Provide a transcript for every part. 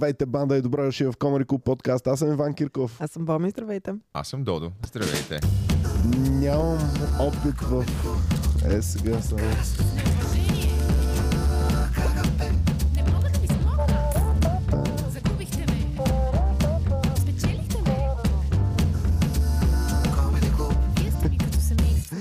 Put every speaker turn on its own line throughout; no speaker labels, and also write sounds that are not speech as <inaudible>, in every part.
Здравейте, банда и добро дошли в Comedy Club подкаст. Аз съм Иван Кирков.
Аз съм Боми, здравейте.
Аз съм Додо. Здравейте.
Нямам опит в... Е, сега само...
Не мога да ви смогна. Загубихте ме. Спечелихте ме. Вие сте ми като семейство.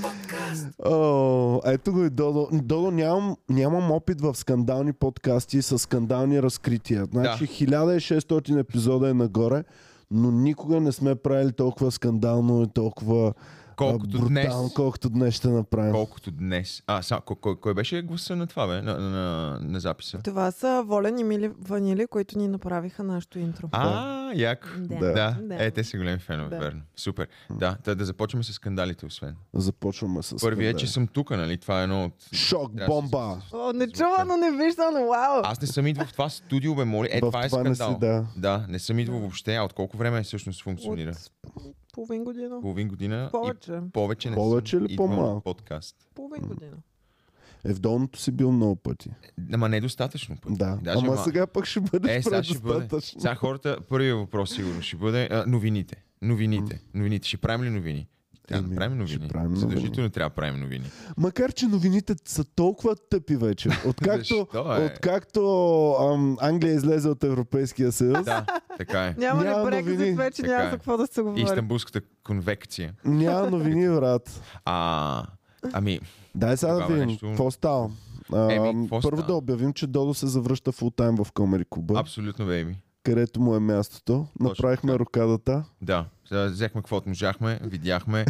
О, ето го и Додо. Додо, нямам, нямам опит в скандални подкасти с скандални разкрития. Значи 1600 епизода е нагоре, но никога не сме правили толкова скандално и толкова а,
Колкото
брутално,
днес.
колкото днес ще направим.
Колкото днес. А, са, кой, кой, кой беше гласа на това, бе? На, на, на, на записа?
Това са Волен и Мили Ванили, които ни направиха нашето интро.
А, яко.
Да.
Да.
Да.
Е, те са големи фенове,
Да.
верно. Супер. Да, да, да започваме с скандалите, освен.
Започваме с
Първият е,
скандали.
че съм тук, нали? Това е едно от...
Шок,
Трябва да
бомба!
се-
О, не чувано, не виждано, вау!
Аз не съм идвал в това студио, бе, моля. Е,
В
това е
това не си,
скандал.
да.
да, не съм идвал въобще. А от колко време всъщност
От
функционира?
половин година.
Половин година
Повече.
и повече не
Повече
съм
или
идвал на
по-малко?
подкаст.
Половин година.
Е, в долното си бил много пъти.
Ама недостатъчно пъти.
Да.
Даже,
Ама
ма-
сега пък ще бъдеш
Е, сега ще бъде.
предостатъчно.
Сега хората, първият въпрос сигурно ще бъде а, новините. Новините. Новините. Ще правим ли новини? Трябва
Еми,
да правим
ще
новини.
правим новини.
Задължително трябва да правим новини.
<laughs> Макар, че новините са толкова тъпи вече. Откакто,
Защо, е?
откакто ам, Англия излезе от Европейския съюз,
Да, така е.
Няма
Няма
ли
новини.
Брекзит вече,
Така
няма
е.
за какво да се говори.
Истанбулската конвекция.
няма новини, брат.
А, ами,
Дай сега да
Тогава
видим
нещо-
какво става.
Еми, какво
първо
става?
да обявим, че Додо се завръща фултайм в Комери Куба,
абсолютно, бейби.
където му е мястото. Направихме
така.
рокадата.
Да, Сега взехме каквото можахме,
<laughs>
видяхме,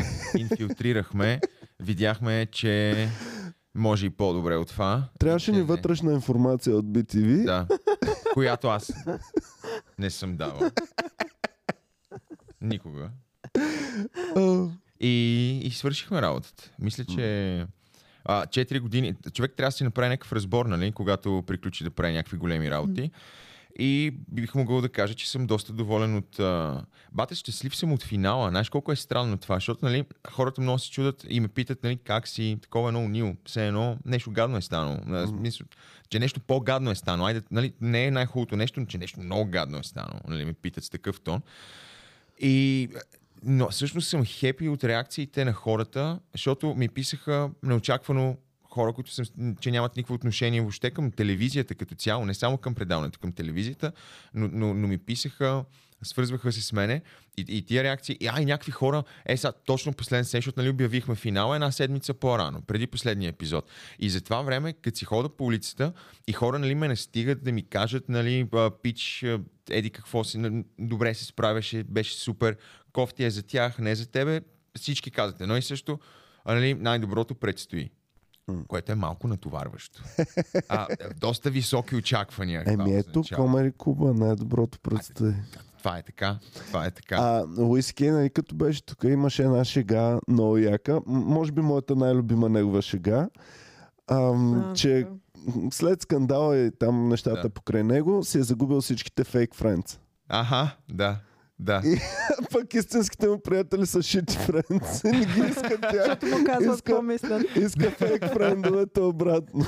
инфилтрирахме, видяхме, че може и по-добре от това.
Трябваше
И че
ни
Е, не.
вътрешна информация от BTV.
Да. Която аз не съм давал. Никога.
А,
И, и свършихме работата. Мисля, че а, 4 години. Човек трябва да си направи някакъв разбор, нали, когато приключи да прави някакви големи работи. И бих могъл да кажа, че съм доста доволен от... а, Бате, щастлив съм от финала. Знаеш колко е странно това, защото нали, хората много се чудат и ме питат нали, как си, такова едно унил, все едно нещо гадно е станало. Аз мисля, че нещо по-гадно е станало. Айде, нали, не е най-хубавото нещо, но че нещо много гадно е станало. Нали, ме питат с такъв тон. И но всъщност съм хепи от реакциите на хората, защото ми писаха неочаквано хора, които съм, че нямат никакво отношение въобще към телевизията като цяло, не само към предаването, към телевизията, но, но, но ми писаха, свързваха се с мене и, и тия реакции. И, а, и някакви хора, е сега, точно последен сеш, защото нали, обявихме финала една седмица по-рано, преди последния епизод. И за това време, като си хода по улицата и хора нали, ме не стигат да ми кажат, нали, а, пич, а, еди какво си, н- добре се справяше, беше супер, кофти е за тях, не е за тебе. Всички казват едно и също, а, нали, най-доброто предстои. Което е малко натоварващо. А, доста високи очаквания. това
Еми ето,
означава.
Комери Куба, най-доброто предстои.
Това е така. Това е така.
А Уиски, нали, като беше тук, имаше една шега много яка. М- може би моята най-любима негова шега. Ам,
А,
че
да.
след скандала и там нещата
Да.
покрай него, си е загубил всичките фейк френдс.
Аха, да. Да.
<laughs> Пък истинските му приятели са shitty френдс. <laughs> Не ги иска тя.
Му казват
Иска-
какво мислят.
Иска фейк френдовете обратно.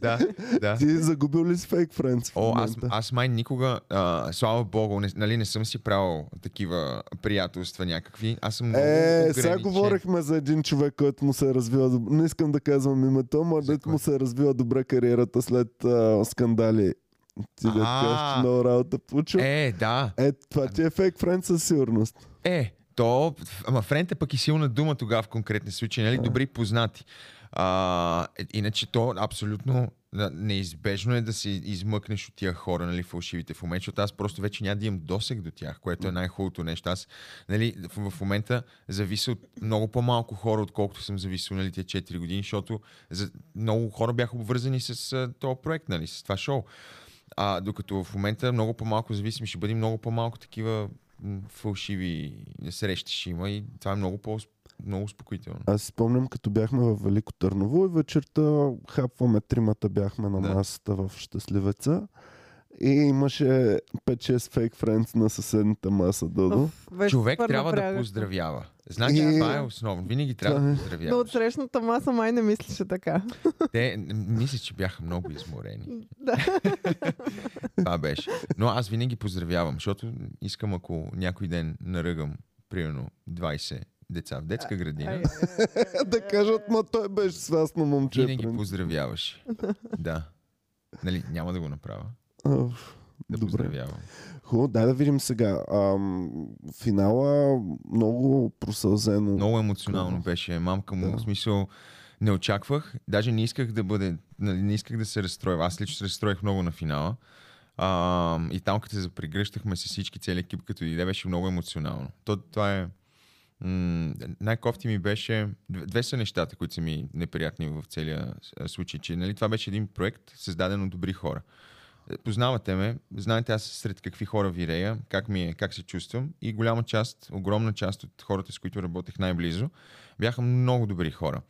да, да.
Ти загубил ли си фейк френдс?
О, аз, аз май никога, а, слава богу, не, нали, не съм си правил такива приятелства някакви. Аз съм много
Е, сега
ограничен.
говорихме за един човек, който му се е развива добре. Не искам да казвам името, ама
За
дето
кой?
му се е развила добре кариерата след а, скандали. Ти да
А.
кажеш, че много работа получил. Е,
Е, да.
това ти е фейк френд със сигурност.
Е, то, ама френд е пък и силна дума тогава в конкретния случай, нали? Добри познати. А, е- иначе то абсолютно да, неизбежно е да се измъкнеш от тия хора, нали, фалшивите в момента, защото аз просто вече няма да имам досег до тях, което е най-хубавото нещо. Аз, нали, в, в момента зависа от много по-малко хора, отколкото съм зависел, нали, тия 4 години, защото за, много хора бяха обвързани с а, този проект, нали, с това шоу. А, докато в момента много по-малко зависим, ще бъде много по-малко такива м, фалшиви срещи ще има и това е много по много успокоително.
Аз си спомням, като бяхме в Велико Търново и вечерта хапваме тримата бяхме на
Да.
масата в Щастливеца. И имаше 5-6 фейк френдс на съседната маса, Додо.
Уф, беше
Човек
е супер
трябва да
напрягащо.
поздравява. Значи
И-
това е основно. Винаги трябва
Да.
да
Но
поздравява.
от срещната маса май не мислеше така.
Те, м, мисля, че бяха много изморени.
Да.
Това беше. Но аз винаги поздравявам, защото искам, ако някой ден наръгам, примерно 20 деца в детска градина,
Ай,
<laughs> да кажат, ма той беше с вас на момче. е
винаги
принцип.
<laughs>
поздравяваш. Да. Нали, няма да го направя.
Уф,
Да
Добре.
поздравявам.
Хубаво, дай да видим сега. Ам, финала много просълзено.
Много емоционално беше. Мамка му,
Да.
в смисъл, не очаквах. Даже не исках да бъде, нали, не исках да се разстроя. Аз лично се разстроих много на финала. А, и там, като се запрегръщахме с всички, целият екип, като иде, беше много емоционално. То, това е... М- най-кофти ми беше... Две две са нещата, които са ми неприятни в целия а, случай, че нали, това беше един проект, създаден от добри хора. Е, Познавате ме, знаете аз сред какви хора вирея, как, ми е, как се чувствам и голяма част, огромна част от хората, с които работех най-близо, бяха много добри хора.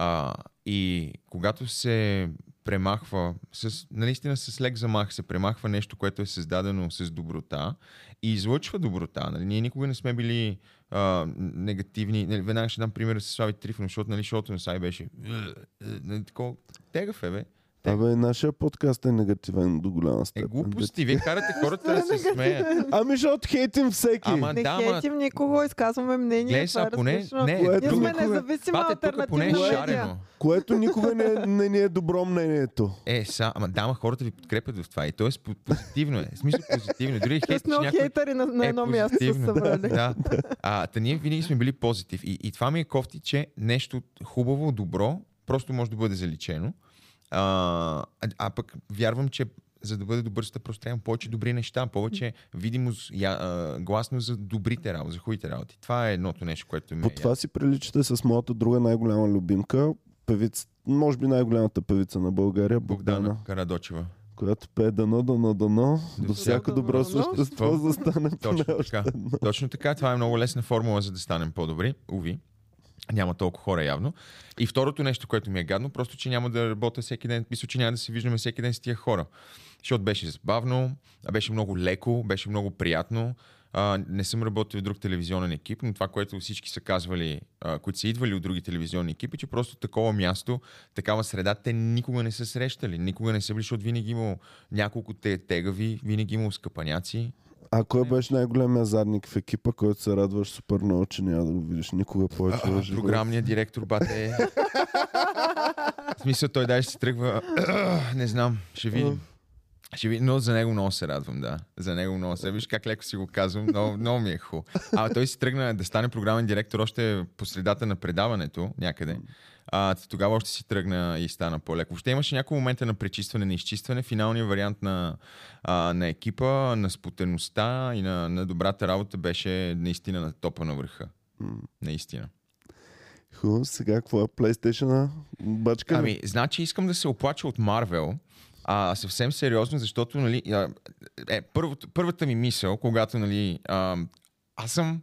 А, и когато се премахва, с, наистина с лек замах се премахва нещо, което е създадено с доброта и излъчва доброта. Нали? Ние никога не сме били а, негативни. Нали, веднага ще дам пример с Слави Трифонов, защото нали, шоуто на Слави беше «Ugh, ugh», нали, такова, тегав е, бе.
Абе, нашия подкаст е негативен до голяма
Е,
степен.
глупости, вие карате хората да се смеят.
Ами, защото хейтим всеки.
Ама
Не
да, ма,
хейтим никого, изказваме мнение.
гледай
това е
сега, поне...
различно.
Не,
Ние
Ние
друго
сме
е.
независима
Пате, тук поне е
альтернативна медиа.
шарено.
Което никога не, не ни е добро мнението.
Е, са, ама да, ама хората ви подкрепят в това. И т.е. по- позитивно е. В смисъл позитивно. е. Дори и
Плюс
хейтиш
много
някой...
хейтери на, на
е
едно място са
позитивно.
събрали.
Да. А, та ние винаги сме били позитив. И, и това ми е кофти, че нещо хубаво, добро, просто може да бъде заличено. А, а, а пък вярвам, че за да бъде добър сте, просто трябва повече добри неща, повече видимост, я, а, гласно за добрите работи, за хубавите работи. Това е едното нещо, което ми
По
е.
това си приличате с моята друга най-голяма любимка, певица, може би най-голямата певица на България, Богдана,
Богдана Карадочева.
която пее дано, дано, дано, до всяко
дано,
добро
дано.
същество застане
Точно
поне още
така. Точно така. Това е много лесна формула, за да станем по-добри. Уви. Няма толкова хора явно. И второто нещо, което ми е гадно, просто, че няма да работя всеки ден. Мисля, че няма да се виждаме всеки ден с тия хора. Защото беше забавно, а беше много леко, беше много приятно. А, не съм работил в друг телевизионен екип, но това, което всички са казвали, а, които са идвали от други телевизионни екипи, че просто такова място, такава среда, те никога не са срещали, никога не са били, защото винаги имало няколко те тегави, винаги имало скъпаняци,
А кой беше най-големия задник в екипа, който се радваш супер много, че няма да го видиш никога повече в живота?
Програмният директор, бате. е. в смисъл, той даже се тръгва. не знам, ще видим. Ще ви... Но за него много се радвам, да. За него много се. Виж как леко си го казвам, много, много ми е хубаво. А той си тръгна да стане програмен директор още по средата на предаването някъде. А, т- тогава още си тръгна и стана по-леко. Въобще имаше няколко момента на пречистване, на изчистване. Финалният вариант на, а, на екипа, на спотеността и на, на добрата работа беше наистина на топа на върха. Наистина.
Хубаво, сега какво е PlayStation? Бачка ли?
Ами, значи искам да се оплача от Марвел. А, съвсем сериозно, защото, нали, а, е, първото, първата ми мисъл, когато, нали, а, аз съм,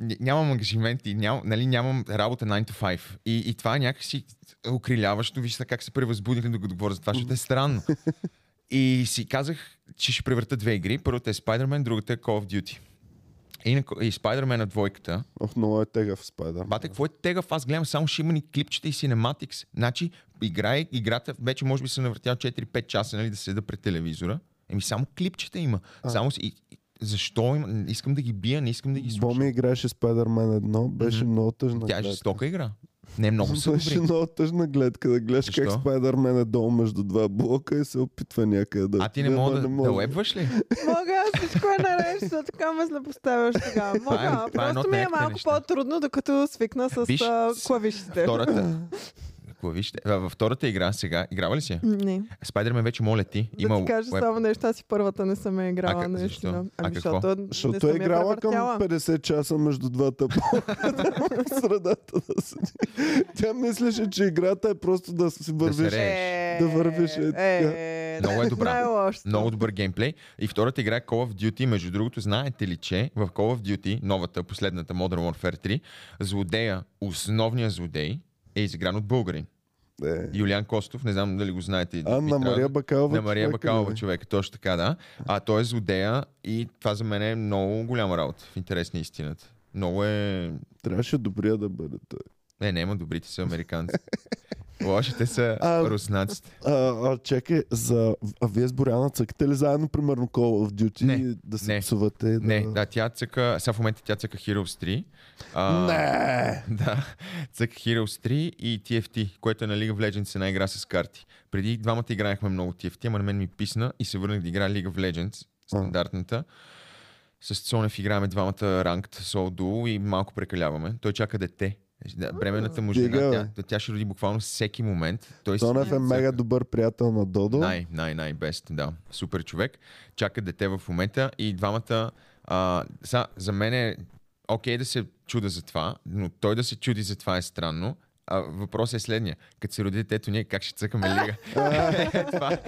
ня- нямам ангажименти, ням, нали, нямам работа 9 to 5. И, и това е някакси окриляващо, вижте как се превъзбудих да го говоря за това, защото е странно. И си казах, че ще превърта две игри. Първата е Spider-Man, другата е Call of Duty. И, на, и Spider-Man на двойката,
Ох, много е тегав Spider.
Бате, какво е тегав? Аз гледам само шимани клипчета и синематикс. Значи, играе, играта вече може би се навъртял 4-5 часа, нали, да седа пред телевизора. Еми, само клипчета има. А. Само с- и, и, защо има? Искам да ги бия, не искам да ги слушам.
Боми играеше Spider-Man 1, беше много тъжна
Тя е
гледка.
жестока игра. Не, много са
Беше
добри.
много тъжна гледка да гледаш как
Защо?
Spider-Man е долу между два блока и се опитва някъде да...
А ти не
отиде,
мога
ама
да,
може.
да
<laughs>
лепваш ли?
Мога, всичко е наред, защото така ме злепоставяш сега.
Това е-
Мога,
това е едно
просто
от
ми е
мерките
малко
неща.
по-трудно, докато свикна с
Виж,
а,
с-
клавишите.
Втората. Клавиш, а, във втората игра сега. Играва ли си?
Не,
Спайдермен вече моля ти.
да ти кажа
уеб-
само нещо, аз и първата не съм я
А
играла,
как-
наистина.
защо? А
Ами,
какво?
защото не
Защото
съм
е
я
играла към
превъртяла.
50 часа между двата блока
<laughs>
в средата да седи. Тя мислеше, че играта е просто да си вървиш.
рееш.
Да вървиш, е,
Е, е,
Много е добра.
Най-лошото.
Много добър геймплей. И втората игра е Call of Duty. Между другото, знаете ли, че в Call of Duty, новата, последната Modern Warfare 3, злодея, основния злодей, е изигран от българин.
Е.
Юлиан Костов, не знам дали го знаете.
А,
би
на
трябвало
Мария
да-
Бакалова.
на Мария
човека,
Бакалова
нали?
човек, точно така, да. А той е злодея и това за мен е много голяма работа, в интерес на истината. Много е...
Трябваше добрия да бъде той.
Не, няма добрите
<laughs>
са американци. Лошите са
А,
руснаците.
А, а, чакай, за... а вие с Боряна цъкате ли заедно, примерно, Call of Duty?
Не,
да се
не,
псувате?
Не,
да...
да, тя цъка... Сега в момента тя цъка Heroes 3. А,
Не!
<laughs> Да, цъка Heroes 3 и TFT, което е на League of Legends една игра с карти. Преди двамата играехме много TFT, ама на мен ми писна и се върнах да играя League of Legends, стандартната. С Цонев играем двамата ранкт Soul Duo и малко прекаляваме. Той чака дете. Е, Да, Бременната му жена,
Дига,
тя, тя, ще роди буквално всеки момент. Той си-
Тонев е мега добър приятел на Додо.
най, най, най бест, да. Супер човек. Чака дете в момента и двамата... А, за, за мен е окей да се чуда за това, но той да се чуди за това е странно. А, въпросът е следния. Като се роди детето, ние как ще цъкаме лига? <laughs> е, това,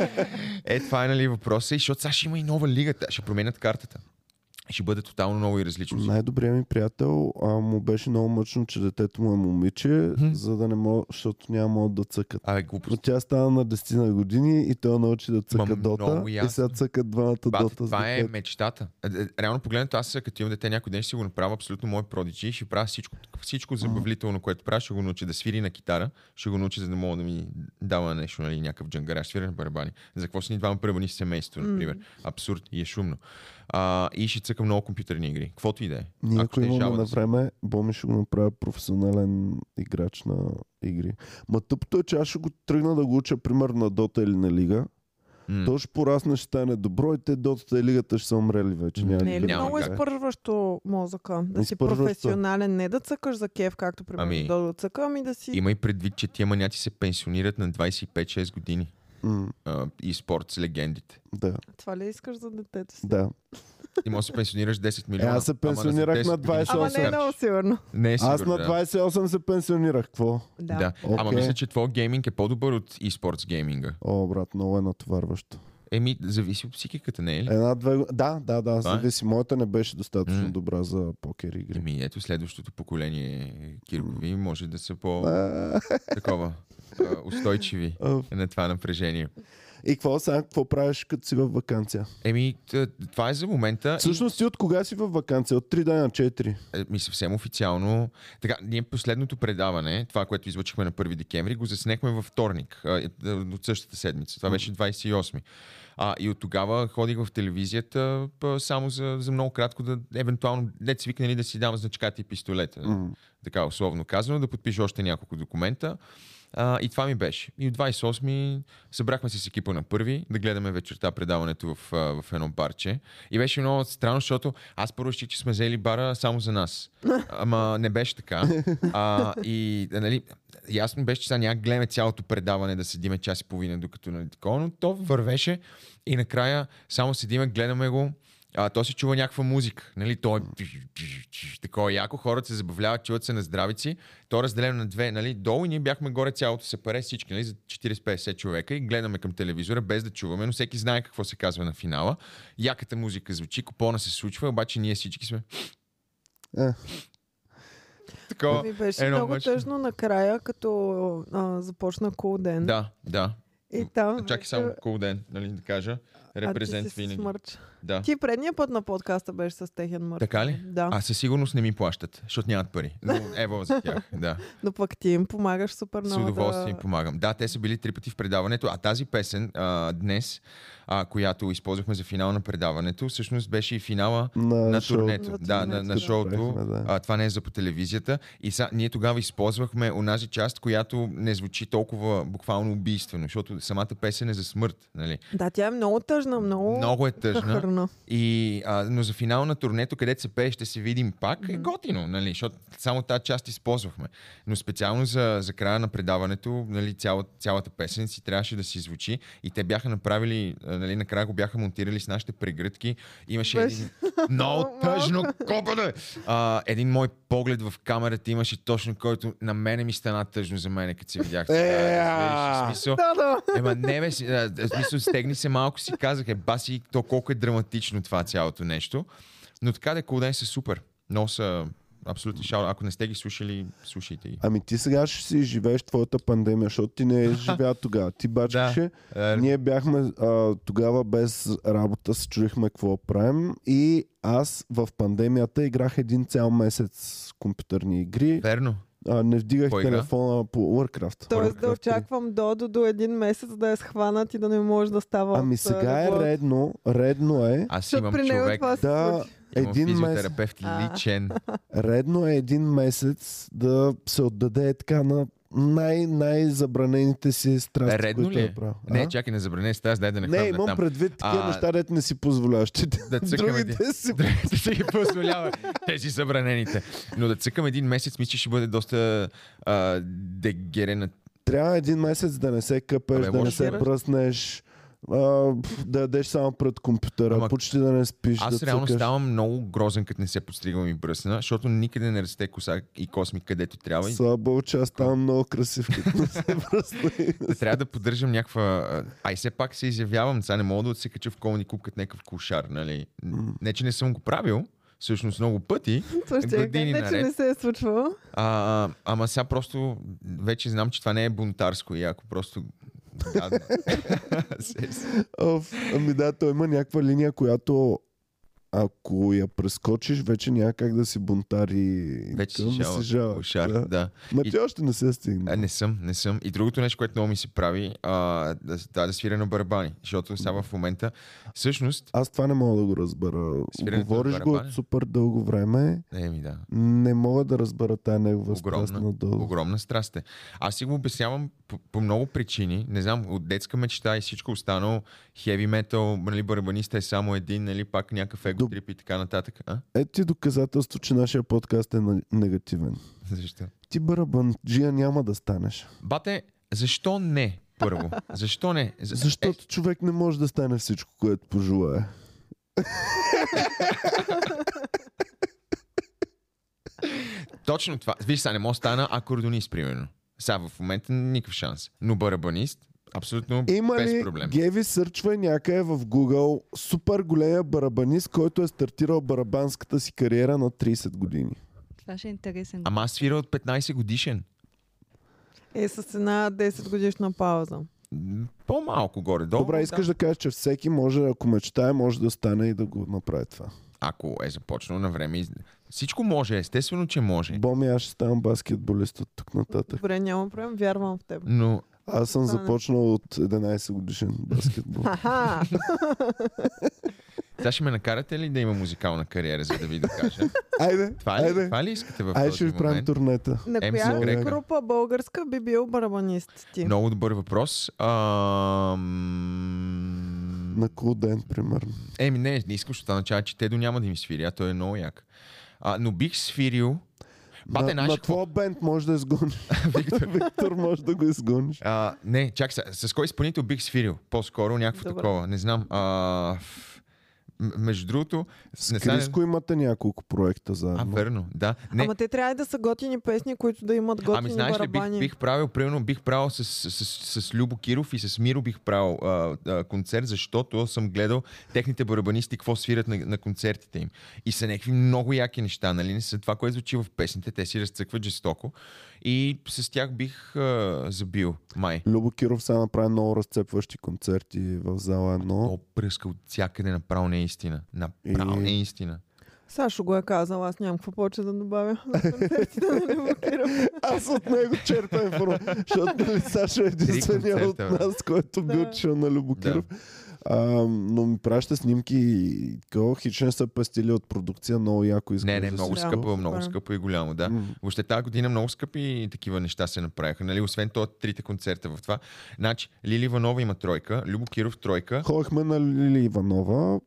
е, това е нали въпросът. И защото сега ще има и нова лига. Та- Ще променят картата. Ще бъде тотално ново и различно.
Най-добрият ми приятел а, му беше много мъчно, че детето му е момиче, за да не мога, защото няма могат да цъкат.
Абе, глупост.
Но тя стана на 10 на години и той научи да цъка
Ма,
дота
много
и
ясно.
сега цъкат двамата
Бат,
дота. с
това е
детето.
мечтата. Е, е, Реално погледнато, аз като имам дете някой ден ще си го направя абсолютно мой продичи и ще правя всичко, всичко забавлително, което правя. Ще го науча да свири на китара, ще го науча, за да мога да ми дава нещо, нали, някакъв джангара, свира на барабани. За какво са ни двама пребани с семейство, например? Абсурд и е шумно. А, и ще цъка много компютърни игри. Каквото и да е.
Ние ако
ще е
имаме
жалба
на
да се-
време, Боми ще го направя професионален играч на игри. Ма тъпто е, че аз ще го тръгна да го уча, примерно на Дота или на Лига.
М.
То ще порасне, ще стане добро и те Дотата и Лигата ще са умрели вече. Няма
Не
да
е ли
ги
Няма
много
играят.
как.
изпърващо мозъка? Да си
Изпържващо.
професионален, не да цъкаш за кеф, както примерно
Ами-
ами... да цъка, ами да си...
Има и предвид, че тия маняци се пенсионират на 25-6 години.
М,
А, и спорт с легендите.
Да,
Това ли искаш за детето си?
да.
Ти можеш да се пенсионираш 10 милиона.
Е, аз се
ама на за
пенсионирах
10
на
години
28.
ще
Ама не е
изкараш.
много сигурно.
Не е
Аз
сигурно,
на
да.
28 се пенсионирах. Какво?
Да.
Да.
да.
Ама
Окей.
мисля, че твой гейминг е по-добър от e-sports гейминга.
О, брат, много е натоварващо.
Еми, зависи от психиката, не е ли?
Една-две. го- Да, да, да,
Това е.
зависи. Моята не беше достатъчно
М.
добра за покер игри.
Еми, ето следващото поколение киркови може да са по
А,
такова а, устойчиви
а,
на това напрежение.
И какво сега? Какво правиш, като си във вакансия?
Еми, т- това е за момента. и-
Всъщност ти от кога си във вакансия? От 3 дни на 4.
Е, Ми съвсем официално. Така, ние последното предаване, това, което излъчихме на 1 декември, го заснехме във вторник, а, е, е, от същата седмица. Това беше 28. А, и от тогава ходих в телевизията па, само за, за много кратко да, евентуално, дет свика, нали, да си дам значката и пистолета.
М.
Така, условно казано, да подпиша още няколко документа. А, и това ми беше. И от 28 събрахме се с екипа на първи да гледаме вечерта предаването в, а, в едно барче. И беше много странно, защото аз първо ще, че сме взели бара само за нас. Ама не беше така. А, и а, нали, ясно беше, че сега няма да гледаме цялото предаване да седиме час и половина, докато нали такова, но то вървеше и накрая само седиме, гледаме го. А, то се чува някаква музика. Нали? То е такова яко. Хората се забавляват, чуват се на здравици. То е разделено на две. Нали? Долу и ние бяхме горе цялото се паре всички нали? за 40-50 човека и гледаме към телевизора без да чуваме, но всеки знае какво се казва на финала. Яката музика звучи, купона се случва, обаче ние всички сме...
Е.
Такова.
Ви беше
едно
много
е мъчно.
тъжно накрая, като а, започна кул ден.
Да, да.
И там
Чакай
вече-
само кул ден, нали, да кажа.
а,
Репрезент
ти си
винаги.
С мърч.
Да.
Ти предния път на подкаста беше с техен мърч.
Така ли?
Да.
А със сигурност не ми плащат, защото нямат пари. Но ево за тях, да.
Но пък ти им помагаш супер
С
много.
удоволствие
да...
им помагам. Да, те са били три пъти в предаването, а тази песен а, днес, а, която използвахме за финал на предаването, всъщност беше и финала
На,
на
шоу.
турнето.
На
Да, на,
турнето,
на
да.
шоуто.
Правихме, да.
А, това не е за по телевизията. И са, ние тогава използвахме онази част, която не звучи толкова буквално убийствено, защото самата песен е за смърт. Нали?
Да, тя е много тъжна, много,
Много е тъжна.
тъхърна.
И, а, но за финал на турнето, където се пее, ще се видим пак, е готино, нали? Защото само тази част използвахме. Но специално за, за края на предаването, нали, цяла, цялата песен си трябваше да си звучи. И те бяха направили, а, нали, накрая го бяха монтирали с нашите прегръдки. Имаше
Беше
един много тъжно копане. А, един мой поглед в камерата имаше точно, който на мене ми стана тъжно за мене, като се видях.
Е,
разбираш ли, в
а.
смисъл,
Да, да.
Ема не бе, си- а, в смисъл, стегни се малко, си казах, е баси, то колко е драматично това цялото нещо. Но така да, Cool Dance са супер. Много са абсолютно шал. Ако не сте ги слушали, слушайте ги.
Ами ти сега ще си живееш твоята пандемия, защото ти не е
<laughs>
живя тогава. Ти бачкаше.
Е,
Ние бяхме а, тогава без работа, се чудихме какво правим и аз в пандемията играх един цял месец компютърни игри.
Верно.
А, не вдигах
Кой игра?
телефона по Warcraft.
Тоест
Warcraft
да
3.
очаквам Додо до един месец да е схванат и да не може да става.
Ами
от,
сега е
работа.
редно, редно е
Аз
Защото
имам
при него
човек,
това се
да
случи.
имам
един месец,
физиотерапевт
А.
личен.
редно е един месец да се отдаде така на най- най-забранените си страсти,
Редно
които
ли
е
е?
правил. А?
Не, чакай, не забране, аз дай да не
не
хвана
имам
там.
предвид такива
А,
неща, дето не си позволяваш. Ти
<laughs> Да цъкам един.
другите си
<laughs> да се ги позволява тези забранените. Но да цъкам един месец, мисля, че ще бъде доста а, дегерена.
Трябва един месец да не се къпеш,
Абе, е.
да не
може
се
ли, бе?
бръснеш, а, пф, да ядеш само пред компютъра,
Ама
почти да не спиш,
Аз
да
реално
цъкаш.
ставам много грозен, като не се подстригвам и бръсна, защото никъде не расте коса и косми където трябва. И
Слабо, че аз ставам много красив, като не
<laughs>
се бръсна.
да трябва да поддържам някаква... а, Ай, все пак се изявявам, сега не мога да се кача в колни куп като някакъв кошар, нали? Не, че не съм го правил, всъщност много пъти,
Това ще е
години
гледна, че
наред.
не се е случвало.
а, ама сега просто вече знам, че това не е бунтарско и ако просто... <laughs> гадно.
Оф, ами да, той има някаква линия, която ако я прескочиш, вече няма как да си бунтар и
Вече
към
си жал, кошар,
Да.
да.
Ма
И-
ти още не се
А,
стигна.
Е, не съм, не съм. И другото нещо, което много ми се прави, а, да, да, да свиря на барабани. Защото сега в момента, всъщност,
Аз това не мога да го разбера.
Свирането на
Говориш го
барабани?
от супер дълго време.
еми да,
Не мога да разбера тая негова страст
огромна,
надолу.
огромна страст е. Аз си го обяснявам по, по много причини. Не знам, от детска мечта и всичко останало, хеви метал, нали, барабаниста е само един, нали, пак някакъв его
Доб-
трип и така нататък. А?
Е ти доказателство, че нашия подкаст е на- негативен.
Защо?
Ти барабанджия няма да
Е,
станеш.
Бате, защо не? Първо. Защо не? За- е,
Защото човек не може да стане всичко, което пожелае.
Точно това. Виж, сега не мога да стана акордонист, примерно. Сега в момента никакъв шанс. Но барабанист, абсолютно
Има
без
ли
проблем.
Геви сърчва някъде в Google супер големия барабанист, който е стартирал барабанската си кариера на 30 години?
Това ще е интересен.
Ама аз свира от 15 годишен.
Е с една 10 годишна пауза.
М, По-малко горе-долу.
Добре, искаш
да.
да. кажеш, че всеки може, ако мечтае, може да стане и да го направи това.
Ако е започнал на време. из- Всичко може, естествено, че може.
Боми, аз ще ставам баскетболист от тук нататък.
Добре, няма проблем, вярвам в теб.
Но
Аз съм
Стане.
започнал от 11 годишен баскетбол.
Аха!
сега ще ме накарате ли да има музикална кариера, за да ви
<laughs>
докажа?
Айде,
Това ли,
айде,
това ли искате в
айде
този
ще ви правим
момент?
турнета.
На
Ем,
коя
Зоре.
група българска би бил барабанист ти?
Много добър въпрос. Ам...
На кул ден, примерно.
Еми не, не искам, защото това означава, че Тедо няма да ми свири, а той е много як. А, но бих свирил... Бате,
на,
знаеш
на
какво?
твоя бенд може да
<laughs>
изгониш. <laughs> Виктор може да го изгониш.
А, не, чак сега. С кой изпълнител бих свирил? По-скоро някакво
Добре.
такова. Не знам. А, в- м- между другото...
С Криско имате няколко проекта
А,
заедно.
верно, да. Не,
Ама те трябва да са готини песни, които да имат готини
ами знаеш ли, бих,
барабани.
бих правил, примерно, бих правил с, с, с, с Любо Киров и с Миро бих правил а, а, концерт, защото съм гледал техните барабанисти какво свират на, на концертите им. И са някакви много яки неща, нали? Не са това, което звучи в песните, те си разцъкват жестоко. И с тях бих а, забил, май.
Любо Киров сега направи много разцепващи концерти в зала 1.
То пръска от всякъде, направо не е истина. Направо
И-
не е истина.
Сашо го е казал, аз нямам какво повече да добавя. <laughs> За концертите да не блокирам.
Аз от него черпя информация, защото нали, Саша е единствения от
концерта, бе.
нас, който би
Да.
отишъл на Любо
Да.
Киров. А, но ми праща снимки и такова хичен са пастили от продукция, много яко
Не,
изглежда.
не, много
Да,
всичко.
скъпо, много
супер.
скъпо и голямо, да.
М.
Въобще тази година много скъпи такива неща се направиха, нали? Освен то трите концерта в това. Значи, Лили Иванова има тройка, Любо Киров тройка.
Ходихме на Лили Иванова.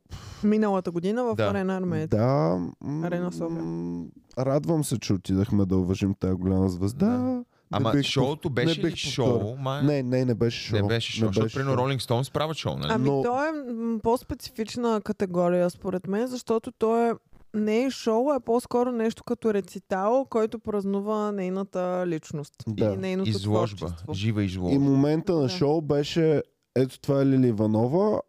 Миналата година в
Да.
Арена Армеец.
Да. м,
е Арена София.
м, Радвам се, че отидахме да уважим тази голяма звезда.
Да.
Не
Ама
бих
шоуто
пов-
беше
не
ли
бих
шоу?
повторил.
Май...
Не, не, не беше шоу.
не беше шоу, защото примерно Rolling Stones правят шоу, нали?
Ами
но-
то е м, по-специфична категория според мен, защото то е не е шоу, а е по-скоро нещо като рецитал, който празнува нейната личност
Да.
и нейното
изложба,
творчество.
жива
И
изложба.
момента на
Да.
шоу беше ето това е Лили Иванова,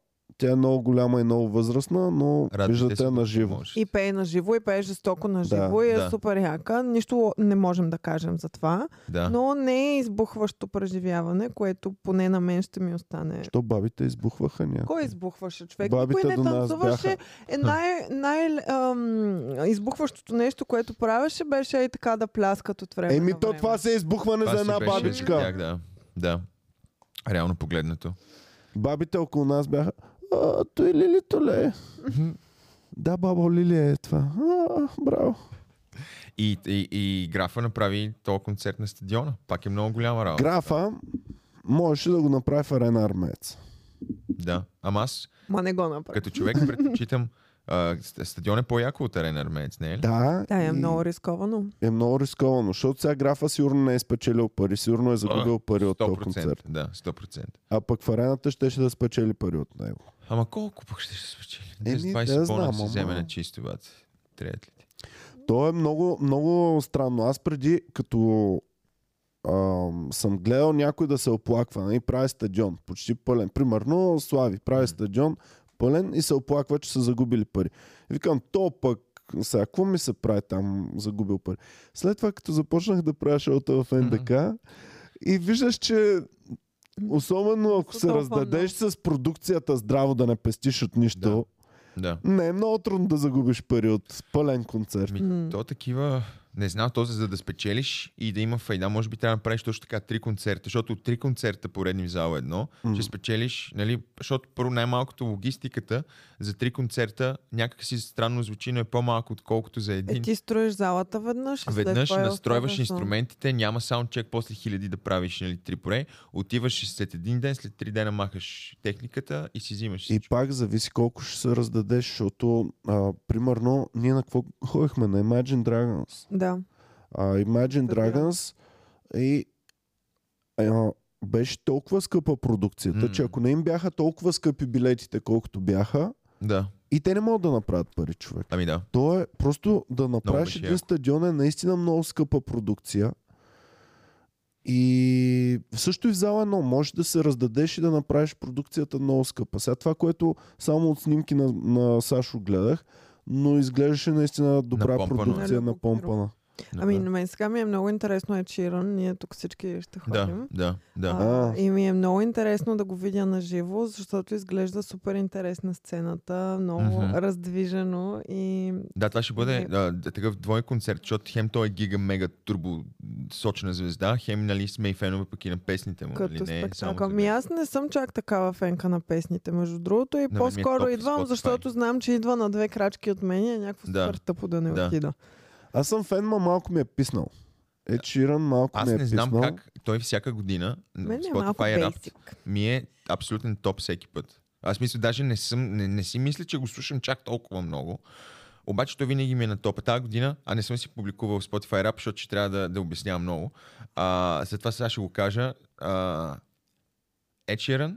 Тя е много голяма и много възрастна, но
Радвайте
виждате
се,
я на живо.
можеш.
И пее на живо, и пее жестоко на живо, и е
да.
супер яка. Нищо не можем да кажем за това,
Да.
но не е избухващо преживяване, което поне на мен ще ми остане.
То бабите избухваха ня.
Кой е избухваше човек?
Бабите
Никой не
до нас
танцуваше.
бяха.
Е, най, най, ам, избухващото нещо, което правеше, беше и така да пляскат от време.
Еми
на
то
време.
това се е избухване
Това
за
си
една
беше
бабичка.
Тях, да. да. Реално погледнато.
Бабите около нас бяха а, той Лилито ли е? да, бабо Лили е това. А, браво.
И, и, и графа направи то концерт на стадиона. Пак е много голяма работа.
Графа можеше да го направи в арена армеец.
Да. Ама аз
Ма не го направи.
като човек предпочитам а, ст- стадион е по-яко от арена армеец, не е ли?
Да,
Да,
и
е много рисковано.
е много рисковано, защото сега графа сигурно не е спечелил пари, сигурно е загубил пари от този
100%.
концерт.
Да, 100%.
А пък в арената щеше да спечели пари от него.
Ама колко пък ще се спечели?
Еми,
20
Ами, да
бона да
знам,
се
ама-
вземе на чисто, бат. Трябват ли ти?
То е много, много странно. Аз преди, като а, съм гледал някой да се оплаква, нали, прави стадион, почти пълен. Примерно Слави прави стадион пълен и се оплаква, че са загубили пари. И викам, то пък сега, какво ми се прави там, загубил пари? След това, като започнах да правя шоута в НДК, и виждаш, че особено ако се
Толкова
раздадеш с продукцията здраво да не пестиш от нищо,
Да.
не е много трудно да загубиш пари от пълен концерт.
Ми, то такива... Не знам, то за за да спечелиш и да има файда, може би трябва да направиш точно така три концерта, защото от три концерта поредни в зала едно, mm. ще спечелиш, нали, защото първо най-малкото логистиката за три концерта някакси странно звучи, но е по-малко отколкото за един.
Е, ти строиш залата веднъж. и след
Веднъж
това е я
настройваш
оставяш, но-
инструментите, няма саундчек, после хиляди да правиш нали, три поре, отиваш след един ден, след три дена махаш техниката и си взимаш
И
всичко.
пак зависи колко ще се раздадеш, защото, а, примерно, ние на какво ходихме? На Imagine Dragons.
Да.
А, Imagine
Разбирам.
Dragons и а, беше толкова скъпа продукцията,
М.
че ако не им бяха толкова скъпи билетите, колкото бяха,
Да,
и те не могат да направят пари, човек.
ами да.
То е просто да направиш
беше
един
яко.
стадион е наистина много скъпа продукция. И също и в зала едно може да се раздадеш и да направиш продукцията много скъпа. Сега това, което само от снимки на, на Сашо гледах, но изглеждаше наистина добра
Напомпано е.
продукция
Много
на помпана.
Ами на мен сега ми е много интересно е Чиран. Ние тук всички ще
да,
ходим.
да, да.
А,
А.
и ми е много интересно да го видя на живо, защото изглежда супер интересна сцената, много
Мгм. Нали,
раздвижено и
Да, това ще бъде
Не.
а, да, такъв двой концерт, защото хем той е гига, мега, турбо, сочна звезда, хем нали сме и фенове пък и на песните му.
като
нали, не е само
спектакъл.
за
Ами
него.
аз не съм чак такава фенка на песните, между другото, и
ми е
по-скоро
топ
идвам,
Spotify.
защото знам, че идва на две крачки от мен и е някакво
Да.
супер тъпо да не
Да.
отида.
Аз съм фен, ма малко ми е писнал. Е, Чиран малко
Аз
ми е
не
писнал.
знам как той всяка година на
Мен е малко
Spotify Wrapped
бейсик.
ми е абсолютен топ всеки път. Аз мисля, даже не, съм, не, не си мисля, че го слушам чак толкова много. Обаче той винаги ми е на топа. Тази година, а не съм си публикувал Spotify Rap, защото ще трябва да, да обяснявам много. А, след това сега ще го кажа. А, Ed Sheeran,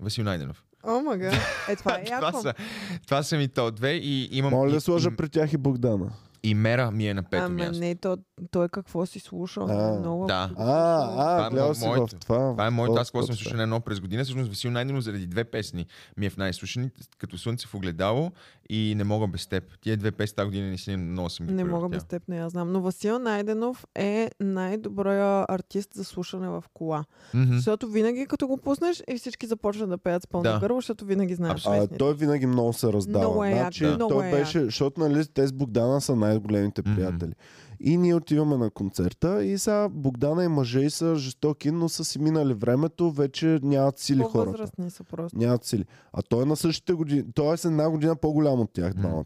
Васил Найденов.
О, мага. Е, това е
<laughs> това,
яко.
са, това са ми то две и имам...
Моля
и,
да сложа
и,
при тях и Богдана.
и, Мера ми е на пето
Ама
място.
не, то, той какво си слушал.
А,
много
да.
си
А,
слушал.
а,
Това е
гледал
мо-
си в
моето.
това.
Това е
в
моето,
този
аз когато съм
подкаст.
слушал на едно през година, всъщност Васил Найденов заради две песни ми е в най-слушаните, като Слънце в огледало и Не мога без теб. Тия две песни тази година не си много съм ги
Не мога
превъртял.
без теб, не я знам. Но Васил Найденов е най-добрия артист за слушане в кола.
Мгм.
Защото винаги като го пуснеш и всички започват да пеят с пълно
Да.
гърло, защото винаги знаеш
Абсолютно.
А,
песните.
той винаги много се раздава.
Много е як,
значи,
да. Много
той
е
беше, защото нали, те с Богдана са най-големите
Мгм.
приятели. И ние отиваме на концерта и сега Богдана и мъже и са жестоки, но са си минали времето, вече нямат сили хората.
По-възрастни са просто.
Нямат сили. А той е на същите години, той е с една година по-голям от тях
Мгм.
двамата.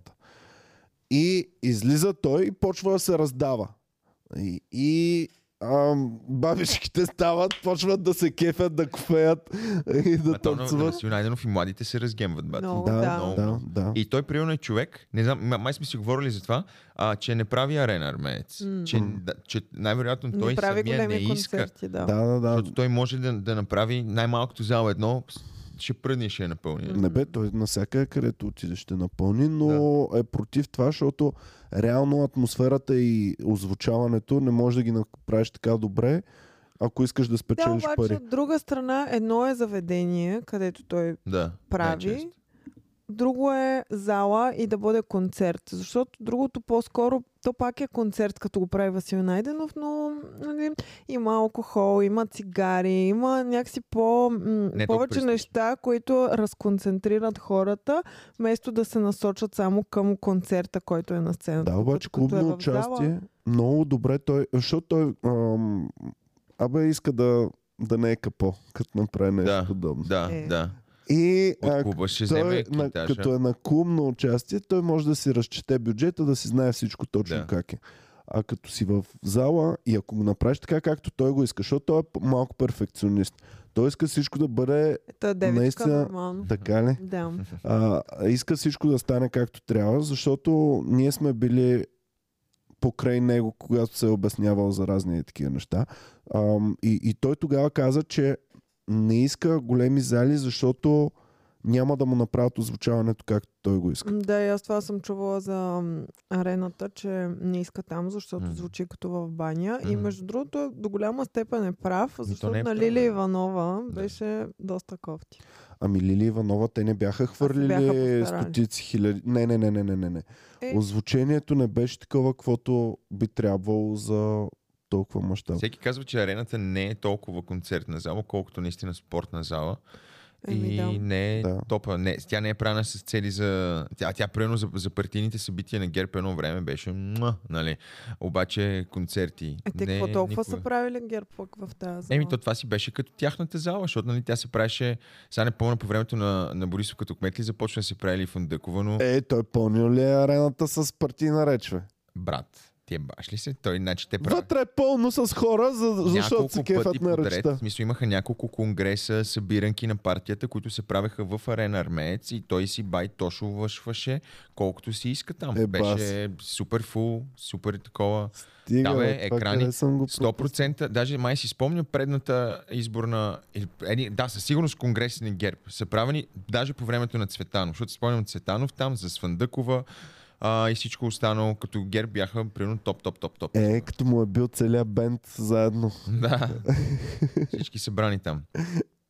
И излиза той и почва да се раздава. И, и ам, бабичките стават, почват да се кефят, да кофеят и да
А то на- на
танцуват.
Васил Найденов и младите се разгемват, бат.
Много,
Да,
да.
да, да.
И той примерно е човек, не знам, м- май сме си говорили за това, а, че не прави арена армеец.
М.
Че, да, че най-вероятно
Не
той
прави
самия не
големи
иска.
концерти, да.
Да, да, да.
Защото той може да, да направи най-малкото зала едно, ще пръдне и ще я напълни.
Не бе, той навсякъде, където отиде, ще напълни, но е против това, защото реално атмосферата и озвучаването не може да ги направиш така добре, ако искаш да
Да,
спечелиш
обаче
пари.
от друга страна, едно е заведение, където той
Да.
прави.
най-често.
Друго е зала и да бъде концерт. Защото другото по-скоро, то пак е концерт, като го прави Васил Найденов, но нали, има алкохол, има цигари, има някакси по, м-
Не е толкова
повече
пристрастно.
неща, които разконцентрират хората, вместо да се насочат само към концерта, който е на сцената.
Да, обаче
Докато
клубно
е в зала-
участие много добре той, защото той ам, абе иска да, да не е капо, като направи нещо
Да,
подобно.
Да,
Е.
да.
И
От
а,
клуба ще
Е, той,
вземе
на,
киташа.
като е на клубно участие, той може да си разчете бюджета, да си знае всичко точно
Да.
как е. А като си в зала и ако го направиш така, както той го иска, защото той е п- малко перфекционист. Той иска всичко да бъде
Е, Та девичка,
Наистина-
нормално.
така ли?
Да.
А, иска всичко да стане както трябва, защото ние сме били покрай него, когато се е обяснявал за разни такива неща. А, и, и той тогава каза, че не иска големи зали, защото няма да му направят озвучаването както той го иска.
Да, и аз това съм чувала за м, арената, че не иска там, защото
Мгм.
звучи като в баня. И
Мгм.
между другото, до голяма степен е прав, защото
не е
на
прав,
Лили
да.
Иванова
Да.
беше доста кофти.
Ами Лили Иванова, те не бяха хвърлили
постарали.
стотици хиляди. Не, не, не, не, не, не. не.
Е.
Озвучението не беше такова, каквото би трябвало за толкова мащаб.
Всеки казва, че арената не е толкова концертна зала, колкото наистина спортна зала.
Еми,
и
да.
не е
Да.
да. топа. Не, тя не е правена с цели за... Тя, тя примерно за, за партийните събития на ГЕРБ едно време беше... Муа, нали? Обаче концерти...
Е, те
не,
какво толкова
никога.
са правили герб пък в тази зала?
Еми, то това си беше като тяхната зала, защото нали, тя се правеше... Сега не помня по времето на, на Борисов като кмет ли започна да се правили фундъкова, но...
Е, той пълнил ли е арената с партийна реч, бе?
Брат, ти е баш ли се? Той, значи, те правят...
Вътре е пълно с хора, за, защото се
няколко пъти
кефат на
подред, в
речта.
смисъл имаха няколко конгреса, събиранки на партията, които се правеха в арена Армеец и той си бай точно вършваше колкото си иска там.
Е, бас.
Беше супер фул, супер такова.
Стига,
Да, бе,
бе, това
екрани.
къде съм го
100%, даже май си спомня предната изборна... или- Еди, да, със сигурност конгреси на ГЕРБ са правени даже по времето на Цветанов, защото си спомням Цветанов там, за Свандъкова а, и всичко останало, като ГЕРБ бяха примерно топ, топ, топ, топ.
Е, като му е бил целият бенд заедно.
<laughs>
<laughs>
Да. Всички събрани там.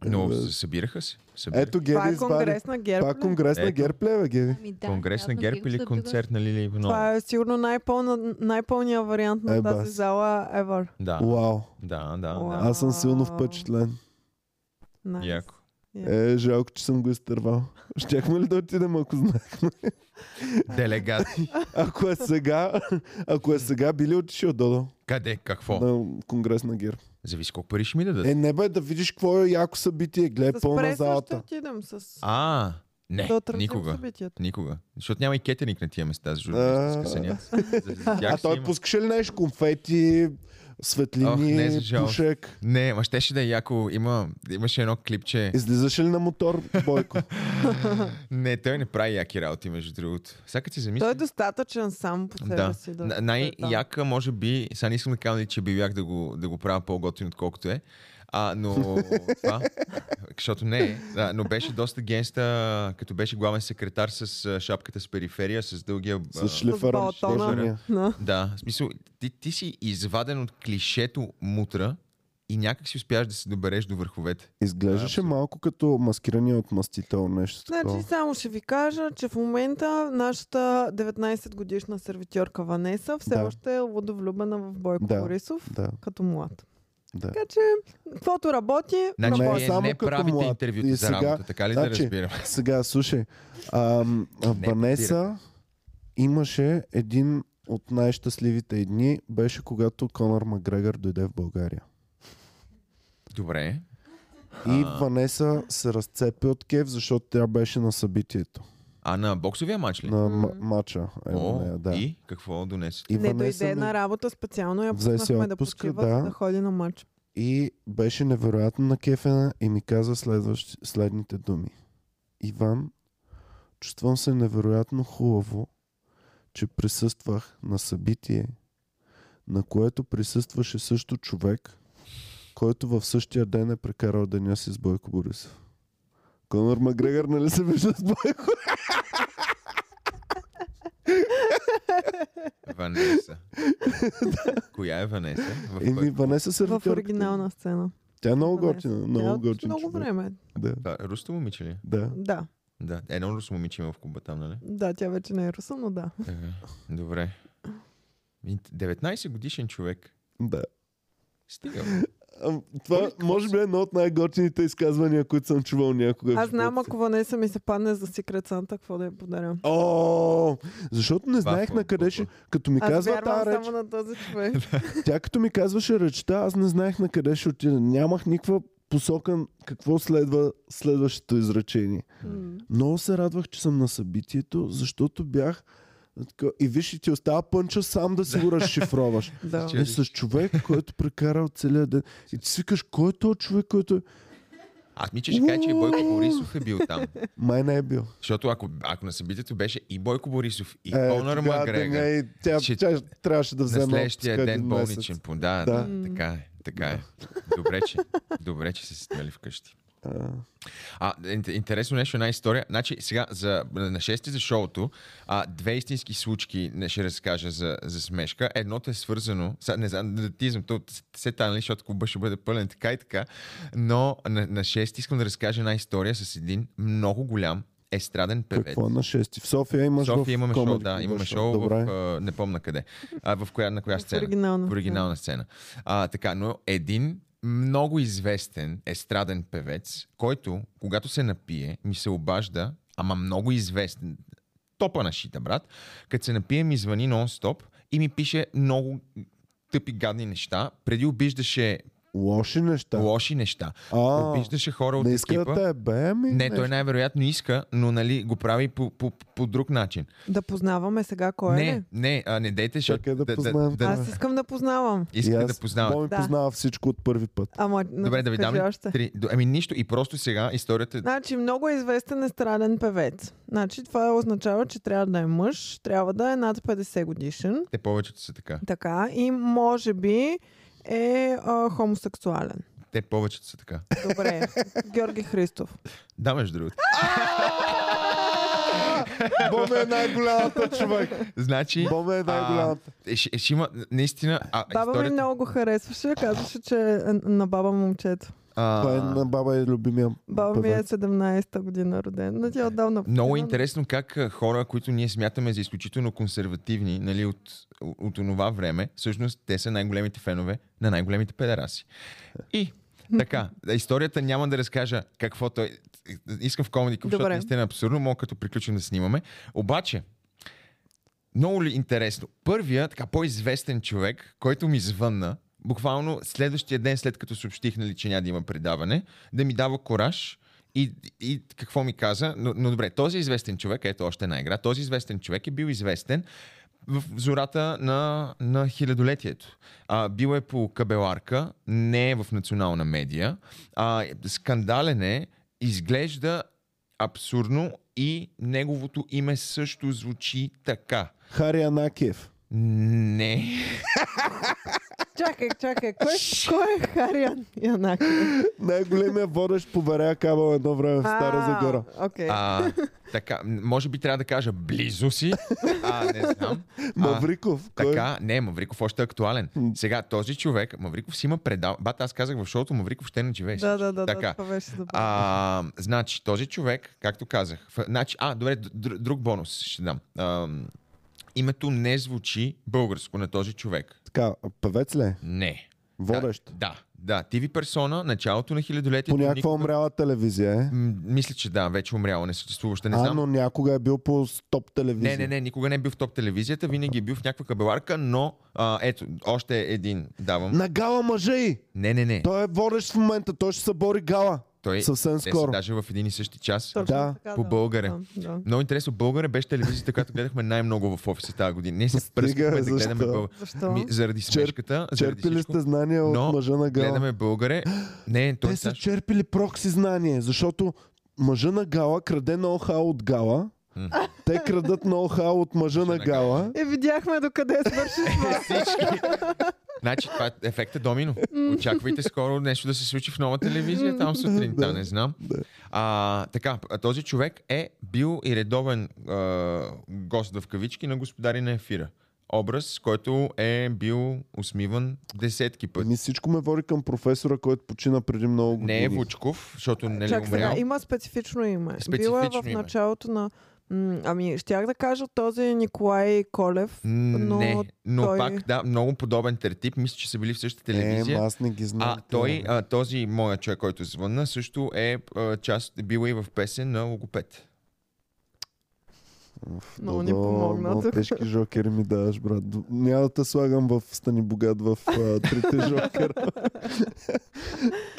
Но
Е,
с- събираха се. Събираха.
Ето
това
Геви
е
извади.
конгрес на герб.
Това
ли?
е конгрес на
Ето.
ГЕРБ, ле, бе, Геви.
Ами да,
Конгрес на
явно
ГЕРБ
бих
или
встъпила.
концерт нали, на Лилия Иванова.
Това е сигурно най-пълна, най-пълният вариант на
Е,
тази
бас.
зала ever.
Да,
Вау,
да, да, да.
Уау.
аз съм силно
Вау.
впечатлен.
Nice.
Яко.
Е, жалко, че съм го изтървал. Щяхме ли да отидем, ако знаех?
Делегат.
Ако е сега, ако е сега, били отишъл Додо
Къде? Какво?
на конгрес на ГЕРБ.
Зависи колко пари ще ми дадат.
Е, не бе, да видиш какво е яко събитие. Гледай
С
пълна
преса ще
залата.
отидем с...
А, не,
да отразим
никога.
събитието.
Никога. Защото няма и кетеринг на тия места за журналистическа
А.
съняца. За- за
<laughs>
тях
А
си
той
има.
пускаше ли нещо? Конфети,
Ох, не, за
светлини,
жалост.
пушек.
Не, ма щеше да е яко. Има, имаше едно клипче.
Излизаше ли на мотор,
<laughs>
Бойко?
Не, той не прави яки работи, между другото. Сега като си замисля...
Той е достатъчен сам по себе
Да.
си. Да, е
Н-
да
Най-яка, може би, сега не искам да кажа, нали, че бивях да го, да го правя по-готин, отколкото е. А,
<laughs>
но това, защото не е, а, но беше доста генста, като беше главен секретар с а, шапката с периферия, с дългия... а,
С шлифъра.
С балтона.
сложения.
Да.
да, в смисъл, ти, ти си изваден от клишето мутра и някак си успяваш да се добереш до върховете.
Изглеждаше
Абсолютно.
малко като маскирания от мастител, нещо
Значи
такова.
само ще ви кажа, че в момента нашата 19 годишна сервитьорка Ванеса все
Да.
още е водовлюбена в Бойко
Да.
Борисов
Да,
като млад.
да.
Така че, каквото работи,
Значи,
Не,
работи.
вие
само
не
като
правите
млад.
интервюта
И
за
сега-
работа, така ли
значи,
да разбирам?
Сега, слушай, ам, а,
Не,
Ванеса
подпирате.
имаше един от най-щастливите дни, беше когато Конор Макгрегор дойде в България.
Добре.
И
А.
Ванеса се разцепи от кеф, защото тя беше на събитието,
А на боксовия матч ли?
на м-
М.
мача. Е,
О,
на нея, да.
и какво донесе?
И
не
Ванеса
дойде
ми-
на работа специално, я
Взе си
пуснахме да
отпуска,
почива,
да.
да. да ходи на матч.
И беше невероятно на кефена и ми каза следващ, следните думи. Иван, чувствам се невероятно хубаво, че присъствах на събитие, на което присъстваше също човек, който в същия ден е прекарал деня си с Бойко Борисов. Конор Макгрегор нали се вижда с Бойко? <laughs>
Ванеса. Коя е Ванеса? В
Еми,
кой-
Ванеса
в
сервитьорката.
оригинална сцена.
Тя е много
Ванеса.
готина.
Тя
Много
от
готина.
Много време.
Да,
Това е русто момиче ли?
да.
Да.
Да, едно русо момиче има в клуба там, нали?
Да, тя вече не е руса, но да.
Ага, Добре. И 19 годишен човек.
да.
Стига. бе.
А,
Ами,
това може би е едно от най-готините изказвания, които съм чувал някога. в
Аз знам,
живота си.
ако Ванеса ми се падне за Secret Santa, какво да я подаря.
О, защото не
Това
знаех
какво е
на къде ще...
толкова?
Като ми
Аз
казва
вярвам
тази реч,
само на този човек.
<laughs> Тя като ми казваше речта, аз не знаех на къде ще отида. Нямах никаква посока какво следва следващото изречение.
М.
Много се радвах, че съм на събитието, защото бях така- и виж, и ти остава пънча сам да си го разшифроваш.
<laughs> да.
Че-
Не с човек, който прекарал целия ден. И ти си викаш, кой е този човек, който... е?
Аз мисля, че ще кажа, че и Бойко Борисов е бил там.
Май не е бил.
Защото ако, ако на събитието беше и Бойко Борисов, и
Е,
Конор
тогава
Макгрегор,
деня и Тя,
Ще-
тя трябваше да
на
вземе
следващия
отпуска
ден
един месец.
болничен. по- Да,
Да.
да, така е. Така е. Добре, че, добре, че се снимали вкъщи.
А,
А, ин- интересно нещо, една история. Значи, сега за, на 6 за шоуто, а, две истински случки не ще разкажа за, за смешка. Едното е свързано, сега не знам, датизъм, то се тая, нали, защото клуба ще бъде пълен така и така, но на, на 6 искам да разкажа една история с един много голям естраден певец.
какво е на 6? В София имаш
София
в
имаме
Comedy
шоу,
Club,
да, имаме
да,
шоу
Добре.
в, а, не помна къде, а, в коя, на коя
В
сцена?
оригинална
в оригинална сцена. А, така, но един много известен естраден певец, който, когато се напие, ми се обажда, ама много известен, топа на шита, брат, като се напие ми звъни нон-стоп и ми пише много тъпи гадни неща. Преди обиждаше
Лоши неща.
лоши неща.
А,
обиждаше хора от
не иска
екипа.
да те е бе, ми?
Не, той най-вероятно иска, но нали, го прави по, по, по друг начин.
Да познаваме сега кой е.
Не,
ли?
не, а, не дейте, защото
Чакай да познаем.
да,
Аз искам да познавам.
искате да познавате.
Той
Да.
познава всичко от първи път.
Ама,
Добре, да ви дам
кажи
ли
още.
три. до- Ами нищо и просто сега историята...
Значи, много известен естраден певец. Значи, това означава, че трябва да е мъж, трябва да е над 50 годишен,
Те повечето са така.
така, и може би е а, хомосексуален.
Те повечето са така. <laughs>
Добре, Георги Христов.
Да, между другото.
Боме е
<laughs>
най-голямата човек.
Значи...
Боме е най-голямата.
а, е, ще, ще има наистина... А,
Баба ми е
историята,
много го харесваше, казваше, че е на баба момчето.
а,
Това е на баба е любимия
Баба ми е
певец.
17-та година роден, но тя отдавна.
Много
почина, но-
интересно как а, хора, които ние смятаме за изключително консервативни нали, от, от това време, всъщност те са най-големите фенове на най-големите педераси. И така, историята няма да разкажа какво той... Искам в Comedy Club, защото
Добре.
наистина е абсурдно, мога като приключим да снимаме. Обаче, много ли интересно. Първия, така по-известен човек, който ми звънна, буквално следващия ден, след като съобщих, нали, че няма да има предаване, да ми дава кораж и, и какво ми каза. Но, но добре, този известен човек, ето още една игра, този известен човек е бил известен в зората на, на хилядолетието. А, бил е по кабеларка, не е в национална медия. А, скандален е, изглежда абсурдно и неговото име също звучи така.
Хари Анакиев.
Не.
Чакай, чакай, кой, кой е Хариан Янаков?
Най-големия водещ по Берея Кабел едно време в Стара Загора.
Окей.
А, така, може би трябва да кажа близо си. А, не знам. А,
Мавриков. кой е?
така, не, Мавриков още е актуален. Сега, този човек, Мавриков си има предал. Бат, аз казах в шоуто, Мавриков ще е не живее.
Да, да, да, да,
така.
това беше добре.
А, значи, този човек, както казах, в, значи, а, добре, друг, друг бонус ще дам. А, името не звучи българско на този човек.
Така, певец ли е?
Не.
Водещ.
Да, да. TV персона, началото на хилядолетието.
По някаква
никога-
умряла телевизия е.
М, Мисля, че да, вече умряла, не съществуваща. Не
А,
знам.
но някога е бил по топ
Не,
телевизия.
не, не, никога не е бил в топ телевизията, винаги е бил в някаква кабеларка, но а, ето, още един давам.
На гала мъже и!
Не, не, не.
Той е водещ в момента, той ще събори гала.
Той е
Съвсем
те са
скоро.
даже в един и същи час.
Точно
да,
така,
по българя.
Да, да.
Много интересно, България беше телевизията, която гледахме най-много в офиса тази година. Ние се
Стига,
пръскахме да гледаме
защо?
България.
Защо?
Ми, заради смешката, заради
Черпили
всичко.
сте знания
Но
от мъжа на гала.
Гледаме България. Не, той
Те са черпили прокси знание, защото мъжа на Гала краде ноу-хау от Гала.
М.
Те крадат ноу-хау от мъжа на
на Гала.
Гала.
Е, видяхме докъде свърши
<laughs>
това.
Всички. Значи, това е ефекта домино. Очаквайте скоро нещо да се случи в нова телевизия, там сутринта, не знам. А, така, а този човек е бил и редовен а, гост в кавички на господари на ефира. образ, който е бил усмиван десетки пъти.
Ми Ами всичко ме води към професора, който почина преди много години.
Не е Вучков, защото не е
Чак сега,
умрял.
има специфично име. Била е
Специфично
в
име.
началото на... М, Ами, щях да кажа този Николай Колев, но...
Но не, но
той-
той... пак да, много подобен тертип. Мисля, че са били в същата
Е,
телевизия.
ма аз не ги знам.
а той, а, този моя човек, който звънна, също е а, част, бил и в песен на логопед.
Много ни помогна
Много
тук.
тежки жокери ми даваш, брат. Д- Няма да те слагам в Стани богат в а, трите жокера.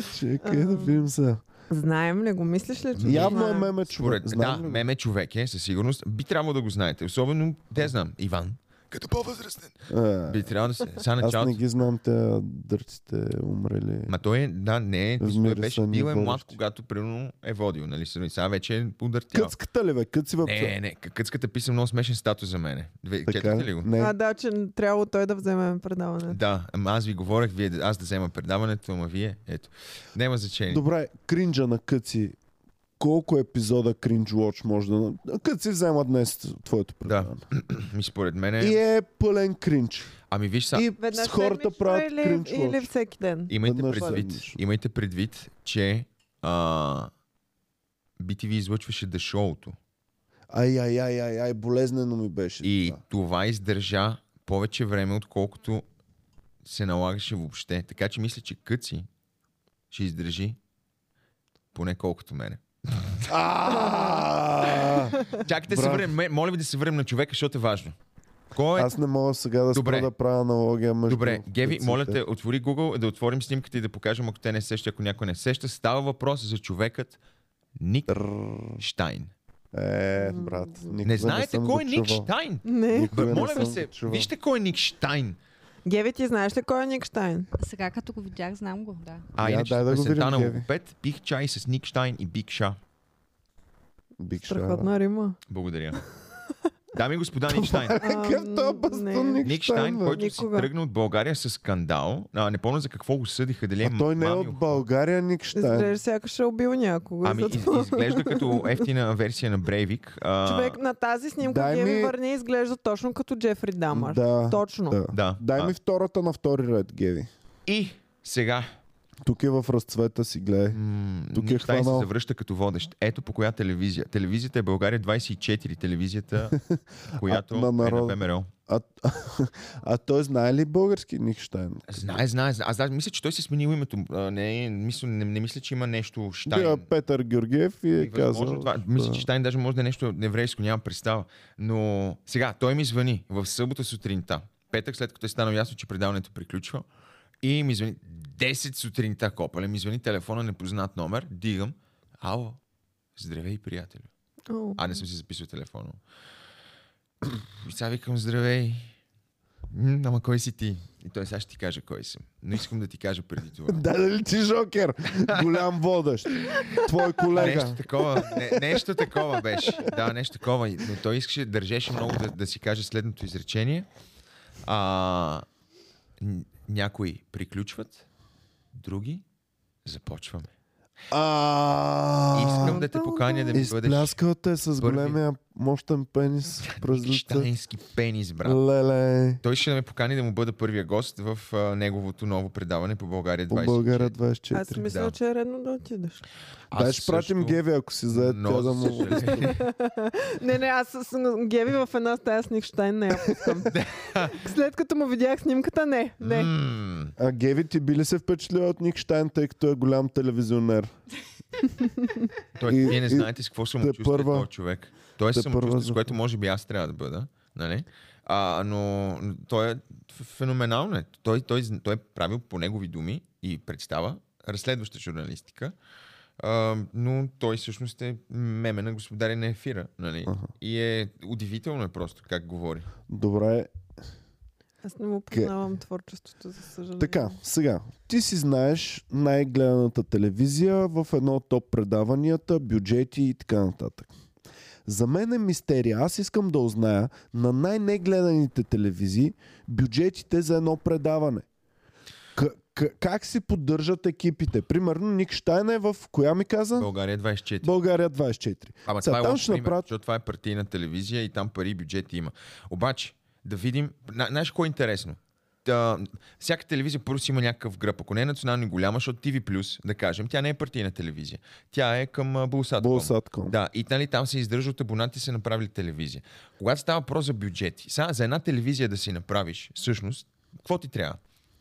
<laughs>
Чекай да видим сега.
Знаем ли го? Мислиш ли, че го
Явно е
знаем?
меме човек.
Ами, Според, да,
Знам ли го?
меме човек е, със сигурност. Би трябвало да го знаете. Особено, те знам, Иван. Като по-възрастен.
Е,
Би трябвало да се. Сега
Аз
началото.
не ги знам те дърците умрели.
Ма той, е- да, не е.
Размери
Той
се,
беше
ние
бил е млад,
водещи.
когато примерно е водил, нали? Сега вече е удъртял.
Къцката ли бе? Къци въпца.
Не, не, къцката писа много смешен статус за мене. Вие
Така, е.
четохте ли го?
А,
не.
да, че трябва той да вземе предаването.
Да, ама аз ви говорех, вие, да- аз да взема предаването, ама вие, ето. Няма значение.
Добре, кринджа на къци. Колко епизода Cringe Watch може да... на- Къци взема днес твоето предаване.
<clears throat> Ми според мен
И
е...
е пълен кринч.
Ами виж са,
И е с хората
седмично
правят
или,
кринч
или
watch.
всеки ден?
имайте
веднъж
предвид,
седмично.
имайте предвид, че а, BTV излъчваше The Show-то.
Ай, ай, ай, ай, ай, болезнено ми беше.
И
това.
това издържа повече време, отколкото се налагаше въобще. Така че мисля, че Къци ще издържи поне колкото мене.
А!
Чакайте да се
Браво.
върнем, ме- моля ви да се върнем на човека, защото е важно. Кой е
Аз не мога сега да спра
Добре.
да правя аналогия между...
Добре, Геви,
къците.
моля те, отвори Google, да отворим снимката и да покажем, ако те не се сеща, ако някой не се сеща. Става въпрос за човекът Ник Штайн.
Е, брат, никога
Не знаете
съм
кой е
го
Ник
чувал.
Штайн?
Не.
Никога
Бе,
не
моля
съм
ви
го
се,
чувал.
вижте кой е Ник Штайн.
Геви, ти знаеш ли кой е Никштайн?
Сега като го видях, знам го, да.
А,
Я,
иначе
дай да
да
го видим,
песента на
Геви.
логопед, пих чай с Ник Штайн и Биг Ша.
Биг Шара.
Страхотна рима.
<laughs>
Благодаря. Дами и господа, Ник Штайн.
Какъв
Ам,
този бастун
не.
е Ник,
Ник Штайн,
бе?
който
Никога.
си тръгна от България с скандал. А, не помня за какво го съдиха, дали е
А той не е
мамил.
от България, Ник Штайн.
Изглежда сякаш е убил някого.
Ами,
Ами,
из,
<laughs>
изглежда като ефтина версия на Брейвик. А,
Човек на тази снимка
дай
Геви
ми-
Върни изглежда точно като Джефри Дамър.
Да.
Точно.
да.
Да.
Дай
А,
ми втората на втори ред, Геви.
И сега
Тук е в разцвета си, гледай.
М,
Тук е
Ник Щайн
хванал.
се завръща като водещ. Ето по коя телевизия. Телевизията е България 24, телевизията,
<laughs>
която
на
е на
народа.
ВМРО.
А, <laughs> а той знае ли български Ник Штайн?
Знае, знае, знае. Аз даже мисля, че той си сменил името. А, Не, е- мисля, не, не мисля, че има нещо Штайн.
Бил е Петър Георгиев и е
И Ами, възможно
казал...
това.
че-
Мисля, че Штайн даже може да е нещо еврейско, нямам представа. Но сега, той ми звъни в събота сутринта. Петък, след като е станало ясно, че предаването приключва. И ми звъни 10 сутринта, копале. Ми звъни телефона, непознат номер. Дигам. Ало, здравей, приятелю.
О,
А, не съм си записал телефона. И сега викам, здравей. М, Ама кой си ти? И той сега ще ти каже кой съм. Но искам да ти кажа преди това.
Даде ли ти жокер? Голям водещ. Твой <laughs> колега.
Нещо такова, не, нещо такова беше. Да, нещо такова. Но той искаше, държеше много да, да си каже следното изречение. А, н- някои приключват, други започваме. Искам
А,
да те поканя да ми бъдеш
Изпляскал те с
първи.
големия мощен пенис през лице.
штайнски пенис, брат.
Леле.
Той ще ме покани да му бъда първия гост в а, неговото ново предаване по България
По
24.
България
Аз
24.
мисля,
да.
че е редно да отидеш.
Аз
Дай ще пратим
също
Геви, ако си заед
много
тя да му...
съжалявам.
Не, не, аз с Геви в една стая с Никштайн не я <laughs> пускам. След като му видях снимката, не, не.
М,
А Геви, ти би ли се впечатлил от Ник Штайн, тъй като е голям телевизионер?
Той,
И-
вие не
и
знаете с какво съм
те
чувствал
първа-
този човек. Той е
те първа
самочувствие, с
за-
което може би аз трябва да бъда. Нали? А, но но той е ф- феноменално. Е. Той, той, зн- той е правил по негови думи и представа разследваща журналистика. А, но той всъщност е меме на господаря на ефира. Нали? И е удивително е просто как говори.
Добре.
Аз не му познавам творчеството, за съжаление.
Така, сега. Ти си знаеш най-гледаната телевизия в едно от топ предаванията, бюджети и така нататък. За мен е мистерия. Аз искам да узная на най-негледаните телевизии бюджетите за едно предаване. К- к- как си поддържат екипите? Примерно Ник Штайн е в коя ми каза?
България 24.
България 24.
Ама
Сега,
това е
там
лош
ще
пример,
направят-
защото това е партийна телевизия и там пари и бюджети има. Обаче, да видим. На- Знаеш, кое е интересно? Та, всяка телевизия първо си има някакъв гръб. Ако не е национално голяма, защото TV+, да кажем, тя не е партийна телевизия. Тя е към а, Булсат.
Булсатком.
Да, и нали, там се издържа от абонати, се направили телевизия. Когато става въпрос за бюджети, сега за една телевизия да си направиш, всъщност, какво ти трябва?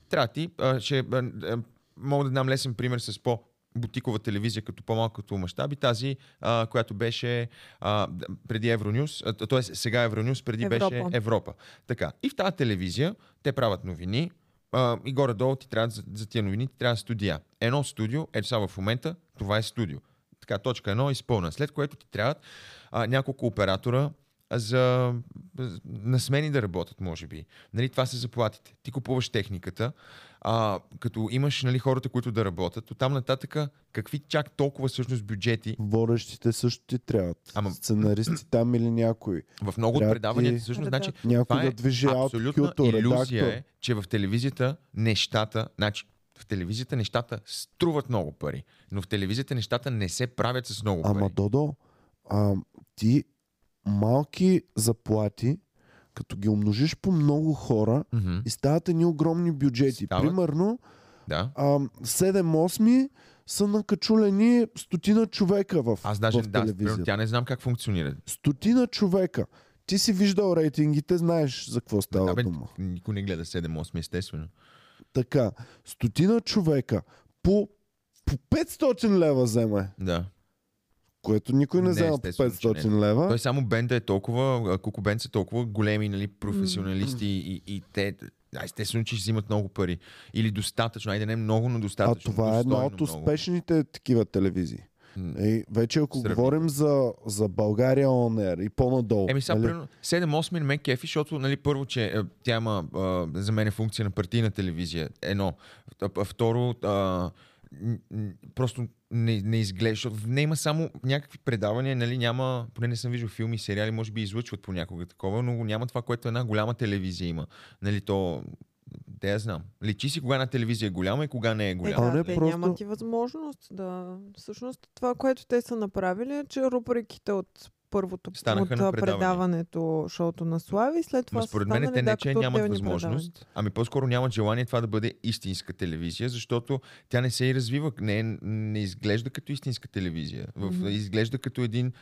Трябва ти, а, ще, а, а, мога да дам лесен пример с по бутикова телевизия като по-малкото мащаби, тази, а, която беше а, д- преди Евронюс, а, т- т.е. сега Евронюс, преди
Европа.
беше Европа. Така. И в тази телевизия те правят новини а, и горе-долу ти трябва за, за тия новини ти трябва студия. Едно студио, ето сега в момента, това е студио. Така, точка едно изпълна. След което ти трябват а, няколко оператора а, за за- на смени да работят, може би. Нали, това са заплатите. Ти купуваш техниката, а, като имаш нали, хората, които да работят. Оттам нататъка, какви чак толкова всъщност бюджети
Водещите също ти трябят.
Ама-
Сценаристи там или някой.
в много от
Трябва
предаванията
ти-
всъщност,
Редактор.
значи,
Някой
Това е
да движи
абсолютна
ауткюто,
иллюзия
редактор.
е, че в телевизията нещата, значи в телевизията нещата струват много пари, но в телевизията нещата не се правят с много
Ама
пари.
Додо, а, ти малки заплати, като ги умножиш по много хора,
Мгм,
и стават едни огромни бюджети.
Стават.
Примерно,
да.
а, 7-8 са накачулени стотина човека в,
Аз
в
даже да, примерно,
телевизията.
тя не знам как функционира.
Стотина човека. Ти си виждал рейтингите, знаеш за какво става
Абе,
дума.
никой не гледа 7-8, естествено.
Така, стотина човека по, по 500 лева взема,
Да.
което никой не,
Не,
взема по
естествено, че не.
500 лева.
Той само бенда е толкова, а, Куко Бенд са толкова големи нали, професионалисти и, и, и те а, естествено, че ще взимат много пари. Или достатъчно, айде не много, но
А
достатъчно.
това е една
достойно
от
много.
успешните такива телевизии.
М.
И вече ако
Сравнително.
говорим за, за България On Air и по-надолу.
Еми сега,
нали?
примерно, 7-8 не ме кефи, защото, нали, първо, че е, тя има а, за мен е функция на партийна телевизия. Едно. А, а, Второ, а, н- н- просто не, не изглежда, защото в нея има само някакви предавания, нали, няма, поне не съм виждал филми, сериали, може би излъчват понякога такова, но няма това, което една голяма телевизия има. Нали, то, да я знам. Личи си кога една телевизия е голяма и кога не е
Е,
голяма.
А,
да,
не,
те
просто-
нямат и възможност да... Всъщност това, което те са направили е, че рубриките от първото
Станаха
от
на
а,
предаване.
предаването шоуто на Слави, след това
Ма
са
според мен те
станали,
не,
да,
че
като
нямат
отделни
възможност, ами по-скоро нямат желание това да бъде истинска телевизия, защото тя не се и развива, не, е- не изглежда като истинска телевизия. В,
Мгм.
Изглежда като един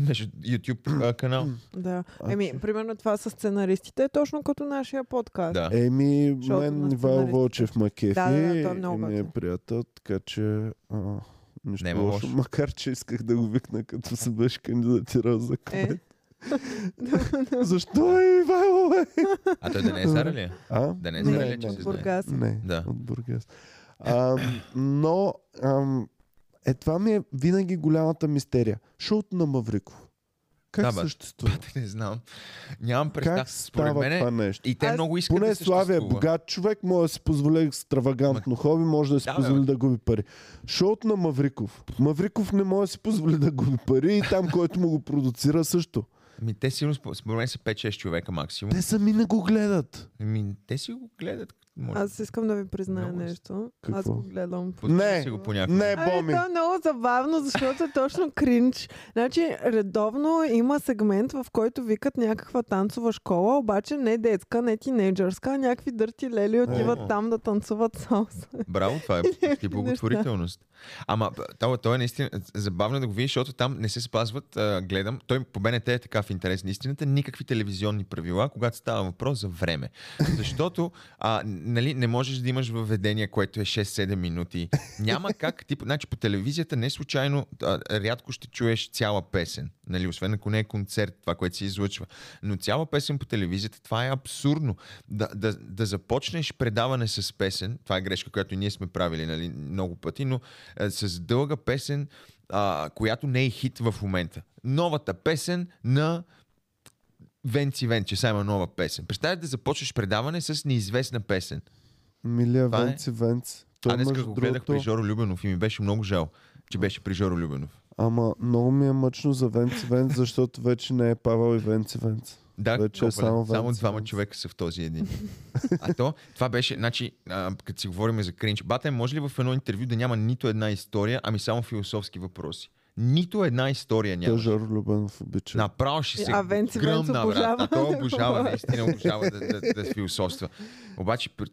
между YouTube а, канал.
предавания. Да.
А,
Еми, примерно това с сценаристите е точно като нашия подкаст.
Е.
да.
Еми,
Шоуто на
мен Ивайло
сценаристите.
Вълчев ме кефи
Да, да, да, той
и
е много
ми е
готин.
приятел, така че а, нищо
Нема
лошо.
лошо.
Макар, че исках да го викна, като се беше кандидатирал за
Е, <laughs>
кмет. Защо е Ивайло, бе?
А той да не е стар ли? е?
А?
Да не е
Не,
стар ли, е, че
не,
се знае? <laughs>
Бургас.
Не,
Да.
от Бургас. А, но ам, е това ми е винаги голямата мистерия. Шоуто на Мавриков. Как
Да, бе.
съществува?
Те Не знам. Нямам представа.
Как
Според
става
мен
това
е-
нещо?
и те
Аз-
много искат
Поне
да
Славия е
съществува.
богат човек, може да си позволи екстравагантно хоби, може да си
Да, бе,
позволи
бе.
да губи пари. Шоуто на Мавриков. Мавриков не може да си позволи да губи пари и там, който му го продуцира също.
Ми, Ами те сигурно спо- според мен са 5-6 човека максимум.
Те сами не го гледат.
Ми, те си го гледат. Може.
Аз искам да ви призная
Много е.
нещо. Аз
Какво?
го гледам.
Пускат
Не,
си го понякога.
Не,
Абе,
Боми.
то е много забавно, защото е точно кринч. Значи, редовно има сегмент, в който викат някаква танцова школа, обаче не детска, не тинейджърска, а някакви дърти лели
Е.
отиват
О.
там да танцуват салса.
Браво, това е почти благотворителност. Ама той, той е наистина забавно да го видиш, защото там не се спазват, а, гледам, той по БНТ е така в интерес на истината, никакви телевизионни правила, когато става въпрос за време. Защото а, нали, не можеш да имаш въведение, което е 6-7 минути. Няма как, тип, значи по телевизията не случайно а, рядко ще чуеш цяла песен, нали, освен ако не е концерт, това, което се излъчва. Но цяла песен по телевизията, това е абсурдно. Да, да, да започнеш предаване с песен, това е грешка, която и ние сме правили нали, много пъти, но е, с дълга песен, а, която не е хит в момента. Новата песен на Венци Венче, сега има нова песен. Представяш да започнеш предаване с неизвестна песен.
Милия
Това е.
Венци Венци.
Той
Той
а днес
между
го гледах
другото...
при Жоро Любенов и ми беше много жал, че беше при Жоро Любенов.
Ама много ми е мъчно за Венци Венц, защото вече не е Павел и Венци Венц.
Да,
Вече е
копале.
само
само
Венци
двама
Венци.
човека са в
<laughs>
този един. А то, това беше, значи, а, като си говорим за кринч, бата е може ли в едно интервю да няма нито една история, ами само философски въпроси? Нито една история няма.
Тъжър Любенов обича.
Направо ще се
Е, А Венци Венци <laughs>
гръмна, брат.
обожава
А той
да
обожава,
говори.
наистина обожава да, да, да философства. Обаче, при-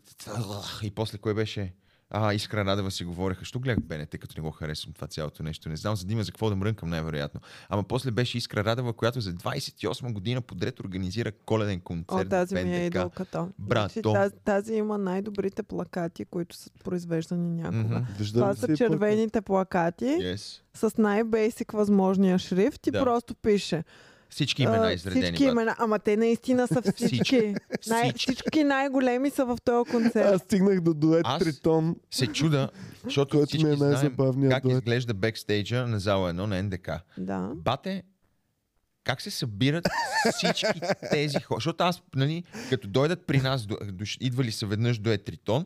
и после кой беше? А, Искра Радева си говореха. Що гледах БНТ, като не го харесвам това цялото нещо? Не знам, за да има за какво да мрънкам, най-вероятно. Ама после беше Искра Радева, която за 28 година подред организира коледен концерт.
О,
в
тази ми е
БНТК.
идолката.
Брат,
Значи
то-
тази, тази има най-добрите плакати, които са произвеждани някога.
Мгм.
Виждам
Това
си
са червените плакати
Yes.
с най-бейсик възможния шрифт и
Е. Да.
просто пише.
Всички имена е
а,
изредени.
всички
брат.
имена, ама те наистина са всички. Най-
Всички.
всички най-големи са в този концерт.
Аз стигнах до дует
Аз?
Тритон.
Се чуда, защото
Който ми
всички
е
знаем
най-забавният
как
дует.
изглежда бекстейджа на зала 1 на НДК.
Да.
Бате, как се събират
<laughs>
всички тези хора? Защото аз, нали, като дойдат при нас, до- дош- идвали са веднъж до Етритон,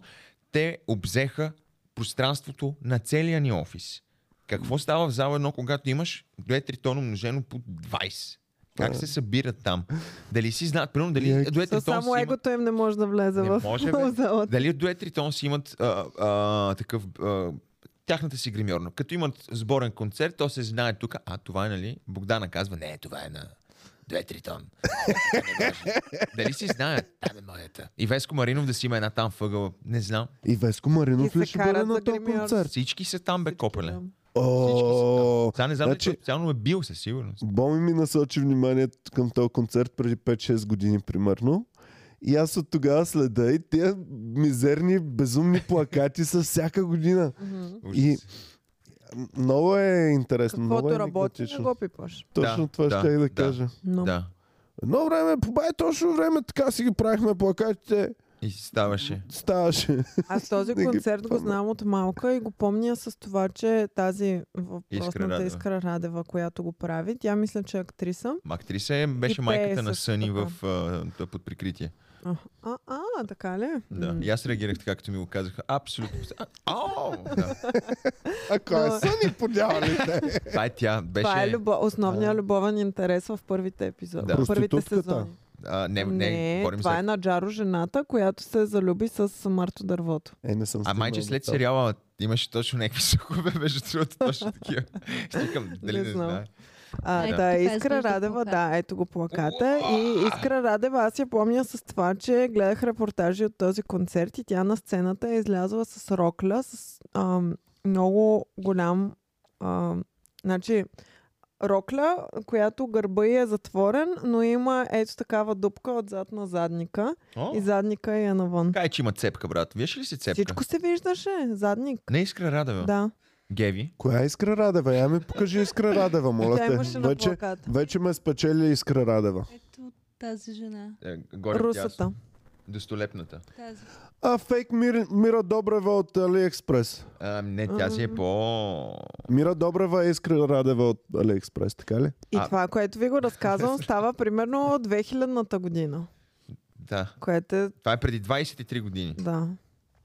те обзеха пространството на целия ни офис. Какво става в зала едно, когато имаш до Етритон умножено по 20? Как се събират там? Дали си знаят, примерно, дали
Яки.
до
То
Етритон си
само
имат-
егото им не може да влезе
Не
в
може, бе.
в залата.
дали дует Тритон си имат а, а, такъв а, тяхната си гримьорна. Като имат сборен концерт, то се знае тук, а това е нали? Богдана казва, не, това е на Дует Тритон. Не може. <laughs> дали си знаят? Там е моята. И Веско Маринов да си има една там въгъла. Не знам.
И Веско Маринов
И
ли
се
ще бъде
карат
на
за
този
гримьор.
концерт?
Всички са там, бе, копеле.
О,
Сега не знам,
Значи-
значи... дали той специално е бил със сигурност.
Боми ми насочи вниманието към този концерт преди 5-6 години примерно. И аз от тогава следа и тия мизерни, безумни плакати са всяка година. И м, много е интересно. много е
Каквото работи, не
енигматично.
го пипаш.
Точно
Да,
това
да,
ще да, да
да.
кажа.
Но
Да.
Едно време, по бай точно време, така си ги правихме плакатите.
И си ставаше.
Ставаше.
Аз този
Не ги
концерт го
помня.
знам от малка и го помня с това, че тази
Искра
въпросната
Радева.
Искра Радева, която го прави, тя мисля, че е актриса.
Ма Актриса е, беше
пее
майката на
също
Съни
така.
в а, е под прикритие.
А, а, а така ли?
Да.
М.
И аз реагирах така, като ми го казаха. Абсолютно. А, Ау! Да.
А кой е
Да.
съни подявалите?
Това е тя. Беше...
Това е любо... основният любовен интерес в първите епизоди.
Да.
в Първите
Проститутката.
сезони.
А, не, не, говорим
това
за...
е на Джаро жената, която се залюби с Марто дървото.
Е, не съм
А май, че
стигнал
след
до там.
сериала имаше точно някакви сухове, между другото,
<laughs>
точно такива. Стикам, дали
Не
не,
знам.
знае.
А, да,
Да.
Ето така
Искра
изглежда
Радева,
плаката.
да, ето го плаката. И Искра Радева, аз я помня с това, че гледах репортажи от този концерт и тя на сцената е излязла с рокля, с ам, много голям... Ам, значи, рокля, която гърба й е затворен, но има ето такава дупка отзад на задника и
О,
задника й е навън.
Кай, че има цепка, брат. Виеш ли си цепка?
Всичко се виждаше, задник.
Не Искра Радева.
Да.
Геви.
Коя е Искра Радева? Я ми покажи Искра Радева, моля
Тя
те.
имаше на
Вече,
плаката.
вече ме спечели Искра Радева.
Ето тази жена.
Е, горе
Русата.
Тя, достолепната.
Тази.
А фейк Мир, Мира Добрева от Алиекспрес.
А, не, тя си е по...
Мира Добрева е Искра Радева от Алиекспрес, така ли?
И
А.
това, което ви
<laughs>
го разказвам, става примерно от 2000-та година.
Да.
Което е,
Това е преди 23 години.
да.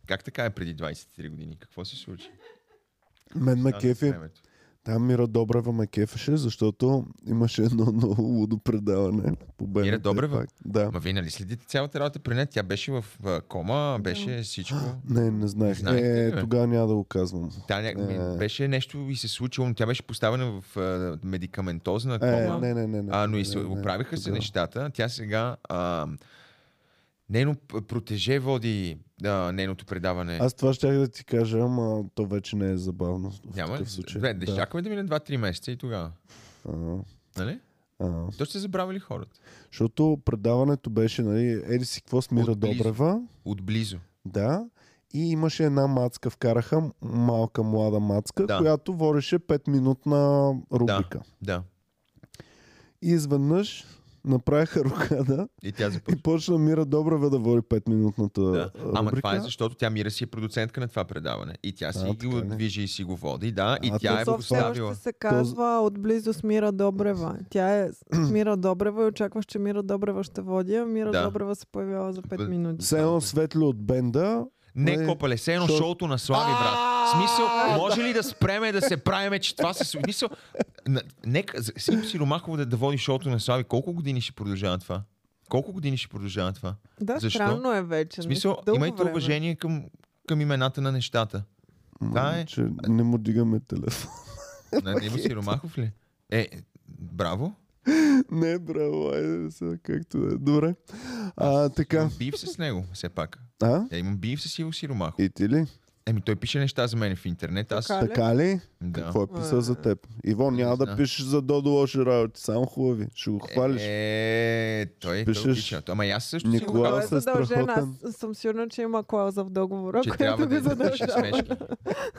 Как така е преди 23 години? Какво се случи?
Мен ме
Стана с
кефи.
времето.
Там Мира Добрева ме кефеше, защото имаше едно <laughs> много лудо предаване. По БНТ
Мира Добрева?
пак. Да.
Ма вие нали следите цялата работа при нея? Тя беше в а, кома, беше всичко.
Не, не знаех.
Знаехте ли,
Е,
бе?
тогава няма да го казвам.
Тя ня...
Е.
ми- беше нещо и се случило, но тя беше поставена в а, медикаментозна кома.
Е, не, не, не. не
а, но и се
не, не,
оправиха се
тогава.
нещата. Тя сега... А, нейно п- протеже води а, нейното предаване.
Аз това щях да ти кажа, ама то вече не е забавно. В
Няма ли?
такъв случай.
Добре, да,
да.
чакаме да мине 2-3 месеца и тогава.
А,
Нали?
а.
То ще се забравили хората.
Защото предаването беше, нали, еди си какво с Мира
Отблизо.
Добрева.
Отблизо.
Да. И имаше една мацка, вкараха м- малка млада мацка, да.
Да.
която водеше 5-минутна рубрика. Да.
Да.
И изведнъж направиха <laughs> рукада
И тя започва.
и почна Мира Добрева да води 5-минутната
Да.
да.
Ама
рубрика.
това е защото тя Мира си е продуцентка на това предаване. И тя си
А,
ги
така ли?
движи и си го води, да. И
А,
тя е
то-
То все
поставила.
още се казва отблизо с Мира Добрева. Тя
<clears throat>
е с Мира Добрева и очакваш, че Мира Добрева ще води, а Мира
Да.
Добрева се появява за 5
Б-
минути.
Все едно светло от бенда.
Не,
Е,
копале, все едно
шо-
шоуто на Слави, брат. В Смисъл, може ли да спреме да се правиме, че това се случва? Мисъл, на- нека за- Симо Сиромахово да, да води шоуто на Слави. Колко години ще продължава това? Колко години ще продължава това?
Да,
Защо?
странно е вече.
В смисъл,
дълго
имайте
време.
уважение към, към имената на нещата. Това е-
Момче, не му дигаме телефон. <laughs>
На Небо Сиромахов ли? Е, браво.
Не, браво, айде сега, както да е. Добре. А,
Аз
така.
Имам бив с него, все пак.
А?
Я имам бив с Иво Сиромахов.
И ти ли?
Еми, той пише неща за мен в интернет. Аз...
Така.
Така ли?
Да.
Какво е писал за
Е.
теб? Иво, няма да
знам.
пишеш за Додо лоши работи, само хубави. Ще го хвалиш.
Е, той е
Пишеш-
Пишеш... Ама и аз също си го
Никола
Той
казвам,
е
се е
задължен. Аз
страхотен.
съм сигурна, че има клауза в договора,
че трябва
която
да
го
издържиш
задължава.
смешки.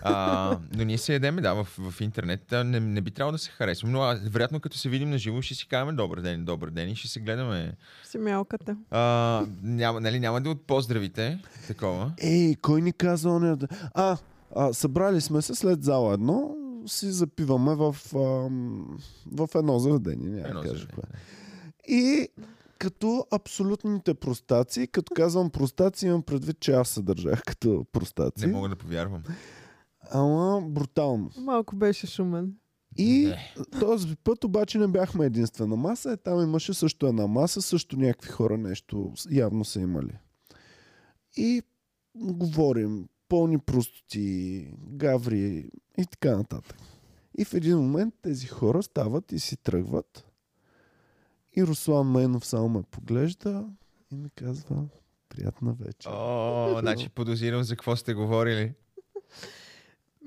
А, но ние се едеме, да, в, в интернет. а, Не, не, би трябвало да се харесвам, но а, вероятно като се видим на живо ще си кажем добър ден, добър ден и ще се гледаме.
Си мялката.
А, няма, нали, няма да от поздравите, такова.
Ей, кой ни каза оня... да- А, а, събрали сме се след зала едно, си запиваме в, ам, в едно заведение, няма
Едно
да кажа
заведение,
кое. И като абсолютните простаци, като казвам простаци, имам предвид, че аз се държах като простаци.
Не мога да повярвам.
Ама брутално.
Малко беше шумен.
И
Не.
този път обаче не бяхме единствена маса. Е, там имаше също една маса, също някакви хора нещо с- явно са имали. И говорим пълни простоти, гаври и така нататък. И в един момент тези хора стават и си тръгват. И Руслан Майнов само ме поглежда и ми казва приятна вечер.
О, значи подозирам за какво сте говорили.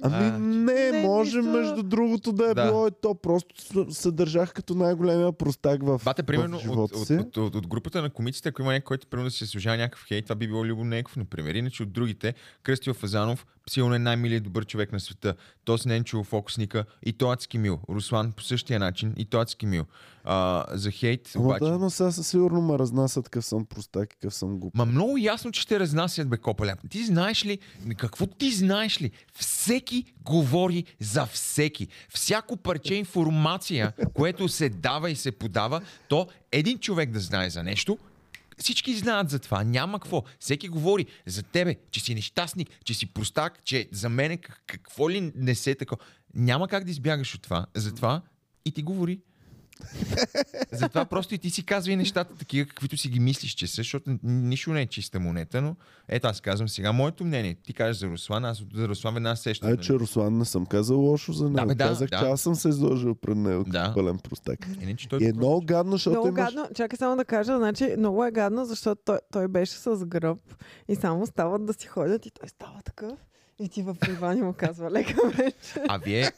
а,
Ами не,
Не,
може
нищо.
между другото да е
Да.
било и то. Просто с- се държах като най-големия простак в,
Бате, примерно,
в
от,
живота
от,
си.
от, от, от, групата на комиците, ако има някой, който примерно да се служава някакъв хейт, това би било Любо Неков, например. Иначе от другите, Кръстио Фазанов, силно е най-милият добър човек на света. Тос Ненчо Фокусника и то адски мил. Руслан по същия начин и то адски мил. А, за хейт
Ама
обаче...
да, но сега със сигурно ме разнасят къв съм простак и къв съм глуп.
Ма много ясно, че ще разнасят бе копаля. Ти знаеш ли, какво ти знаеш ли? Всеки говори за всеки. Всяко парче информация, което се дава и се подава, то един човек да знае за нещо, всички знаят за това. Няма какво. Всеки говори за тебе, че си нещастник, че си простак, че за мен е какво ли не се тако. Няма как да избягаш от това. Затова и ти говори. Затова просто и ти си казвай нещата такива, каквито си ги мислиш, че са, защото н- нищо не е чиста монета, но ето аз казвам сега моето мнение. Ти кажеш за Руслан, аз за Руслан веднага се сещам. нали?
Ай, че Руслан не съм казал лошо за него.
бе, да,
Казах,
да.
че аз съм се изложил пред него като
Да.
пълен простак.
Е, не, че той
И е
просто-
много гадно, защото
Много
имаш...
гадно, чакай само да кажа, значи много е гадно, защото той, той беше с гръб и само стават да си ходят и той става такъв. И ти в Иван и му казва лека вече. <laughs>
А вие,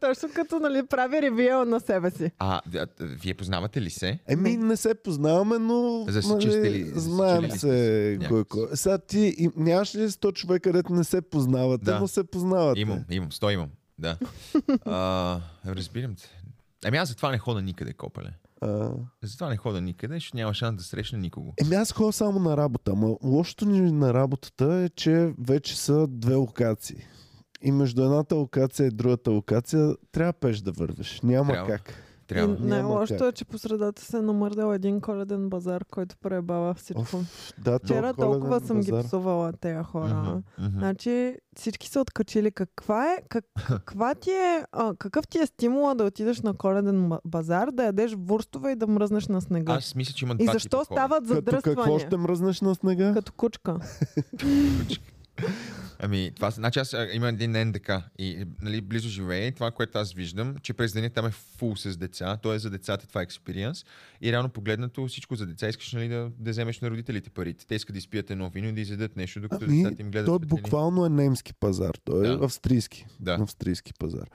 Точно като нали, прави ревиел на себе си.
а, а, вие познавате ли се?
Еми, не се познаваме, но нали,
Засичали ли- засичали
знаем
ли сте
се
някакси?
кой е кой. Сега ти и- нямаш ли 100 човека, където не се познавате,
Да.
но се познавате?
Имам, имам, сто имам. Да. А, разбирам те. Ами аз затова не хода никъде, копале.
А,
Затова не хода никъде, защото няма шанс да срещна никого.
Еми аз ходя само на работа, ама лошото ни на работата е, че вече са две локации. И между едната локация и другата локация трябва пеш да вървиш. Няма
Трябва.
как.
Трябва.
И най-лошото е, че по средата се е намърдал един коледен базар, който пребава всичко.
Оф, да, то
Вчера
коледен
толкова съм ги
базар.
псувала тези
Мгм,
хора.
мгм.
Значи всички са откачили. Каква е, как, каква ти е, а, какъв ти е стимула да отидеш на коледен ма- базар, да ядеш вурстове и да мръзнеш на снега?
Значи,
Аз мисля, че има
и
два
защо
типа хора.
стават
Като какво
задръствания?
ще мръзнеш на снега?
Като кучка.
Ами, това, значи аз а, имам един НДК и нали, близо живее. и Това, което аз виждам, че през деня там е фул с деца. То е за децата, това е експириенс. И реално погледнато всичко за деца искаш нали, да, да вземеш на родителите парите. Те искат да изпият едно вино и да изядат нещо, докато
Ами,
децата им гледат.
той
светлини.
буквално е немски пазар. Той е
Да.
австрийски.
Да.
Австрийски пазар.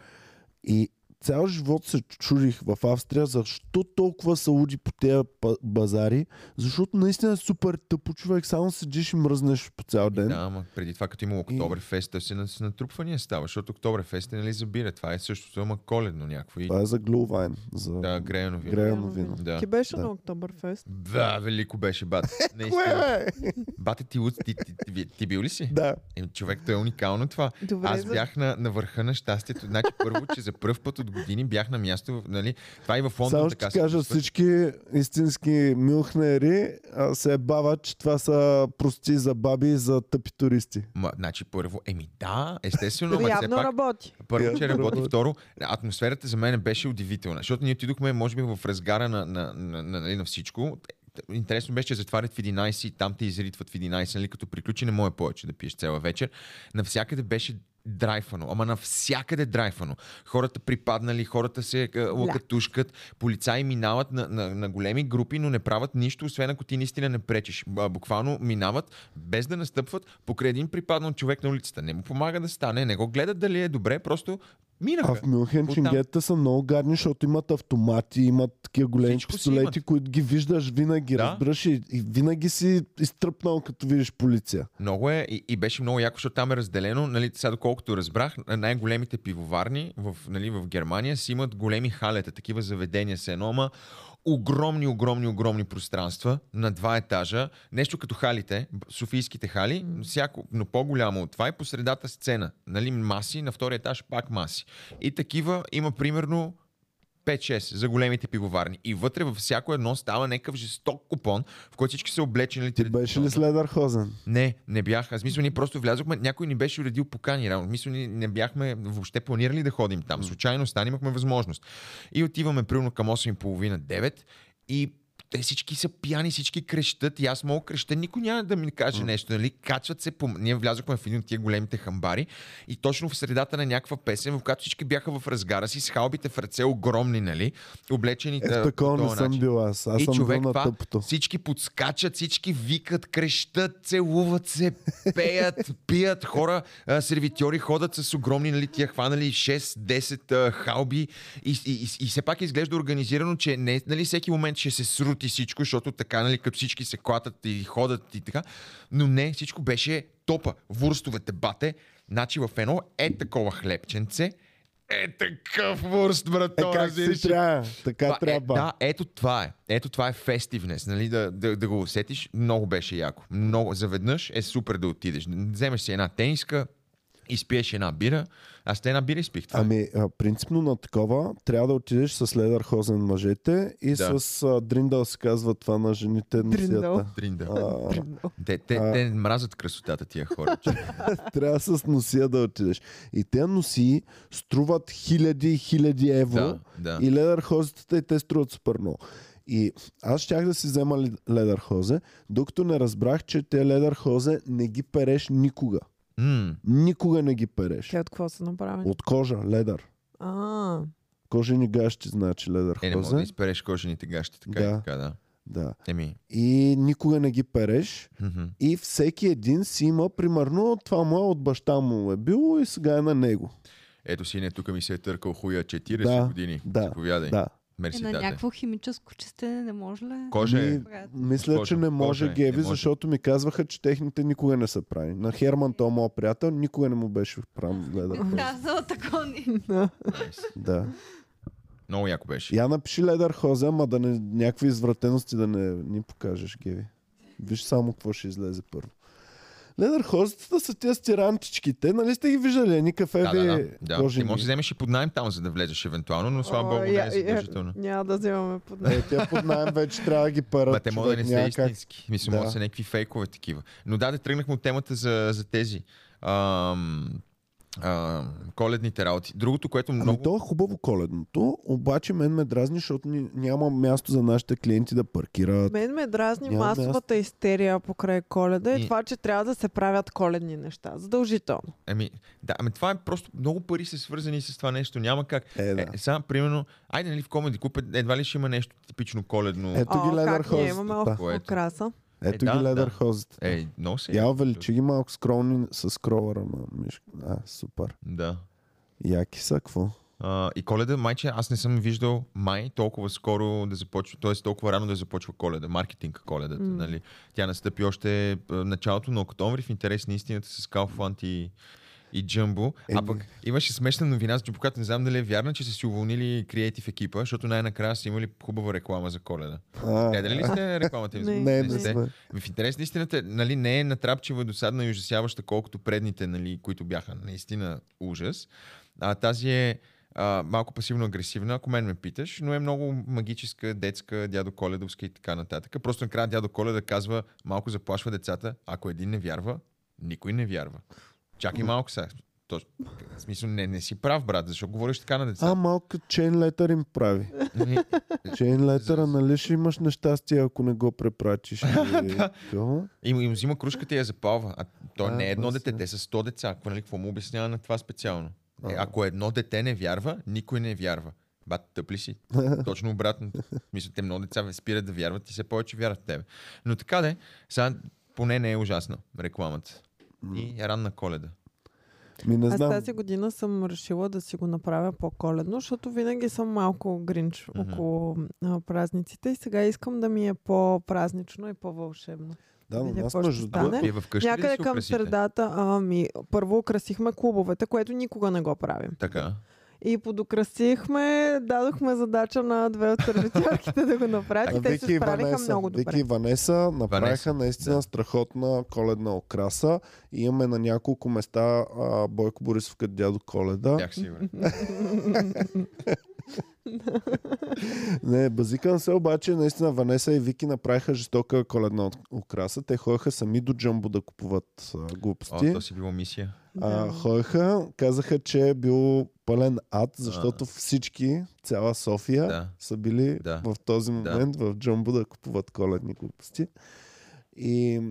И цял живот се чудих в Австрия защо толкова са луди по тези па- базари, защото наистина е супер тъпо човек, само седиш и мръзнеш по цял ден.
Да, ама преди това, като има Октоберфест, то си на с натрупвания става, защото Октоберфест е нали, забира. Това е същото, ама коледно някакво. И,
Това е за глювайн, за
да, греяно вино.
греяно вино.
Да.
Ти беше
Да.
на Октоберфест.
Да, велико беше бат. Наистина.
<laughs> Кое бе?
Бате, ти, луд- ти, ти, ти, ти бил ли си?
Да.
Еми, човек, то е уникално това.
Добре,
Аз
за-
бях на, на върха на щастието. Значи, първо, че за първ път от години бях на място, в- нали, това и в Лондон
Само ще
така
ти кажа,
случва.
всички истински мюхнери а, се бават, че това са прости за баби и за тъпи туристи.
Ма, значи, първо, еми да, естествено, ма все
Явно
пак,
работи.
първо, че
Явно
работи,
работи.
второ, атмосферата за мен беше удивителна, защото ние отидохме, може би, в разгара на, на, на, на, нали, на всичко. Интересно беше, че затварят в 11 и там те изритват в 11, нали, като приключи, не мое повече да пиеш цяла вечер. Навсякъде беше драйфано. Ама навсякъде драйфано. Хората припаднали, хората се а, лъкатушкат, полицаи минават на, на, на големи групи, но не правят нищо, освен ако ти наистина не пречиш. А, буквално минават, без да настъпват, покрай един припаднал човек на улицата. Не му помага да стане, не го гледат дали е добре, просто минаха.
А в Мюнхен
Оттам.
чингетата са много гадни, защото имат автомати, имат такива големи
Всичко си
пистолети, които ги виждаш винаги,
Да.
разбираш и, и винаги си изтръпнал, като видиш полиция.
Много е и, и беше много яко, защото там е разделено, нали, сега доколкото разбрах, най-големите пивоварни в, нали, в Германия си имат големи халета, такива заведения се едно, ама огромни, огромни, огромни пространства на два етажа, нещо като халите, б- софийските хали, всяко, но по-голямо от това и посредата сцена, нали, маси, на втория етаж пак маси. И такива има примерно 5-6 за големите пивоварни. И вътре във всяко едно става някакъв жесток купон, в който всички са облечени. нали,
Ти беше ли
традиционно.
след Архозен?
Не, не бях. Аз мисля, ние просто влязохме. Някой ни беше уредил покани. Реално. Мисля, ние не бяхме въобще планирали да ходим там. Случайно стана, имахме възможност. И отиваме примерно към 8.30-9 и те всички са пияни, всички крещат и аз мога креща, никой няма да ми каже нещо, нали? Качват се по... Ние влязохме в един от тия големите хамбари и точно в средата на някаква песен, в която всички бяха в разгара си, с халбите в ръце огромни, нали? Облечени
Е,
а,
в
по
такова не
този
съм
начин.
бил аз. Аз
и
съм бил
човек
на
това,
тъпото.
всички подскачат, всички викат, крещат, целуват се, пеят, пият хора, а, сервитьори ходят с огромни, нали, тия хванали 6-10 а, халби и, и, и, и все пак изглежда организирано, че не, нали, всеки момент ще се срути всичко, защото така, нали, като всички се клатат и ходят и така, но не, всичко беше топа. Вурстовете бате, значи в едно е такова хлебченце, е такъв вурст,
Е,
брато,
как
разбираш
си
ли?
трябва? Така
Това
трябва.
Е, да, ето това е. Ето това е фестивнес, нали, да, да, да го усетиш. Много беше яко. Много, заведнъж е супер да отидеш. Вземеш си една тениска, изпиеш една бира. Аз те една бира изпих. Това. е.
Ами, а, принципно на такова трябва да отидеш с Ледър Хозен мъжете и
Да.
с а, Дриндъл се казва това на жените. на
Дриндъл.
сията.
Тринда.
А,
Те, те,
а.
те мразят красотата тия хора.
<laughs>
че.
трябва с носия да отидеш. И те носи струват хиляди и хиляди евро.
да, да.
И ледърхозетата и те струват супер много. И аз щях да си взема лед- ледърхозе, докато не разбрах, че те ледърхозе не ги переш никога.
М, е,
Никога не ги переш.
Те от Е, какво са направени?
От кожа, ледър.
А,
Кожени гащи значи
е, не мога
ледърхозе.
да изпереш кожените гащи, така да. и
Да.
така, да.
да.
Еми.
И никога не ги переш.
мгм.
И всеки един си има, примерно, това му е от баща му е било и сега е на него.
Ето сине, тук ми се е търкал хуя 40
Да,
години.
да,
Заповядай.
Да.
Е,
Мерси,
на
тате.
някакво химическо чистене не може ли?
Кожа е...
Ми- Мисля,
Сложно.
че не може
Кожа е,
Геви,
не може.
защото ми казваха, че техните никога не са прави. На Херман, то моят приятел, никога не му беше правен ледър.
Бих казала такова ни.
Да.
Много яко беше.
Я напиши ледър хозе, ама да не, някакви извратености да не ни покажеш, Геви. Виж само какво ще излезе първо. Ледър хозетата са тия стирантичките, нали сте ги виждали? Едни
Да,
кафеви
да, да. да. Ти
кожени.
може да вземеш и под найем там, за да влезеш евентуално, но слава
О,
богу, не
я-
е
я-
задължително.
няма да взимаме под
Е, тя под найем вече трябва да ги парат.
Ма те могат да не
човек,
са
няма как.
истински. Мисля,
Да.
могат да са някакви фейкове такива. Но да, да тръгнахме от темата за, за тези ам, ам, коледните работи. Другото, което много...
Ами то е хубаво коледното, обаче мен ме дразни, защото ни, няма място за нашите клиенти да паркират.
Мен ме дразни
Няма
масовата истерия покрай коледа и
И-
това, че трябва да се правят коледни неща. Задължително.
Ами, да, ами това е просто много пари са свързани с това нещо. Няма как.
Е, да.
Е, сега, примерно, айде нали в Комеди Клуб е- едва ли ще има нещо типично коледно. Е,
Ето ги
О,
ледър
как ние имаме
хозетата.
оф-
Което.
окраса.
Ето
Е, да,
ги ледър
да.
хозетата.
е но се.
Я увеличи ги малко скролни с скролъра на мишка. А, супер.
Да.
Яки са, какво?
А, и коледа, майче, аз не съм виждал май толкова скоро да започва, т.е. толкова рано да започва коледа, маркетинг коледата. Mm. Нали? Тя настъпи още а, началото на октомври в интерес на истината с Калфланд и, и Джъмбо. А
Еми.
пък имаше смешна новина с Джъмбо, която не знам дали е вярна, че са си уволнили креатив екипа, защото най-накрая са имали хубава реклама за коледа.
А,
Гледали ли сте рекламата им? за-
Не.
Не,
Е, не
не
сте.
сме.
В интерес на истината, нали, не е натрапчива, досадна и ужасяваща, колкото предните, нали, които бяха наистина ужас. А тази е а, малко пасивно-агресивна, ако мен ме питаш, но е много магическа, детска, дядо Коледовска и така нататък. Просто накрая дядо Коледа казва, малко заплашва децата, ако един не вярва, никой не вярва. Чакай малко сега. Тоест, в смисъл, не, не си прав, брат, защо говориш така на
А,
деца?
малка чейн летър им прави.
Ами,
Чейн летъра, нали ще имаш нещастие, ако не го
<laughs>
Е, препрачиш? И- Какво?
Им, им взима кружката и я запалва. А то
А,
не е едно
бас,
дете,
да.
те са 100 деца. Какво, нали, какво му обяснява на това специално? Е,
А.
ако едно дете не вярва, никой не вярва. Бат, тъп ли си?
<laughs>
Точно обратното. Мисля, те много деца спират да вярват и все повече вярват в тебе. Но така де, сега поне не е ужасна рекламата. И ранна коледа.
Ми не
Аз
знам.
тази година съм решила да си го направя по-коледно, защото винаги съм малко гринч
Мгм.
около а, празниците и сега искам да ми е по-празнично и по-вълшебно.
Да, но
видя
аз
какво ще
между
стане.
другото...
Не,
Вие вкъщи ли да
Някъде
си
към
украсите?
средата, ами, първо украсихме клубовете, което никога не го правим.
Така.
И подокрасихме, дадохме задача на две от сервитьорките да го направят.
А,
и те
Вики
се
и
справиха
Ванеса,
много добре.
Вики и Ванеса направиха
Ванеса,
наистина
да.
страхотна коледна окраса. И имаме на няколко места а, Бойко Борисов като дядо Коледа.
Бях сигурен.
Не, базикам се, обаче наистина Ванеса и Вики направиха жестока коледна от- окраса. Те ходеха сами до Джамбо да купуват а,
О,
глупости.
то си било мисия.
а,
Да.
ходеха, казаха, че е бил пълен ад, защото всички, цяла София,
Да.
са били
Да.
в този момент в Джамбо да купуват коледни глупости. И,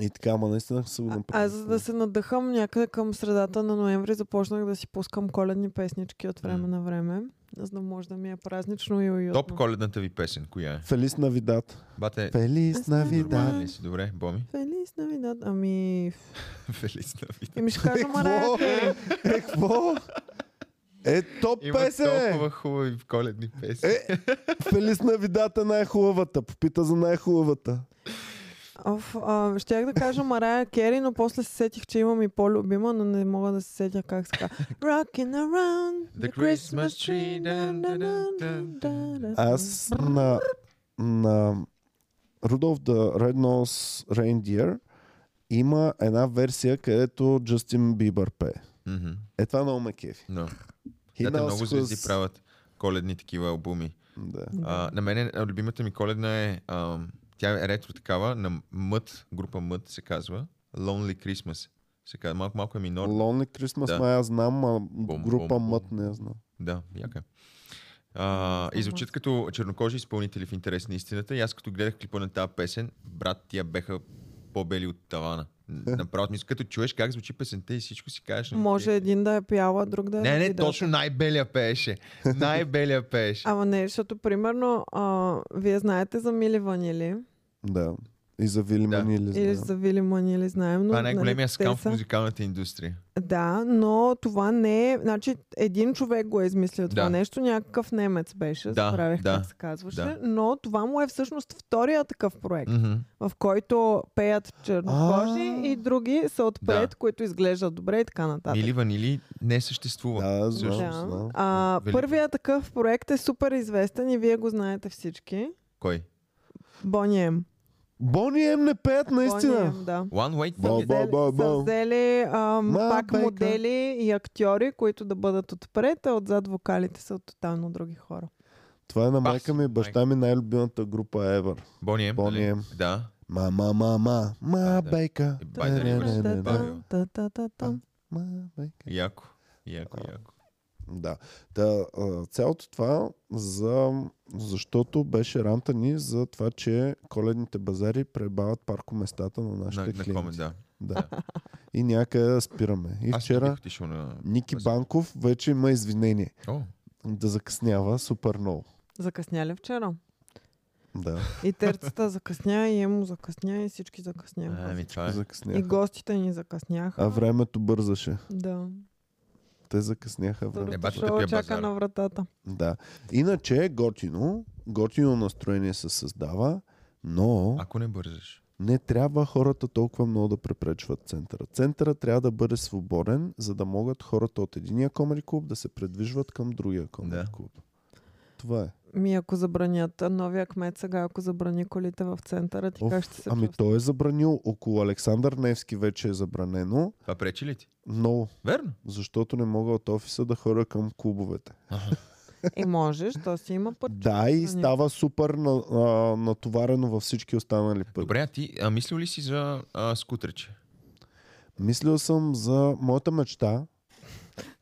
и така, ма наистина са го
А-
направили.
Аз за да се надъхам някъде към средата на ноември започнах да си пускам коледни песнички от време
М.
на време, за да може да ми е празнично и уютно.
Топ коледната ви песен, коя е?
Фелис на видат.
Бате,
Фелис на видат.
нормален ли си? Добре, Боми. <laughs>
Фелис Навидад. Ами...
Фелис на ви.
И ми ще кажа, Марая
Какво?
Кери.
Е, какво? Е, топ
Има
песен!
толкова хубави коледни песни.
Е, Фелис на видата най-хубавата. Попита за най-хубавата.
Оф, а, щях да кажа Марая Кери, но после се сетих, че имам и по-любима, но не мога да се сетя как се
<laughs>
казва. Rocking around the,
The
Christmas
Christmas
tree.
tree, dun, dun, dun, dun, dun, dun.
Аз на, на Rudolph the Red Nose Reindeer има една версия, където Джастин Бибър пее.
Мгм.
Е, това много ме кефи.
Но.
He
Знаете,
knows
много звезди
who's-
правят коледни такива албуми.
Да.
А, на мен е, а, любимата ми коледна е, а, тя е ретро такава, на Мът, група Мът се казва, Lonely Christmas. Се казва, малко, малко е минорна.
Lonely Christmas, да.
Да.
май аз знам, а група
бум, бум.
Мът не я знам.
Да, яка. е. А, и звучат като чернокожи изпълнители в интерес на истината. И аз като гледах клипа на тази песен, брат, тия беха по-бели от
<laughs>
тавана. Направо, мисля, като чуеш как звучи песента и всичко си кажеш. нали,
Може
тия-
един да е пяла, друг да е
Не, не,
Навидад.
точно най-белия пееше. Най-белия пееше.
Ама не, защото примерно а, вие знаете за Мили Ванили
Да. И за Вили да.
Да.
Манили
или
знам.
за Вили Манили, знаем. Но,
Това е
нали,
най-големия
те
скам в
са-
музикалната индустрия.
Да, но това не е... Значи, един човек го е измислил това
Да.
нещо, някакъв немец беше,
Да,
забравих
да,
как се казваше,
да.
но това му е всъщност втория такъв проект,
Мгм.
в който пеят чернокожи
А.
и други са отпред,
Да.
които изглеждат добре и така нататък.
Мили Ванили не съществува.
Да, знам,
всъщност,
знам.
Да. А,
Велико.
първия такъв проект е супер известен и вие го знаете всички.
Кой?
Бони М.
Бони Ем не пеят наистина.
Bonnie M, да.
One Way
Бо,
Ticket.
бо.
Взели- са взели ам,
Ма,
пак
бейка.
модели и актьори, които да бъдат отпред, а отзад вокалите са от тотално други хора.
Това е на
Пас,
майка ми, и баща ми най-любимата група ever.
Бони М.
Бони
нали?
М.
Да.
Ма, ма, ма, ма, ма,
Да.
бейка.
И бай да ни
Та-ра-ра-ра-ра.
връща,
Ма,
бай.
Та-та-та, та-та-та.
бейка.
Яко. Яко, яко.
Да. Та, а, цялото това за... Защото беше ранта ни за това, че коледните базари пребават паркоместата на
На,
нашите
на комен,
клиенти.
да.
Да. И някъде да спираме. И
Аз
вчера
бих отишъл на...
Ники
базар.
Банков вече има извинение
О,
да закъснява супер много.
Закъсняли вчера.
Да,
И терцата закъсня, и ему закъсня, и всички закъсняха.
ами това е.
и
закъсняха.
гостите ни закъсняха.
А времето бързаше.
Да.
Те закъсняха време.
бати,
Докато
тъпия
чака
базар.
на вратата.
Да. Иначе готино, готино настроение се създава, но
Ако не бързаш.
не трябва хората толкова много да препречват центъра. Центъра трябва да бъде свободен, за да могат хората от единия комери клуб да се предвижват към другия комери
Да.
клуб. Това е.
Ми ако забранят, а новия кмет сега, ако забрани колите в центъра, ти как ще се
ами
чувстваш?
той е забранил. Около Александър Невски вече е забранено.
Това пречи ли ти?
Много.
Верно.
Защото не мога от офиса да ходя към клубовете.
И Е, можеш, то си има
<laughs>
път.
Да, и
да ни-
става супер на, а, натоварено във всички останали пъти.
Добре, а ти а, мислил ли си за а, скутерче?
Мислил съм за моята мечта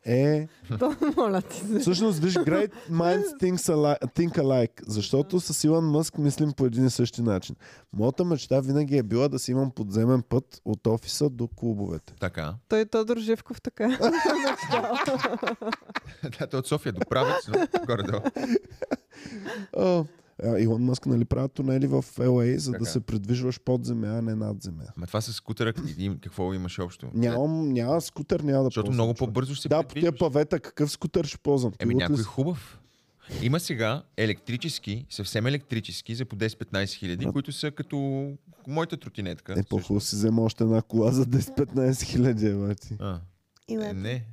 е...
То, моля ти се.
Всъщност, виж, great minds thinks alike, think alike, защото с Илон Мъск мислим по един и същи начин. Моята мечта винаги е била да си имам подземен път от офиса до клубовете.
Така. <laughs>
Той Тодор Живков така.
да, той е от София до Правец, но <laughs> горе-долу.
А, а, Илон Мъск, нали правят тунели в LA, за
Така.
да се придвижваш под земя, а не над земя.
Ама това с скутера, и- и какво имаше общо?
Нямам, няма скутер, няма да
Защото
ползвам,
много
човек.
по-бързо ще се
Да, по
придвижваш.
тия павета, какъв скутер ще ползвам?
Еми
Пилот ли
някой
си?
хубав. Има сега електрически, съвсем електрически, за по 10-15 хиляди, които са като моята тротинетка.
Е, по-хубаво си взема още една кола за 10-15 хиляди, ева ти.
А,
И
е, не.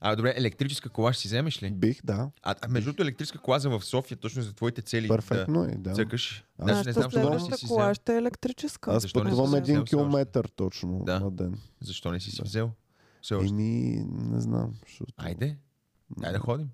А, добре, електрическа кола ще си вземеш ли?
Бих, да.
А, а между другото, електрическа кола за в София, точно за твоите цели
Перфектно е,
да
да.
цъкаш.
Аз
Даже Значи не знам, защо не си
следващата
си
кола
взел.
ще е електрическа.
Аз
Защо не
пътувам
си
един
взел все още?
километър точно
Да.
на ден.
Защо не си си взел?
Е,
Все още.
Еми, не знам. Защото...
Айде. Айде да ходим.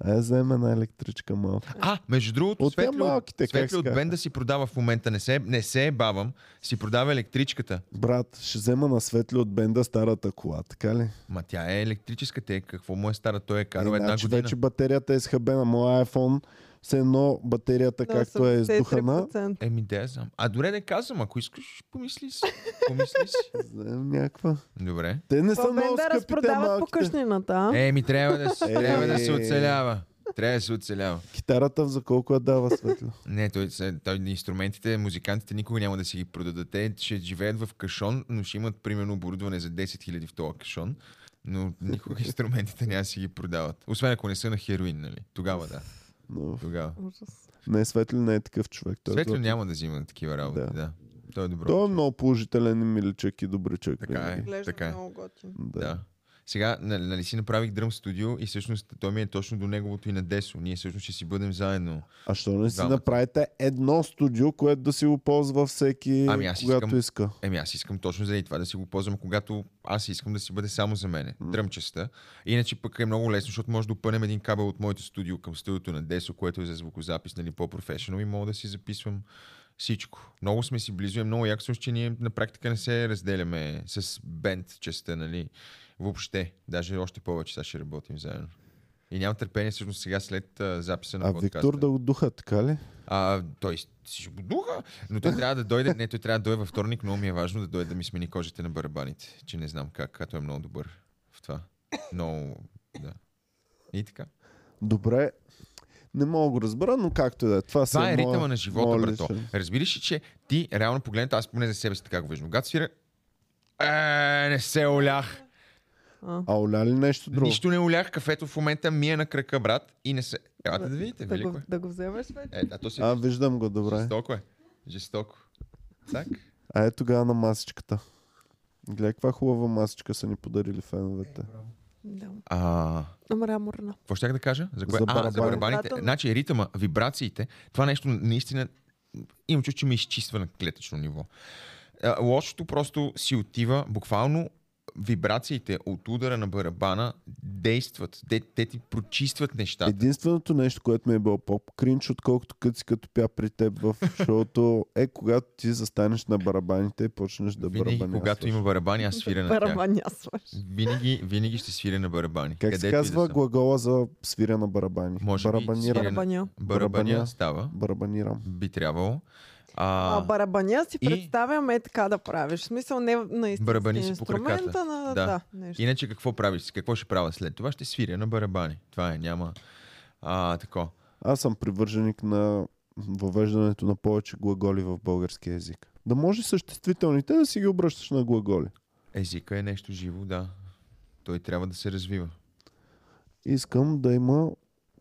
Айде вземем една електричка малко.
Е.
А, между другото,
От тия
Светли
малките, как
Светли
се
от
казва?
Бенда си продава в момента. Не се, не се бавам. Си продава електричката.
Брат, ще взема на светли от бенда старата кола, така ли?
Ма тя е електрическа. Те какво му е стара? Той е карал
Е,
една
значи
година.
вече батерията е схабена. Моя iPhone, все едно батерията както е издухана.
83%.
Еми, да я знам. А добре, не казвам. Ако искаш, помисли си. Помисли си.
Вземем е, някаква.
Добре.
Те не са
Това бе
много
ами да
скъпите
разпродават по
малките.
къщнината. а?
Еми, трябва да, се-
Е.
трябва да се оцелява. Трябва да се оцелява.
Китарата за колко я дава светло?
Не, той, се- той, инструментите, музикантите никога няма да си ги продадат. Те ще живеят в кашон, но ще имат примерно оборудване за 10 000 в този кашон. Но никога <laughs> инструментите няма да си ги продават. Освен ако не са на хероин, нали? Тогава да.
Но
Тогава.
Ужас.
не, Светли не е такъв човек. Той, е
Светло
златен.
няма да взима такива работи. Да.
Да.
Той е добро.
той е много положителен и миличък и добричък.
Така е.
винаги.
Изглежда
така е.
много готин.
Да.
Да. Сега, нали, нали си направих дръм студио и всъщност той ми е точно до неговото и на Десо. Ние всъщност ще си бъдем заедно.
А що не си
Двамата.
направите едно студио, което да си го ползва всеки,
Ами аз
когато
искам-
иска?
Еми аз искам точно заради това да си го ползвам, когато аз искам да си бъде само за мене. Mm. Дръмчеста. Иначе пък е много лесно, защото може да опънем един кабел от моето студио към студиото на Десо, което е за звукозапис, нали, по-професионал и мога да си записвам всичко. Много сме си близо и е много яко, всъщност, че ние на практика не се разделяме с бенд честа, нали, въобще. Даже още повече сега ще работим заедно. И нямам търпение всъщност сега след а, записа на
А
подкаста.
Виктор да го духа, така ли?
А, той си ще го духа, но той трябва да дойде. Не, той трябва да дойде във вторник, много ми е важно да дойде да ми смени кожите на барабаните, че не знам как, а той е много добър в това. Много, да. И така.
Добре. Не мога да го разбера, но както и да е. Това, си
Това е
моя-
ритъма на живота,
моя
брато.
личен.
Разбираш ли, че ти реално погледнете, аз поне за себе си така го виждам. Когато свира, е, не се олях.
А.
А оля ли нещо друго?
Нищо не олях, кафето в момента ми е на крака, брат, и не се... Елате да видите,
Да
велико
го,
е.
да го вземеш вече.
Е, да, то си...
А, виждам го, добре.
Жестоко е. Жестоко. Так.
А е тогава на масичката. Гледай каква хубава масичка са ни подарили феновете.
Да.
А,
Мраморна.
Какво щях да кажа? За,
За
кое? а, за
барабаните.
барабаните.
Барабаните.
Значи ритъма, вибрациите, това нещо наистина имам чувство, че ме изчиства на клетъчно ниво. А, Лошото просто си отива, буквално вибрациите от удара на барабана действат. Те, те ти прочистват нещата.
Единственото нещо, което ми е било по-кринч, отколкото като си като пя при теб
<laughs>
в шоуто, е когато ти застанеш на барабаните и почнеш да
винаги,
барабанясваш.
когато има барабани, аз свиря Е, на тях.
Параманясваш.
Винаги, винаги ще свиря на барабани.
Как
Където
се
и да
казва
съм.
глагола за свиря на барабани?
Може би
Барабанирам.
свиря на-
Барабаня.
Барабаня
барабаня.
става.
Барабанирам.
Би трябвало.
А,
А,
барабаня си
и-
представям е така да правиш. В смисъл не на
Барабани
истински
си по краката.
инструмента, на
Да.
да, да нещо.
Иначе какво правиш? Какво ще правя след това? Ще свиря на барабани. Това е, няма... А, тако.
Аз съм привърженик на въвеждането на повече глаголи в български язик. Да може съществителните да си ги обръщаш на глаголи.
Езика е нещо живо, да. Той трябва да се развива.
Искам да има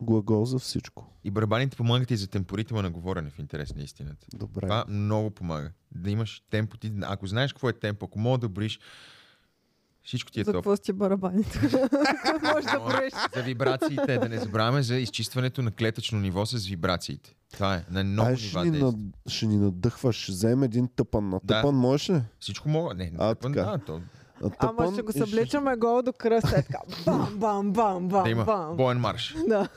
глагол за всичко.
И барабаните помагат и за темпоритма на говорене в интерес на истината.
Добре.
Това много помага. Да имаш темпо. Ти, ако знаеш какво е темпо, ако мога да броиш, всичко ти е
За
топ.
какво си
<laughs>
барабаните? <laughs> Може да броиш.
За вибрациите, да не забравяме за изчистването на клетъчно ниво с вибрациите. Това е на много
Ай, ще,
нива
ни
действа.
над... ще ни надъхваш. Ще вземем един тъпан. На
Да.
тъпан можеш ли?
Всичко мога. Не,
А,
а, тъпан,
така.
да, то,
На
Ама ще
тъпан
го
и
събличаме гол до кръста. Е
<laughs>
така. Бам, бам, бам,
да
бам,
има
бам.
боен марш.
Да.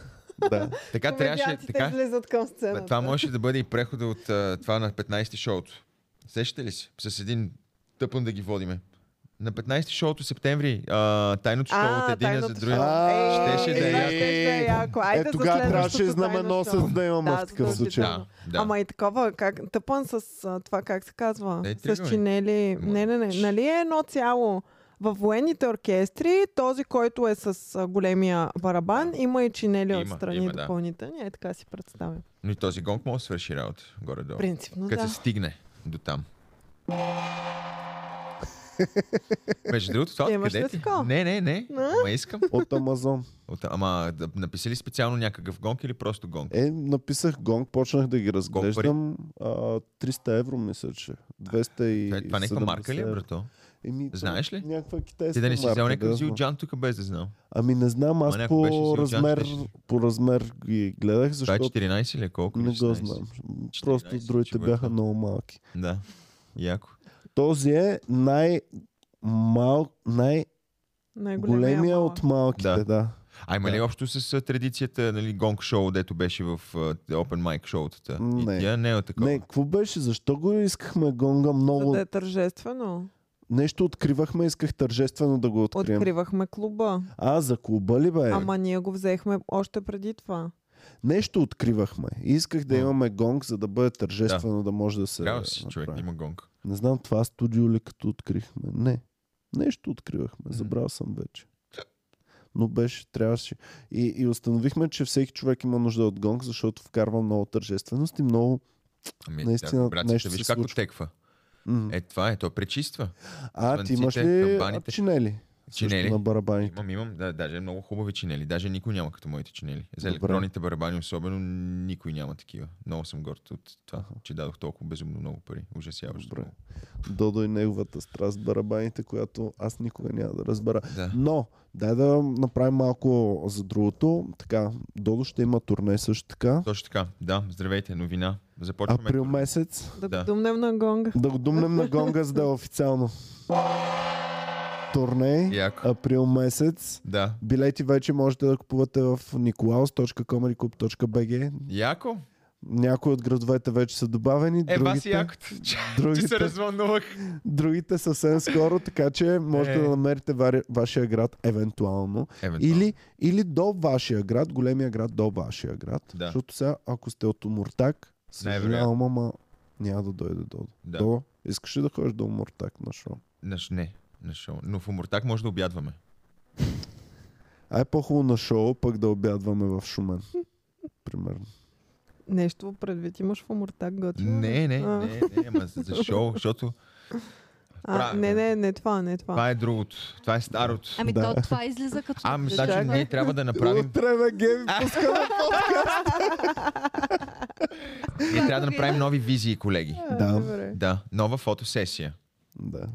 Да.
Така трябваше,
Комедиантите
така,
излизат към
Бе,
сцената.
Това можеше да бъде и прехода от а, това на 15-ти шоуто. Сещате ли си? С един тъпън да ги водиме. На 15 шоуто септември, а, тайното шоу от
А,
единия е за
тайното
другия.
шоу.
А,
Ей,
щеше да е
това
яко.
щеше да е яко. <laughs> Айде
Е,
за
тогава
следващото
трябваше
тайно шоу.
знаменосец да е. имам
Да,
в такъв
задължително.
случай.
Да, да.
Ама и такова, как, тъпън с а, това, как се казва,
Е,
с
тръгвай.
чинели.
Ма,
Не, не, не.
ч-
Нали е едно цяло в военните оркестри, този, който е с а, големия барабан, има и чинели
Има,
отстрани
има, да.
допълнителни. Е, така си представя.
Но и този гонг може да свърши работа горе-долу.
Принципно,
Като
да.
се стигне
<laughs>
до там. Между другото,
Ти
това
имаш
къде
ли
ти?
такова?
Не, не, не.
Не?
Ама искам.
От Амазон.
От, ама да, написи ли специално някакъв гонг или просто гонг?
Е, написах гонг, почнах да ги разглеждам. А, 300 евро, мисля, че. 200 и.
Това, това някаква марка ли е, брато?
Еми, то
Знаеш ли?
Някаква китайска
Ти да не си взел
марка,
някакъв
да знам.
зилджан тук без да знам.
Ами не знам, аз
някой беше
по
зилджан,
размер,
беше.
по размер ги гледах,
Това е
защото
14 ли е колко?
не
Или
го
16?
знам. Просто
14,
другите
сигурно.
бяха много малки.
Да. Яко.
Този е най- мал, най-големия
Най-големия малък.
от малките,
Да.
да. да.
А има
Да.
ли общо с а, традицията, нали, гонг шоу, дето беше в а, Open Mic шоутата?
Не.
И тя не е такова.
Не, какво беше? Защо го искахме гонга
За
много?
да е тържествено.
Нещо откривахме, исках тържествено да го открием. Е.
Откривахме клуба.
А, за клуба ли бе?
Ама ние го взехме още преди това.
Нещо откривахме. И Исках да
А.
имаме гонг, за да бъде тържествено, да, може да се
Трябва да си човек,
направи.
има гонг.
Не знам това студио ли като открихме. Не. Нещо откривахме.
Мгм.
Забрал съм вече. Но беше, трябваше. И, и установихме, че всеки човек има нужда от гонг, защото вкарва много тържественост и много...
Ами,
Наистина,
да, братята,
нещо се
виж как
случва.
оттеква.
М.
Е, това е, то пречиства.
а, ти
звънците,
имаш ли
камбаните.
а, чинели?
Чинели.
Също на барабаните.
Имам, имам, да, даже много хубави чинели. Даже никой няма като моите чинели. За
Добре.
електронните барабани особено никой няма такива. Много съм горд от това,
Аха.
че дадох толкова безумно много пари. Ужасяващо.
Добре.
много.
Додо и неговата страст барабаните, която аз никога няма да разбера.
Да.
Но, дай да направим малко за другото. Така, Додо ще има турне също така.
Точно така. Да, здравейте, новина. Започваме.
Април месец.
Да,
Да.
да. думнем на гонга.
Да го думнем на гонга, за да е официално. Турне,
Яко.
април месец.
Да.
Билети вече можете да купувате в nikolaus.comedyclub.bg.
Яко.
Някои от градовете вече са добавени,
Е, вас и
другите,
якото. Че, че
другите.
се развълнувах.
другите съвсем скоро, така че можете
Е.
да намерите вари- вашия град евентуално.
Евентуално.
Или, или до вашия град, големия град до вашия град.
Да.
Защото сега, ако сте от Умуртак, съжалявам, ама няма да дойде до.
Да.
До, искаш ли да ходиш до Умуртак на шоу?
На, ш- не, на шоу. Но в Умуртак може да обядваме.
Ай по-хубаво на шоу, пък да обядваме в Шумен. Примерно.
Нещо предвид имаш в Омуртак готино.
Не, не,
А.
не, не, ама за, за шоу, защото
А,
Прави-
не, не, не това, не това.
това е другото. Това е старото.
Ами
Да.
то това излиза като...
Ами, значи
Чакай.
ние трябва да направим...
Утре, бе, Геви, пускаме
Ние трябва да направим нови визии, колеги.
Е,
Да.
добре.
Да, нова фотосесия.
Да.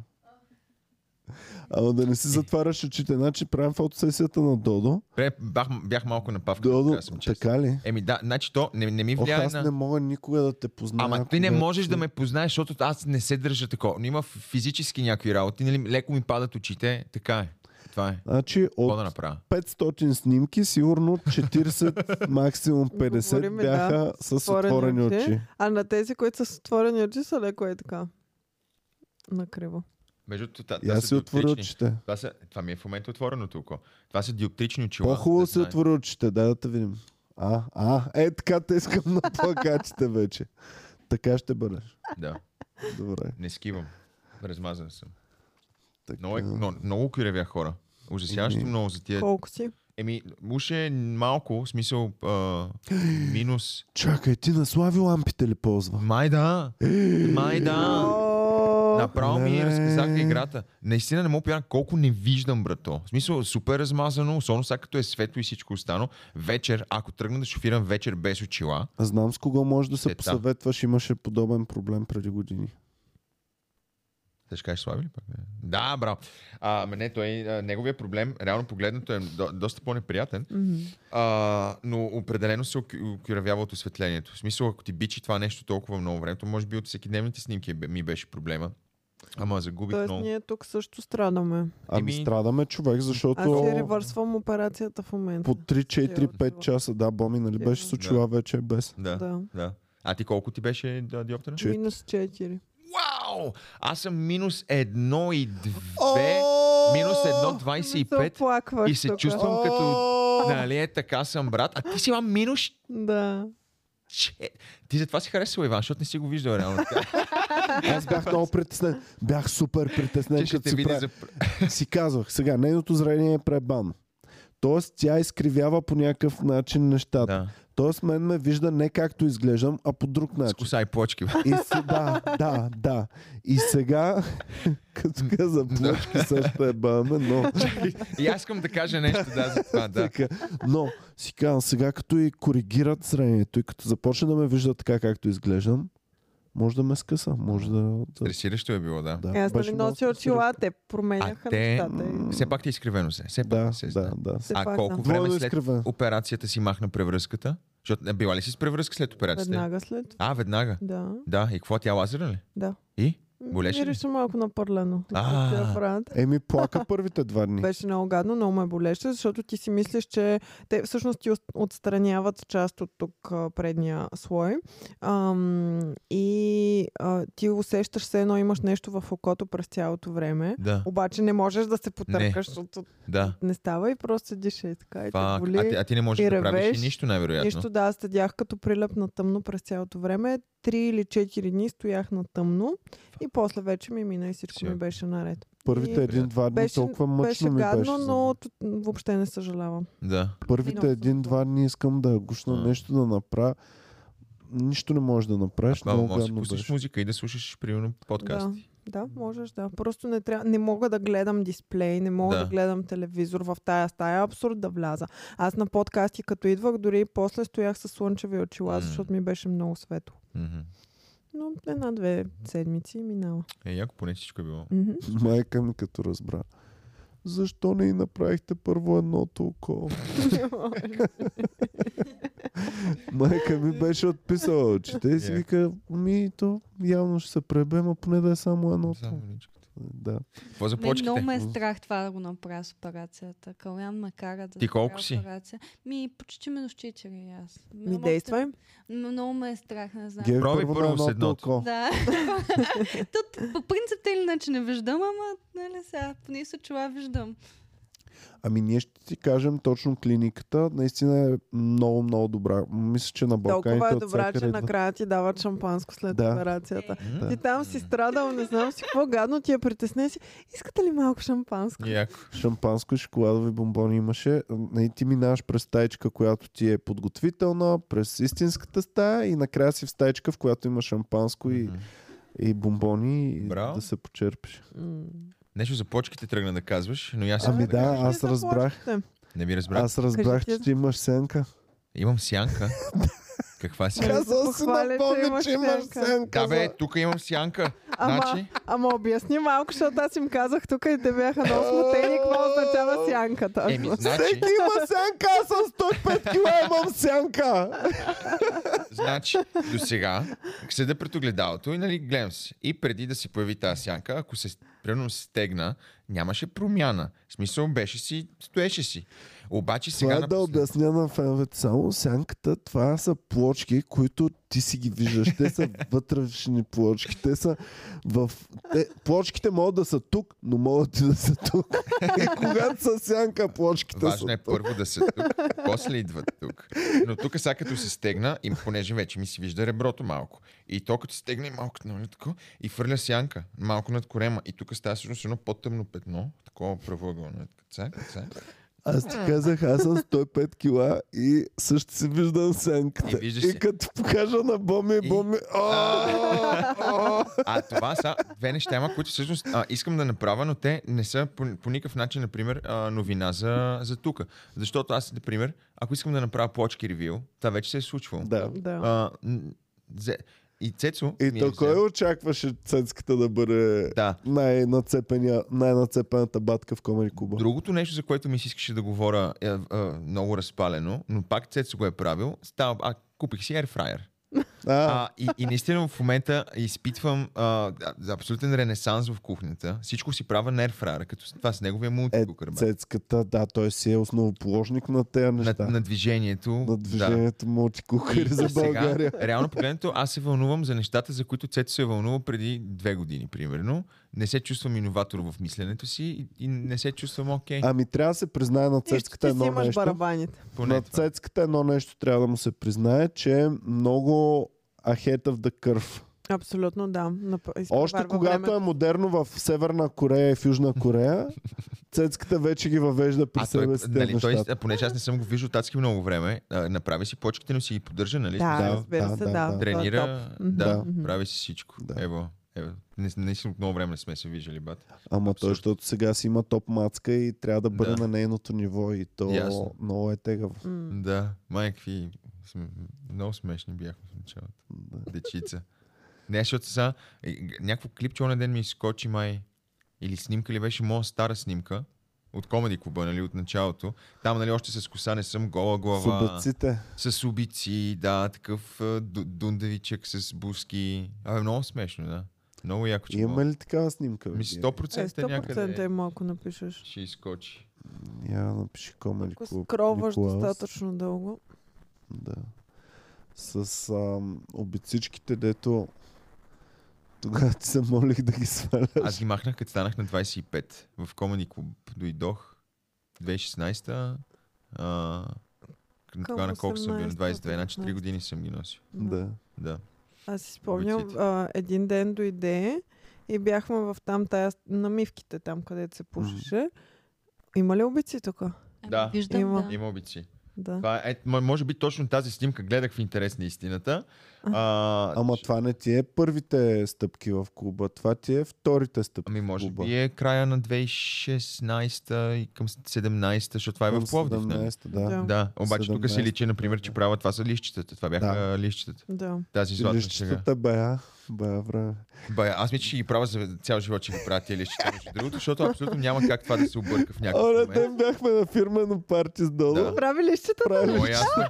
Ама да не си затваряш очите. Значи правим фотосесията на Додо.
Пре, бах, бях малко на павка,
Додо,
така съм чест.
така ли?
Еми да, значи то не, не ми
Ох,
влияе
аз не
на...
мога никога да те позная.
Ама
ако
ти не
ме-
можеш да ме познаеш, защото аз не се държа такова. Но има физически някакви работи, нали, леко ми падат очите, така е. Това е.
Значи
Какво да
от
направя?
500 снимки, сигурно
<laughs>
40, максимум 50
Говорим, да,
бяха с
отворени
отворени
очи.
очи.
А на тези, които са с отворени очи, са леко е така. Накриво.
Между другото, та-
И
та
аз
са
си отвори
диоптрични.
очите.
Това, са, това ми е в момента отворено тук. Това са диоптрични очила.
По-хубаво
да
си
знаеш.
отвори очите, дай да те видим. А, а, е така те искам на плакатите вече. Така ще бъдеш.
Да,
Добре.
не скивам. Размазан съм.
Така. Ами.
Много, е, но, много киревя хора. Ужасяващо
Еми.
много за тия.
Колко си?
Еми, уж е малко, в смисъл а, минус.
Чакай, ти на Слави лампите ли ползва? <gasps>
Май да! Май да!
О,
Направо ми
леле.
разказаха играта. Наистина не мога пияна колко не виждам, брато. В смисъл, супер размазано, особено сега като е светло и всичко останало. Вечер, ако тръгна да шофирам вечер без очила,
Аз знам с кого можеш да се
Е, да.
посъветваш. Имаше подобен проблем преди години.
Да ще кажеш слаби ли пак? Не. Да, браво. А, ме не, той, а, неговия проблем, реално погледнато е до, доста по-неприятен,
мгм.
а, но определено се оку- окюрявява от осветлението. В смисъл, ако ти бичи това нещо толкова много време, то може би от всекидневните снимки е бе- ми беше проблема. Ама загубих
Тоест
много.
ние тук също страдаме.
Ами
Еми-
страдаме човек,
Аз си Е,
защото
ревърсвам операцията в момента.
по 3-4-5
Ти-
часа, да, Боми, нали
Ти-
беше с очила вече без.
Да, да.
Да.
А ти колко ти беше да, диоптера?
Чет-
Минус 4.
Вау! Вау! Аз съм минус едно и две,
О!
минус едно
Се
25
оплакваш
и се
тук.
чувствам като...
О!
Нали е така съм, брат. А ти си имам минус
Да.
Че... Ти затова си харесал Иван, защото не си го виждал
<laughs>
реално. така.
Аз бях много притеснен. Бях супер
Че
притеснен,
ще
като
те
си,
види
пра...
за...
си казвах. Сега, нейното зрение е пребано. Тоест, тя изкривява по някакъв начин нещата.
Да.
Тоест, мен ме вижда не както изглеждам, а по друг
С
начин.
коса и плочки. бе.
И се, да, да, да. И сега, <laughs> като каза плочки, също е баме, но...
И аз искам да кажа нещо, да, за
<laughs>
това, да.
Така. Но си казвам, сега като и коригират зрението и като започне да ме вижда така, както изглеждам, може да ме скъса, може да... да,
Стресиращо е било, да.
да.
Е, Аз
Беше
нали
много
носи
стресиращо.
очила, те
А
променяха
те,
нещата. и-
все пак ти е изкривено се. Все пак
Да,
не се знае.
да, да.
Все
А
пак,
колко
да.
време
Двойно
след
изкривен.
операцията си махна превръзката? Защото не била ли си с превръзка след операцията?
Веднага след.
А, веднага.
Да.
Да, и какво тя лазера ли?
Да.
И? Болеше ли?
Мириш малко напърлено.
А.
Ти я правят.
Еми, плака първите два дни.
Беше много гадно, много ме болеше, защото ти си мислиш, че те всъщност ти ос- отстраняват част от тук а, предния слой. Ам, и а, ти усещаш все едно имаш нещо в окото през цялото време.
Да,
Обаче не можеш да се потъркаш, защото
да.
не става и просто седиш и така и те
Фак.
боли.
А, ти, а ти не можеш
и
да правиш
ревеш,
и нищо, най-вероятно.
Нищо, да, аз седях като прилеп на тъмно през цялото време. Три или четири дни стоях на тъмно и после вече ми мина и всичко
Супер.
ми беше наред.
Първите
И
един-два дни
Е, Беше,
толкова мъчно
беше
ми беше.
гадно,
за
но т- въобще не съжалявам.
Да.
Първите
Минал съм
един-два дни искам да я гушна,
А.
нещо да направя. Нищо не можеш да направиш.
Баба,
много
може да си
гадно
пуснеш
беше.
музика и да слушаш, примерно, подкасти.
Да, можеш, да. Просто не, трябва, не мога да гледам дисплей, не мога да.
Да.
да гледам телевизор в тая стая. е Абсурд да вляза. Аз на подкасти, като идвах, дори и после стоях с слънчеви очила,
М.
защото ми беше много светло.
Мгм.
Но една-две седмици и минала.
Е, яко поне всичко е било.
<laughs> Мгм.
Майка ми като разбра. Защо не й направихте първо едното око? Майка ми беше отписала очите и си
Яко.
вика, ми то явно ще се пребем, а поне да е само едното.
Само мъничко.
Да.
Какво за
Мен много
плочките?
ме е страх това да го направя с операцията. Калян ме кара да
Ти колко
направя
си?
Операция. Ми, почти минус 4 и аз.
Ми действай.
М- Много ме е страх, не знам.
Геви
Пробай
първо на
първо с
едното
едното.
око.
Да. <laughs> Тут, по принцип, те иначе не виждам, ама, нали сега, поне се чула виждам.
Ами ние ще ти кажем точно клиниката. Наистина е много, много добра. Мисля, че на Балканите
Толкова е
от
добра, че
всякъде идват.
накрая ти дават шампанско след
Да.
операцията.
М?
Ти там си страдал, не знам си какво гадно ти е притесне си. Искате ли малко шампанско?
Е,
Е,
Яко.
Шампанско и шоколадови бомбони имаше. И ти минаваш през стаечка, която ти е подготвителна, през истинската стая и накрая си в стаечка, в която има шампанско и,
Мгм.
и бомбони и
Браво.
да се почерпиш.
М.
Нещо за плочките тръгна да казваш, но и аз
Ами
искам
да,
кажа.
аз
Не са
разбрах.
плочките.
Не ми разбрах.
Аз разбрах,
Кажи
че
ти.
ти имаш сенка. <laughs>
Имам сянка. Каква сянка?
Казал си
похваля, че
напомня,
имаш
че имаш
сянка.
сенка.
Да бе, тук имам сянка.
Ама,
Значи,
ама обясни малко, защото аз им казах тук и те бяха много смутени, какво означава сянката.
еми,
Всеки
значи,
има сянка, аз съм 105 кила имам сянка.
значи, до сега седа пред огледалото и нали, гледам се. И преди да се появи тази сянка, ако се примерно стегна, нямаше промяна. В смисъл беше си, стоеше си. Обаче сега...
Това е да
напоследък-
обясня на феновете. Само сянката, това са плочки, които ти си ги виждаш. Те
<laughs>
са вътрешни плочки. Те са в... Те, плочките могат да са тук, но могат и да са тук. <laughs> И когато са сянка, плочките
Важно
са
е
тук.
първо да са тук, после идват тук. Но тук сега като се стегна, и понеже вече ми си вижда реброто малко. И то като се стегне и малко нали, тако, и хвърля сянка малко над корема. И тук става всъщност едно по-тъмно петно, такова правоъгълно. нали, така, Цак, цак.
Аз ти казах, аз съм 105 кила и също си виждам
И
сянката.
виждаш
И
се.
като покажа на Боми,
И-
Боми... О!
А това са две неща, има, които всъщност а, искам да направя, но те не са по, по никакъв начин, например, а, новина за, за тука. Защото аз, например, ако искам да направя плочки ревю, това вече се е случвало.
Да.
Да.
А, н- зе- и Цецо...
И
ми е
то
взе-
кой очакваше цецката да бъде
Да.
най-нацепения- най-нацепената батка в Комери Куба?
Другото нещо, за което ми се искаше да говоря е, е, много разпалено, но пак Цецо го е правил, става, а, купих си air fryer.
А,
А, и, и наистина в момента изпитвам а, а, абсолютен ренесанс в кухнята. Всичко си правя на ерфрара, като с- това с неговия
е,
мултикукър. бе.
цецката, да, той си е основоположник на тези
на,
неща. На,
на движението. Да.
движението да. мултикукъри за
сега,
България. <laughs>
реално погледнато, аз се вълнувам за нещата, за които Цецо се е вълнувал преди две години, примерно. Не се чувствам иноватор в мисленето си и, и не се чувствам окей. Okay.
Ами трябва да се признае на
Ти ще
цецката
ти си
едно
имаш
е нещо.
барабаните.
Поне
На
това.
цецката едно нещо трябва да му се признае, че е много ahead of the curve.
Абсолютно да. Нап-
Още
изпреварва
когато
времето.
е модерно в Северна Корея и в Южна
<laughs>
Корея, цецката вече ги въвежда при
А той,
себе си тези
нали, той,
нещата.
а, понеже аз не съм го виждал татски много време, а, направи си почките, но си ги поддържа, нали?
Да,
Смисъл,
разбира
да,
се,
да,
да.
да.
Това е
тренира,
топ. Мгм.
да,
Мгм.
прави си всичко.
Да.
Ево, ево. Не, не, от много време не сме се виждали, бат.
Ама той,
Абсолютно.
защото сега си има топ мацка и трябва да бъде
Да.
на нейното ниво и то
Ясно.
много е тегаво.
М.
Да, майкви, много смешни бяхме в началото.
Да.
Дечица. Не, защото сега е, г- някакво клипче онен ден ми изкочи май. Или снимка ли беше моя стара снимка от Комеди Клуба, нали, от началото. Там, нали, още с коса не съм гола глава.
Субаците.
С убици, да, такъв е, ду- дундавичък с буски. Абе, много смешно, да. Много яко, че мога.
Има ли такава снимка? бе,
Ми
Георги?
100%,
Е, 100%
някъде
е малко напишеш.
ще изкочи.
Я напиши Комеди
Ако
Клуб.
скроваш
Николаус.
достатъчно дълго.
Да. С ам, обицичките, дето тогава ти се молих да ги сваляш.
Аз ги махнах, като станах на 25. В Комеди Клуб дойдох 2016-та. А,
Към
тогава на колко съм бил? На
18-та,
22. Значи 3
19-та.
години съм ги носил.
Да.
Да.
Аз си спомням,
Обиците.
а, един ден дойде и бяхме в там тая, на мивките, там където се пушеше. Има ли обици тук?
Ами,
Да.
Виждам,
Има.
да.
Има обици.
Да.
Това е, м- може би точно тази снимка гледах в интерес на истината. А,
Ама
ч-
това не ти е първите стъпки в клуба, това ти е вторите стъпки.
Ами може
в клуба.
би е края на 2016-та и към 17-та, защото това е
Към
в Пловдив. нали?
17-та, да.
Да.
Да, обаче тук се
17-та.
личи, например, че правят това са лищетата. Това бяха
Да.
лищетата.
Да.
Тази
Ти
златна сега.
Лищата бая, бая време.
Бая, аз мисля, че ще ги правя за цял живот, че ги правя тия лищета, между другото, защото абсолютно няма как това да се обърка в
Оле,
някакъв момент.
ден бяхме на фирмено парти с Долу.
Да.
Прави лищата?
Правили
О, ясно.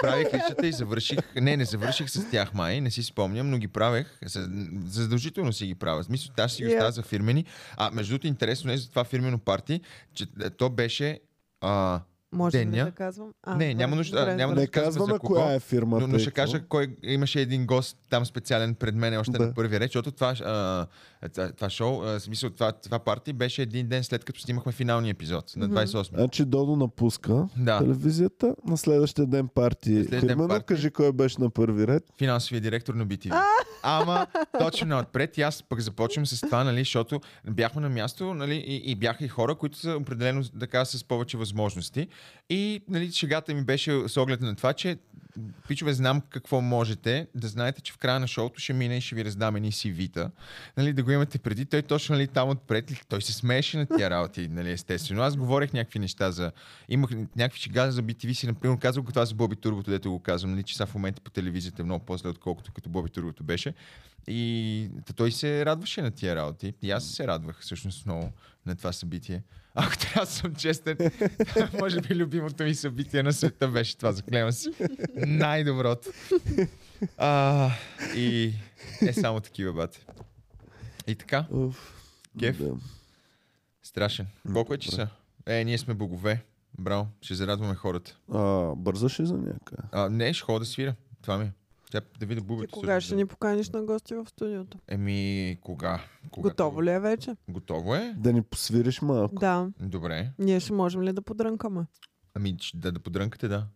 Правих лищата и завърших. Не, не завърших с тях май, не си спомням, но ги правех. С- Задължително си ги правя. В Смисъл, аз си ги
Я.
оставя за фирмени. А между другото, интересно е за това фирмено парти, че е, то беше. А,
Може ли
Деня?
да казвам? А,
Не, няма
добре,
нужда-
добре,
няма
добре.
Не
да казваме
казваме
за кого,
коя е фирмата.
но, но ще
и какво.
кажа, кой имаше един гост там специален пред мен още
Да.
на първи реч, защото това, а, това, това шоу, а, в смисъл, това, това парти беше един ден след като снимахме финалния епизод на
Мгм.
28.
Значи Додо напуска
Да,
телевизията, на следващия ден
На
парти.
следващия ден
Фирмено
парти.
кажи кой беше на първи ред.
финансовия директор на BTV. Ама точно наотпред и аз пък започвам с това, нали, защото бяхме на място нали, и, и бяха и хора, които са определено така с повече възможности. И нали, шегата ми беше с оглед на това, че пичове, знам какво можете. Да знаете, че в края на шоуто ще мине и ще ви раздам едни CV-та. Нали, да го имате преди. Той точно нали, там отпред, ли- той се смееше на тия работи, нали, естествено. Аз говорех някакви неща за... Имах някакви шега за BTV си, например, казах го това за Боби Турбото, дето го казвам, нали, че сега в момента по телевизията е много после, отколкото като Боби Турбото беше. И та той се радваше на тия работи. И аз се радвах всъщност много на това събитие. Ако трябва да съм честен, <laughs> може би любимото ми събитие на света беше това, заклевам си. Най-доброто. А, и е само такива, бате. И така,
Уф,
Кеф?
Да.
страшен. Колко е
Добре.
часа? Е, ние сме богове. Браво, ще зарадваме хората.
А, бързаш ли за някъде?
А, не, ще ходя да свира. Това ми е. Тя да видя
Ти
бубето.
кога ще ни поканиш на гости в студиото?
Еми, кога? кога?
Готово ли е вече?
Готово е.
Да ни посвириш малко.
Да.
Добре.
Ние ще можем ли да подрънкаме?
Ами, ч- да, да подрънкате, да.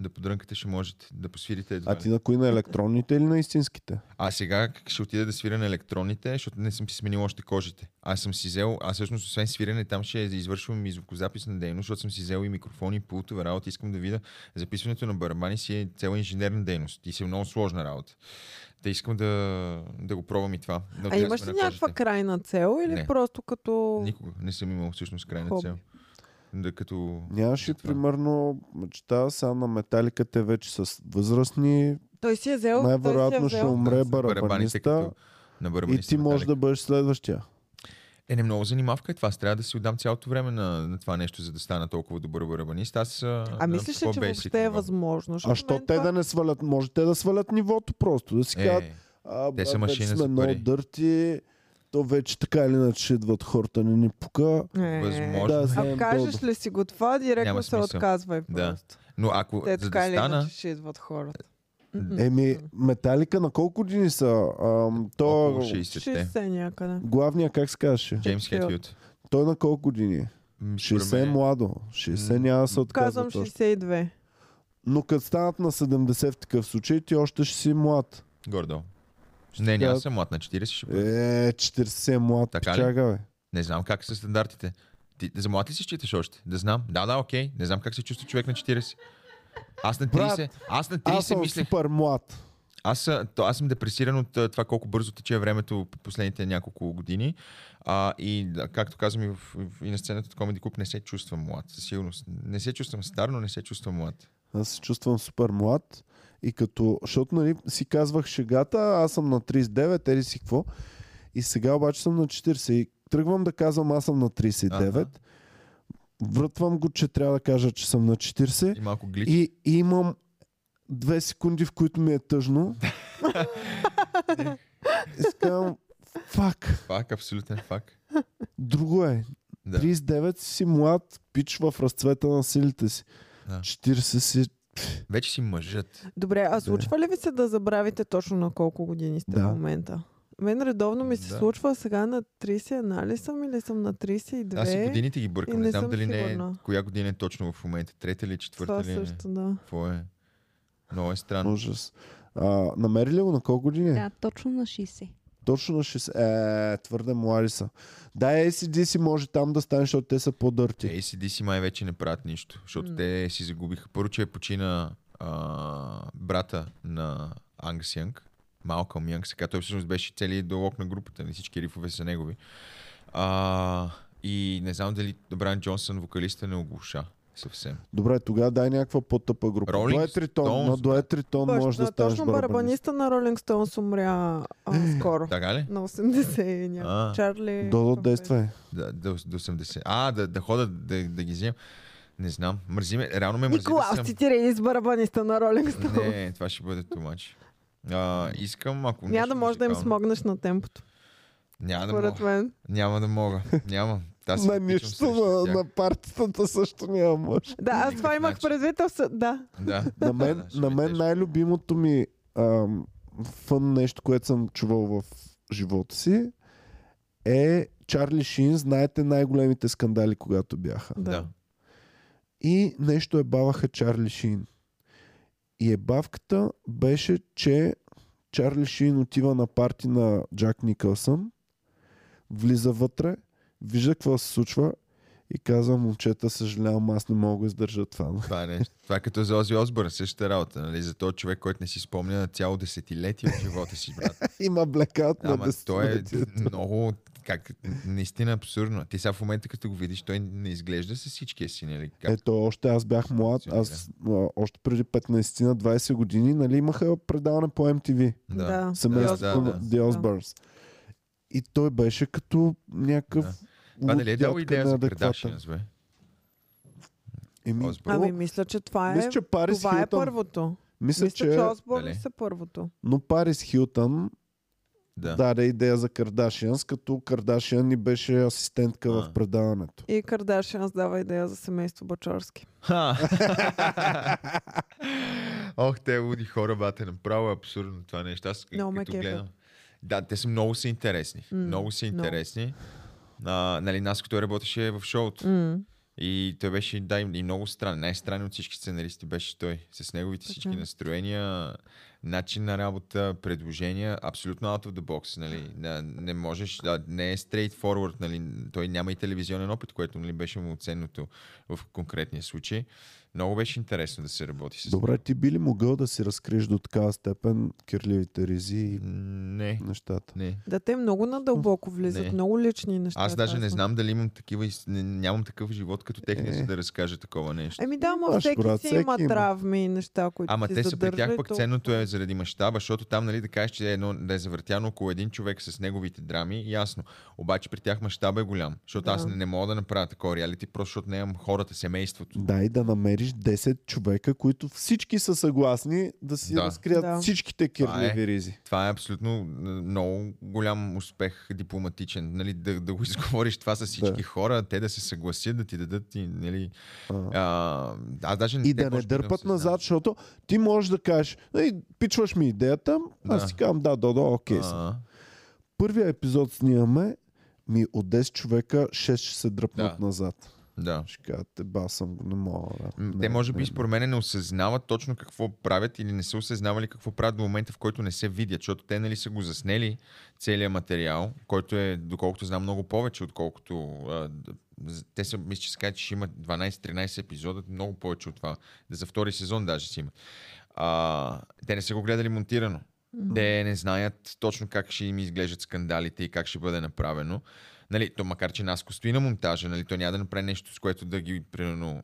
Да подрънкате ще можете. Да посвирите. едва
А
ли.
ти на кои на електронните или на истинските?
А сега как ще отида да свиря на електронните, защото не съм си сменил още кожите. Аз съм си взел, аз всъщност освен свирене там ще извършвам и звукозаписна дейност, защото съм си взел и микрофони, и пултове работа. Искам да видя записването на барабани си е цяла инженерна дейност и си е много сложна работа. Та искам да, да го пробвам и това. Да
А
отида да
имаш ли
сменя
някаква
кожите.
крайна цел или
Не.
просто като...
Никога не съм имал всъщност крайна
Хоби.
цел. Да, като...
Нямаш ли,
за Значи това.
примерно, мечта сега на металика те вече с възрастни,
Той си е взел...
най-вероятно
той си е
ще
взел...
умре
барабаните
барабаниста
като на
и
барабаниста
ти можеш
Металика.
да бъдеш следващия.
Е, не много занимавка е това. Аз трябва да си отдам цялото време на, на това нещо, за да стана толкова добър барабанист. Аз а,
А мислиш ли, че въобще е възможно? Защото
А що
мен
те
това-
да не свалят? Може те да свалят нивото просто, да си кажат,
Е,
а,
те са
бе,
машина
вече
за
сме много
пари.
дърти, то вече така или иначе ще идват хората, не ни пука.
Е,
възможно.
да,
е.
знам.
А
Е,
кажеш
Додо.
ли си го това,
Няма
директно се
смисъл.
отказвай
Да.
просто.
Но ако
Те
за
така
да
или
стана... Е,
иначе ще идват хората. М-м.
Еми, металика на колко години са? Ам, то,
Около 60-те.
60 някъде.
главния, как се казваше?
Джеймс
Хетфилд.
Хетфилд.
Той на колко години?
М,
60
според
е
мен
младо. 60 няма да се отказва
Казвам
точно.
62.
Но като станат на 70 в такъв случай, ти още ще си млад.
Гордо. Не, не, аз съм млад на 40. Ще... бъда.
Е, 40 е млад.
Така ли?
Чакай, бе.
Не знам как са стандартите. Ти за млад ли се считаш още? Да знам. Да, да, окей. Не знам как се чувства човек на 40. Аз на 30,
Брат,
аз на 30
Аз съм
мислех.
супер млад.
Аз, а, то, аз съм депресиран от а, това колко бързо тече времето по последните няколко години. А, и да, както казвам и, в, в- и на сцената от Comedy Club, не се чувствам млад. Със сигурност. Не се чувствам стар, но не се чувствам млад.
Аз се чувствам супер млад. И като, защото нали, си казвах шегата, аз съм на 39, ери си какво. И сега обаче съм на 40. И тръгвам да казвам, аз съм на 39.
Аха.
Врътвам го, че трябва да кажа, че съм на 40.
И малко глич. И...
И, и имам две секунди, в които ми е
<laughs>
тъжно. Искам, фак,
Фак, абсолютен фак.
друго е.
Да.
39 си млад, пич в разцвета на силите си.
Да.
40 си,
Вече си мъжът.
Добре, а случва ли ви се да забравите точно на колко години сте
Да.
в момента? Мен редовно ми се
Да.
случва сега на 31 ли съм или съм на 32?
Аз и годините ги бъркам.
И
Не,
не
знам
съм
дали не е,
сигурна.
коя година е точно в момента. Трета ли, е, четвърта
Това
ли?
също, да.
Какво е? Много е странно.
ужас. А, намери ли го на колко години? е?
Да, точно на 60.
Точно на 60. Е, твърде млади са. Да, ACDC може там да стане, защото те са по-дърти.
Те ACDC май вече не правят нищо, защото
М.
те си загубиха. Първо, че е почина а, брата на Ангас Янг, Малкъм Янг, сега той всъщност беше целият идеолог на групата, не всички рифове са негови. А, и не знам дали Брайан Джонсън, вокалиста, не оглуша съвсем.
Добре, тогава дай някаква по-тъпа група.
Rolling
до е тритон,
Stones,
но до е тритон
Точно,
може да станеш
точно
барабанист.
барабаниста на Rolling Stones умря а,
<gasps>
скоро.
Така ли?
На 80 и
А.
някакво. Чарли...
Додо,
Чопен.
действай.
Да, до, до 80. А, да, да хода да, да ги взимам. Не знам. Мързи ме. Реално ме мързи да
Николаус
съм.
цитира из барабаниста на Rolling Stones.
Не, това ще бъде тумач. А, искам, ако...
Няма
нещо
да може да им
музикално-
смогнеш на темпото,
Няма да мога.
според мен.
Няма да мога. Няма. Аз се
на
битичам
нищо,
срещу
е на,
тях.
на партитата също няма мъж.
Да, аз това
никакъв
имах
начин.
предвид, а са- да.
Да.
На мен,
Да, ще
на
ми е
мен
тежко.
най-любимото ми ам, фън нещо, което съм чувал в живота си е Чарли Шин, знаете най-големите скандали, когато бяха.
Да.
И нещо е баваха Чарли Шин. И ебавката беше, че Чарли Шин отива на парти на Джак Никълсън, влиза вътре, вижда какво се случва и казва, момчета, съжалявам, аз не мога да издържа това.
Това е нещо. Това е като за Ози Осбърн, същата работа, нали? За този човек, който не си спомня цяло десетилетие от живота си, брат.
<laughs> Има блекаут <laughs> на
Ама той е
десетилетието.
много, как, наистина абсурдно. Ти сега в момента, като го видиш, той не изглежда с всичкия си, нали? Как,
Ето, още аз бях млад, аз а, още преди 15-20 години, нали, имаха предаване по MTV.
да.
Да.
Семейството
да,
на The Osbournes. И той беше като някакъв
Да. Това
луд
дали е дал
дядка
идея за
неадекватен.
предашенс, бе?
Еми,
Осборн.
Ами,
то-
мисля, че това е,
мисля, че Парис
това е
Хилтън.
първото.
Мисля,
Мисля, че,
е,
че...
Осборн
Дали?
са първото.
Но Парис Хилтън
Да.
даде идея за Кардашианс, като Кардашиан ни беше асистентка в
А.
предаването.
И Кардашиан дава идея за семейство Бачорски.
Ха! <laughs> Ох, те луди хора, бате, направо е абсурдно това нещо. Аз
Много
no,
ме
като
кефят.
гледам... Да, те са много са интересни.
М,
много са
много.
интересни. А, нали, Наско той работеше в шоуто.
М.
И той беше да, и и много странен. Най-странен от всички сценаристи беше той. С неговите всички
Така.
настроения, начин на работа, предложения, абсолютно out of the box. Нали. Не, не можеш, да, не е straightforward. Нали. Той няма и телевизионен опит, което нали, беше му ценното в конкретния случай. Много беше интересно да се работи с
Добре, ти би ли могъл да си разкриеш до такава степен кирливите рези и
него. Не,
нещата?
не.
Да, те много надълбоко влизат,
Не.
много лични неща.
Аз даже не
казвам.
знам дали имам такива, из- не- нямам такъв живот като техния, за да разкажа такова нещо.
Еми да, ма
Имаш,
всеки
брат,
си
всеки
има
има.
травми и неща, които
Ама
си
те са при
задържа
тях
и
пък
то-
ценното е заради мащаба, защото там, нали, да кажеш, че е едно да е завъртяно около един човек с неговите драми, ясно. Обаче при тях мащаба е голям, защото аз
Да.
не, не мога да направя такова реалити, просто защото нямам хората, семейството.
Да, и да намериш 10 човека, които всички са съгласни да си
Да.
разкрият
Да.
всичките кирливи
Това
ризи.
Това е абсолютно м, много голям успех дипломатичен. Нали, да, да го <laughs> изговориш това с всички
Да.
да. хора, те да се съгласят, да ти дадат и, нали...
А.
А, аз даже
И
те
да не
може
дърпат
осъзнават.
назад, защото ти можеш да кажеш, и пичваш ми идеята, аз
Да.
ти казвам, да, Додо, окей съм.
А,
Първия епизод снимаме, ми от 10 човека 6 ще се дръпнат
Да.
назад.
да.
Ще кажат, ба съм го, не мога. Да.
М,
Не,
Те може
не,
би според мен не осъзнават точно какво правят или не са осъзнавали какво правят до момента, в който не се видят, защото те нали са го заснели целият материал, който е, доколкото знам, много повече, отколкото а, д- з- те са, мисля, че се казва, че ще има 12-13 епизода, много повече от това. За втори сезон даже си има. А, те не са го гледали монтирано. Те не знаят точно как ще им изглеждат скандалите и как ще бъде направено. Нали, то макар, че Наско стои на монтажа, нали, той няма да направи нещо, с което да ги, примерно,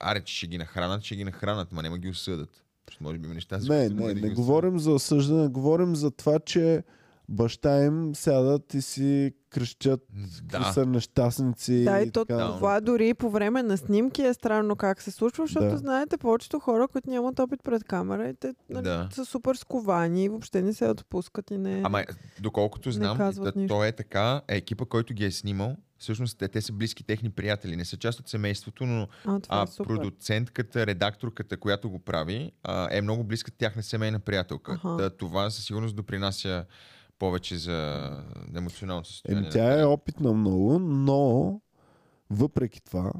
аре, че ще ги нахранат, ще ги нахранат, ма няма ги осъдат. Просто Може би има неща, за
Не,
които
не,
могат да
не
ги
говорим за осъждане, говорим за това, че баща им сядат и си кръщят,
осъдят.
да.
Да,
са нещастници.
Да, и то
така.
Да.
това дори и по време на снимки е странно как се случва, защото
Да.
знаете, повечето хора, които нямат опит пред камера, и те нали,
Да.
са супер сковани и въобще не се отпускат и не...
ама доколкото знам,
казват
да,
нищо.
то е така, е, екипа, който ги е снимал, всъщност те, те са близки техни приятели, не са част от семейството, но
а, това
а,
е супер.
продуцентката, редакторката, която го прави, а, е много близка тяхна семейна приятелка.
Аха.
Та, това със сигурност допринася повече за емоционалното състояние.
Еми,
на
тя е
хората.
опитна много, но въпреки това,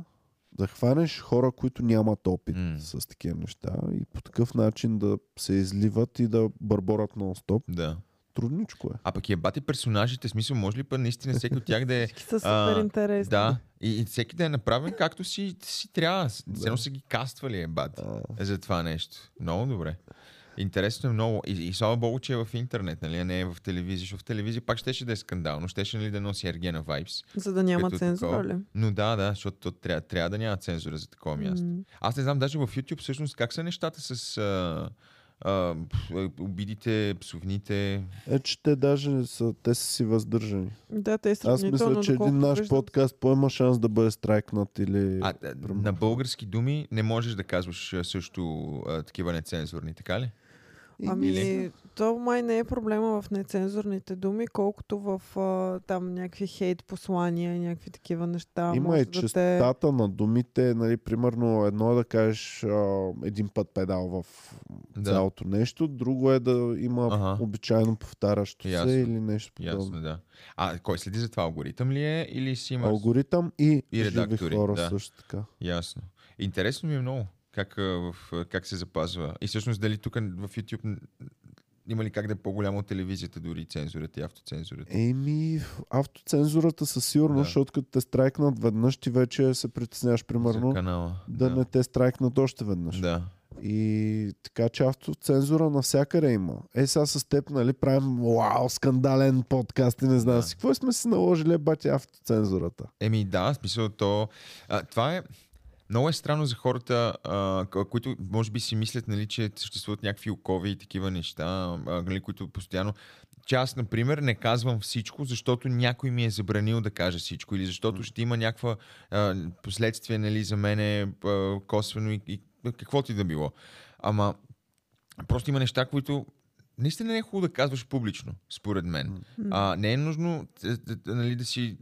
да хванеш хора, които нямат опит
М.
с такива неща и по такъв начин да се изливат и да бърборат нон-стоп,
Да.
трудничко е.
А пък и бати персонажите, в смисъл, може ли па наистина всеки от тях
<laughs>
да е...
Всички са
а,
супер интересни.
Да, и, и всеки да е направен както си, си трябва. С- Все едно са ги каствали, е бат,
А,
за това нещо. Много добре. Интересно е много. И, и слава богу, че е в интернет, нали, а не е в телевизия, защото в телевизия пак щеше да е скандално, щеше нали, да носи ергена вайбс.
За да няма
като
цензура
е такова.
ли?
Но да, да, защото то трябва, трябва да няма цензура за такова място.
М.
Аз не знам даже в YouTube всъщност как са нещата с а, а, п- обидите, псовните.
Е, че те даже не са, те са си въздържани.
Да, те
Аз
сравнително,
мисля, че един
доколкото
наш
виждам,
подкаст поема шанс да бъде страйкнат или...
А, а, на български думи не можеш да казваш а, също а, такива нецензурни, така ли?
Ами,
Или?
то май не е проблема в нецензурните думи, колкото в а, там някакви хейт послания и някакви такива неща.
Има
Може
е
да
честотата на думите, нали, примерно едно е да кажеш а, един път педал в
Да.
цялото нещо, друго е да има
Ага.
обичайно повтарящо
Ясно.
се или нещо подобно.
Ясно, да. А кой следи за това? Алгоритъм ли е или си има?
Алгоритъм и,
И
живи
редактори,
хора
да.
също така.
Ясно. Интересно ми е много как, а, в, а, как се запазва. И всъщност дали тук в YouTube н- има ли как да е по-голямо от телевизията, дори цензурата и автоцензурата?
Еми, автоцензурата със сигурност,
Да.
защото като те страйкнат веднъж, ти вече се притесняваш примерно
За канала.
да, не те страйкнат още веднъж.
Да.
И така че автоцензура навсякъде има. Е, сега с теб, нали, правим вау, скандален подкаст и не знам
Да.
си. Какво сме си наложили, е, бати, автоцензурата?
Еми да, в смисъл то... А, това е... Много е странно за хората, а, к- които може би си мислят, нали, че съществуват някакви окови и такива неща, а, нали, които постоянно... Че аз, например, не казвам всичко, защото някой ми е забранил да кажа всичко или защото ще има някаква а, последствие нали, за мене а, косвено и, и каквото и да било. Ама просто има неща, които наистина не е хубаво да казваш публично, според мен. А, не е нужно т- т- т- нали, да си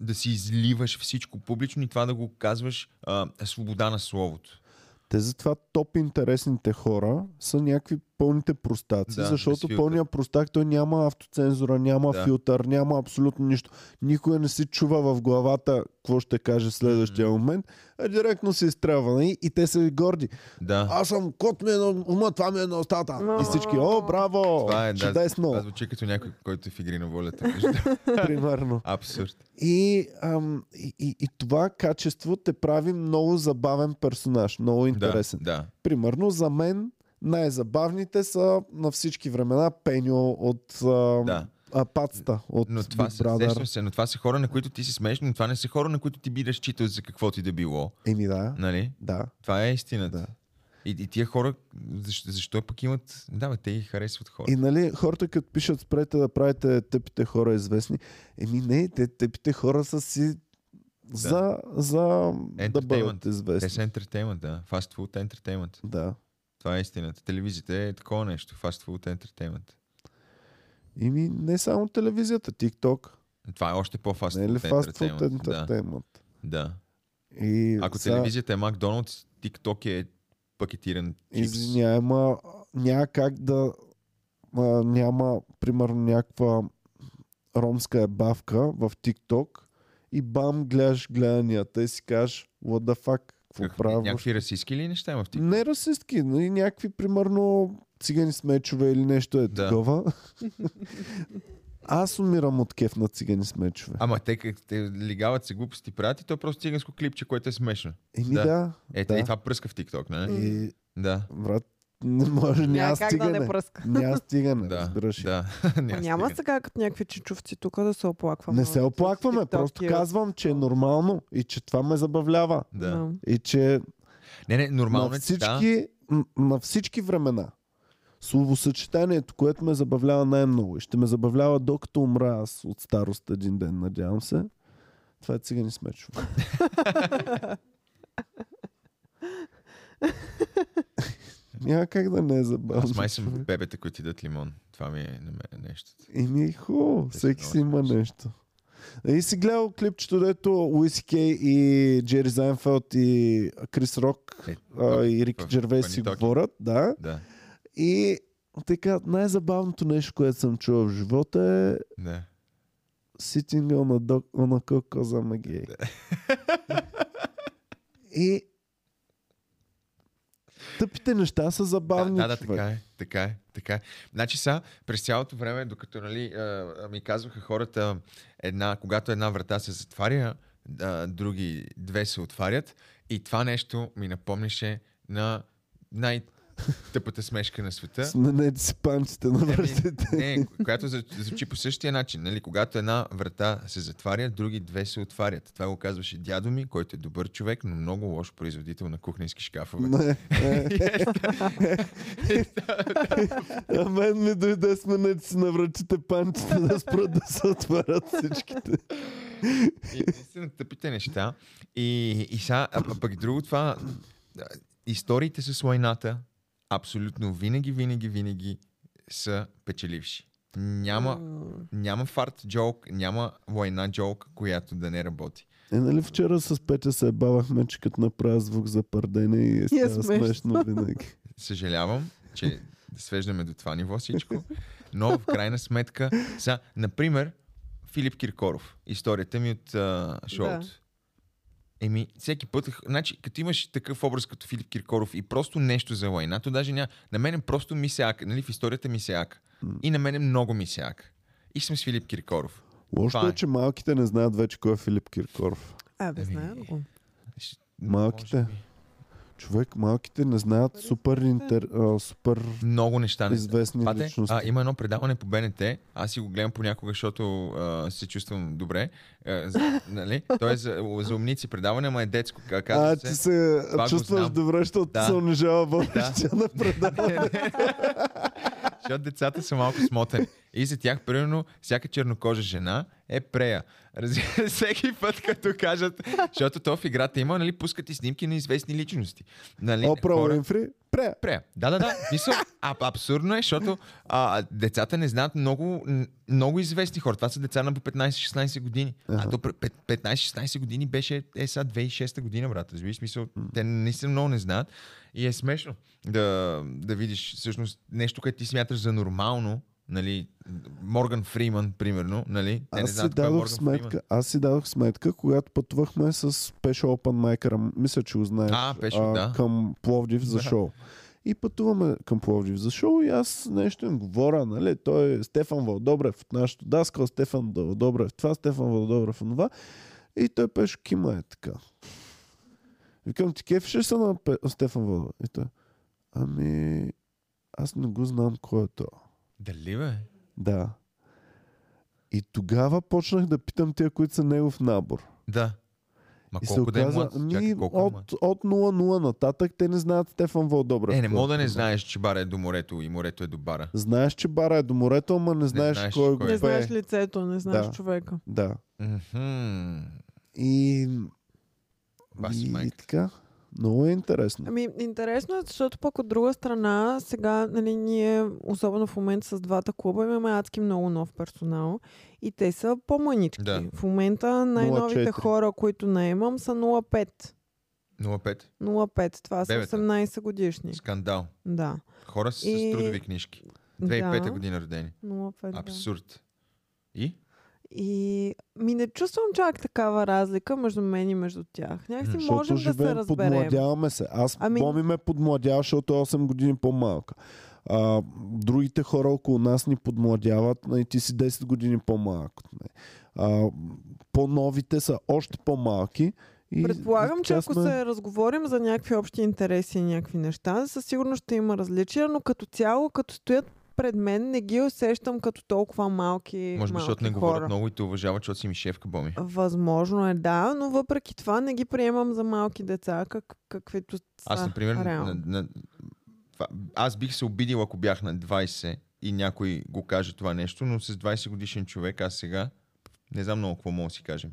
да си изливаш всичко публично и това да го казваш а, свобода на словото.
Те затова топ интересните хора са някакви пълните простаци, да,
Да, без
защото
филтър.
пълния простак той няма автоцензура, няма
Да.
да. филтър, няма абсолютно нищо. Никога не си чува в главата какво ще каже в следващия момент, а директно се изстрелва нали? и те са горди.
Да.
Аз съм кот ми е на ума, това ми е на устата.
Ма.
И всички, о, браво,
Това е, да.
чудесно,
Това звучи като някой, който е в игри на волята.
<laughs>
виждам. <laughs>
примерно.
Абсурд.
И, ам, и, и, и това качество те прави много забавен персонаж, много
Да,
интересен.
да.
Примерно за мен най-забавните са на всички времена Пеньо от а,
Да.
да. а, пацата от
Но това,
Big
са,
Brother.
сещам се, но това са хора, на които ти си смееш, но това не са хора, на които ти би разчитал за каквото и да било.
Еми да,
Нали?
да.
Това е истината.
Да.
И, и тия хора, защо, защо пък имат... Да, бе, те ги харесват хора.
И нали, хората като пишат спрете да правите тъпите хора известни, еми не, те тъпите хора са си за, за да бъдат
Entertainment.
известни.
Те са ентертеймент, да. Fast food entertainment.
Да.
Това е истината. Телевизията е такова нещо. Fast food entertainment.
Еми не само телевизията, TikTok.
Това е още по-fast
Не е ли
food
Fast Food
entertainment. Да,
Entertainment?
да.
И
Ако
сега-
телевизията е Макдоналдс, TikTok е пакетиран чипс.
Извинявай, ма няма как да а, няма, примерно, някаква ромска ебавка в TikTok и бам, гледаш гледанията и си кажеш, what the fuck, какво
Как-
правиш?
Някакви расистски ли неща има в TikTok?
Не расистки, но и някакви, примерно, цигани смечове или нещо е
Да.
такова. Аз умирам от кеф на цигани смечове.
Ама те, как- те лигават се глупости правят и то е просто циганско клипче, което е смешно.
Еми
да.
да.
Е,
Да.
да. е това пръска в TikTok, нали?
И,
Да.
брат, не може, няма
Няма как да не
стигане.
пръска.
Няма стигане,
<laughs> Да,
разбираш. ли?
да.
Ама Няма
стига.
сега като някакви чичовци тук да се оплакваме.
Не се
от
оплакваме,
TikTok
просто
и от-
казвам, че е нормално и че това ме забавлява.
Да.
И че
Не, не, нормално
на
е, че да.
всички, м- на всички времена словосъчетанието, което ме забавлява най-много и ще ме забавлява докато умра аз от старост един ден, надявам се, това е цигани смечове. Няма как да не е забавно.
Аз май съм бебета, които идат лимон. Това ми е на мен нещо.
Еми, хубаво.
Те са
Всеки
много
си има
смешни.
нещо. И си гледал клипчето, дето Луис Кей и Джери Зайнфелд и Крис Рок
Е,
а, и Рики
в-
Джервей
в
си
Панитоки.
говорят, да.
Да,
И така, най-забавното нещо, което съм чувал в живота е
да.
Sitting on a, dog, on a cock cause I'm a gay. и тъпите неща са забавни,
да, да,
човек.
така е, така е, така е. Значи сега, през цялото време, докато нали, а, а, ми казваха хората, една, когато една врата се затваря, а, други две се отварят и това нещо ми напомняше на най-тъпата смешка на
<laughs>
света.
Сменете си панците на
Еми,
вратите.
Не, която за- звучи по същия начин. Нали? Когато една врата се затваря, други две се отварят. Това го казваше дядо ми, който е добър човек, но много лош производител на кухненски шкафове.
Не, не. А мен ми дойде сменете си на вратите панчета да спрат да се отварят всичките.
И наистина тъпите неща. И, и сега, а п- пък друго това, а, историите с войната абсолютно винаги, винаги, винаги са печеливши. Няма, няма фарт джок, няма война джок, която да не работи.
Е, нали вчера с Петя се бавахме, че като направя звук за пардене и е става
смешно.
смешно винаги.
Съжалявам, че свеждаме до това ниво всичко, но в крайна сметка, сега, например, Филип Киркоров, историята ми от а, шоуто.
Да.
Еми, всеки път, х- значи, като имаш такъв образ като Филип Киркоров и просто нещо за война, то даже няма. На мене просто ми се ака, нали, в историята ми се ака. И на мене много ми се ака. И съм с Филип Киркоров.
Лошото
Това е.
е, че малките не знаят вече кой е Филип Киркоров.
А, бе, знаят го.
Ще-
Малките.
може би.
Човек, малките не знаят супер, интер, а, супер
Много неща не
известни
Пате,
личности.
а, има едно предаване по БНТ, аз си го гледам понякога, защото а, се чувствам добре. А, за, нали? То е за, за умници предаване, ама е детско. ка- Казва
А,
се...
ти се
Това го
чувстваш
знам.
добре, защото
Да.
се
<laughs>
унижава водещия на предаване.
Защото децата са малко смотени. И за тях, примерно, всяка чернокожа жена е прея. Раз- <laughs> Всеки път, като кажат, защото то в играта има, нали, пускат и снимки на известни личности. Нали,
Опра
хора-
Уинфри, пре.
Пре. Да, да, да. Мисъл, а, абсурдно е, защото а, децата не знаят много, много известни хора. Това са деца на по 15-16 години. А то пр- пет- 15-16 години беше е сега 2006 година, брат. Разбираш, смисъл, те наистина много не знаят. И е смешно да, да видиш всъщност нещо, което ти смяташ за нормално, нали, Морган Фриман, примерно, нали? Те не
Аз си
знаят кой е
дадох
Морган
сметка,
Фриман.
аз си дадох сметка, когато пътувахме с Пешо Open Micra, мисля, че го знаеш,
А, Пешо, да.
към Пловдив за шоу. И пътуваме към Пловдив за шоу и аз нещо им говоря, нали? Той е Стефан Валдобрев от нашото даскал, Стефан Валдобрев това, Стефан Валдобрев това. И той Пешо кима е така. Викам, ти кефиш ли се на Пе- Стефан Валдобрев? И той, ами, аз не го знам кой е той.
Дали бе?
Да. И тогава почнах да питам тия, които са негов набор.
Да. Ма
И се
колко да е
оказа,
млад?
ми
Чакай, колко е млад?
от, от 0-0 нататък те не знаят Стефан Вълдобрев.
Е, не
кой
мога да не знаеш, че бара е до морето и морето е до бара.
Знаеш, че бара е до морето, ама не знаеш,
знаеш
кой
кой
го
е.
Не
пее.
Бе.
знаеш лицето, не знаеш
Да.
човека.
Да.
Мгм.
И...
Баси
и, и
майка.
така. Много е интересно.
Ами, интересно е, защото пък от друга страна, сега, нали, ние, особено в момента с двата клуба, имаме адски много нов персонал и те са по-мънички.
Да.
В момента най-новите
0,4.
хора, които наемам, са 0,5.
05.
0,5. Това са
Бебета.
18 годишни.
Скандал.
Да.
Хора с,
И-
с трудови книжки. 2005
да.
година родени.
0,5. да. Е,
Абсурд. И?
И ми не чувствам чак такава разлика между мен и между тях. Някакси
Защото
можем да се
живеем,
разберем.
Подмладяваме се. Аз ами...
Ами-
Боми ме подмладява, защото е 8 години по-малка. А, другите хора около нас ни подмладяват, и ти си 10 години по-малък. от мен. А, по-новите са още по-малки. И,
Предполагам,
и
че
така
ако
сме-
се разговорим за някакви общи интереси и някакви неща, със сигурност ще има различия, но като цяло, като стоят пред мен, не ги усещам като толкова малки.
Може би, защото
малки хора.
не говорят много и те уважават, защото си ми шефка, Боми.
Възможно е, да, но въпреки това не ги приемам за малки деца, как, каквито са.
Аз, например, на,
реално.
на, на, това- аз бих се обидил, ако бях на 20 и някой го каже това нещо, но с 20 годишен човек, аз сега не знам много какво мога да си кажем.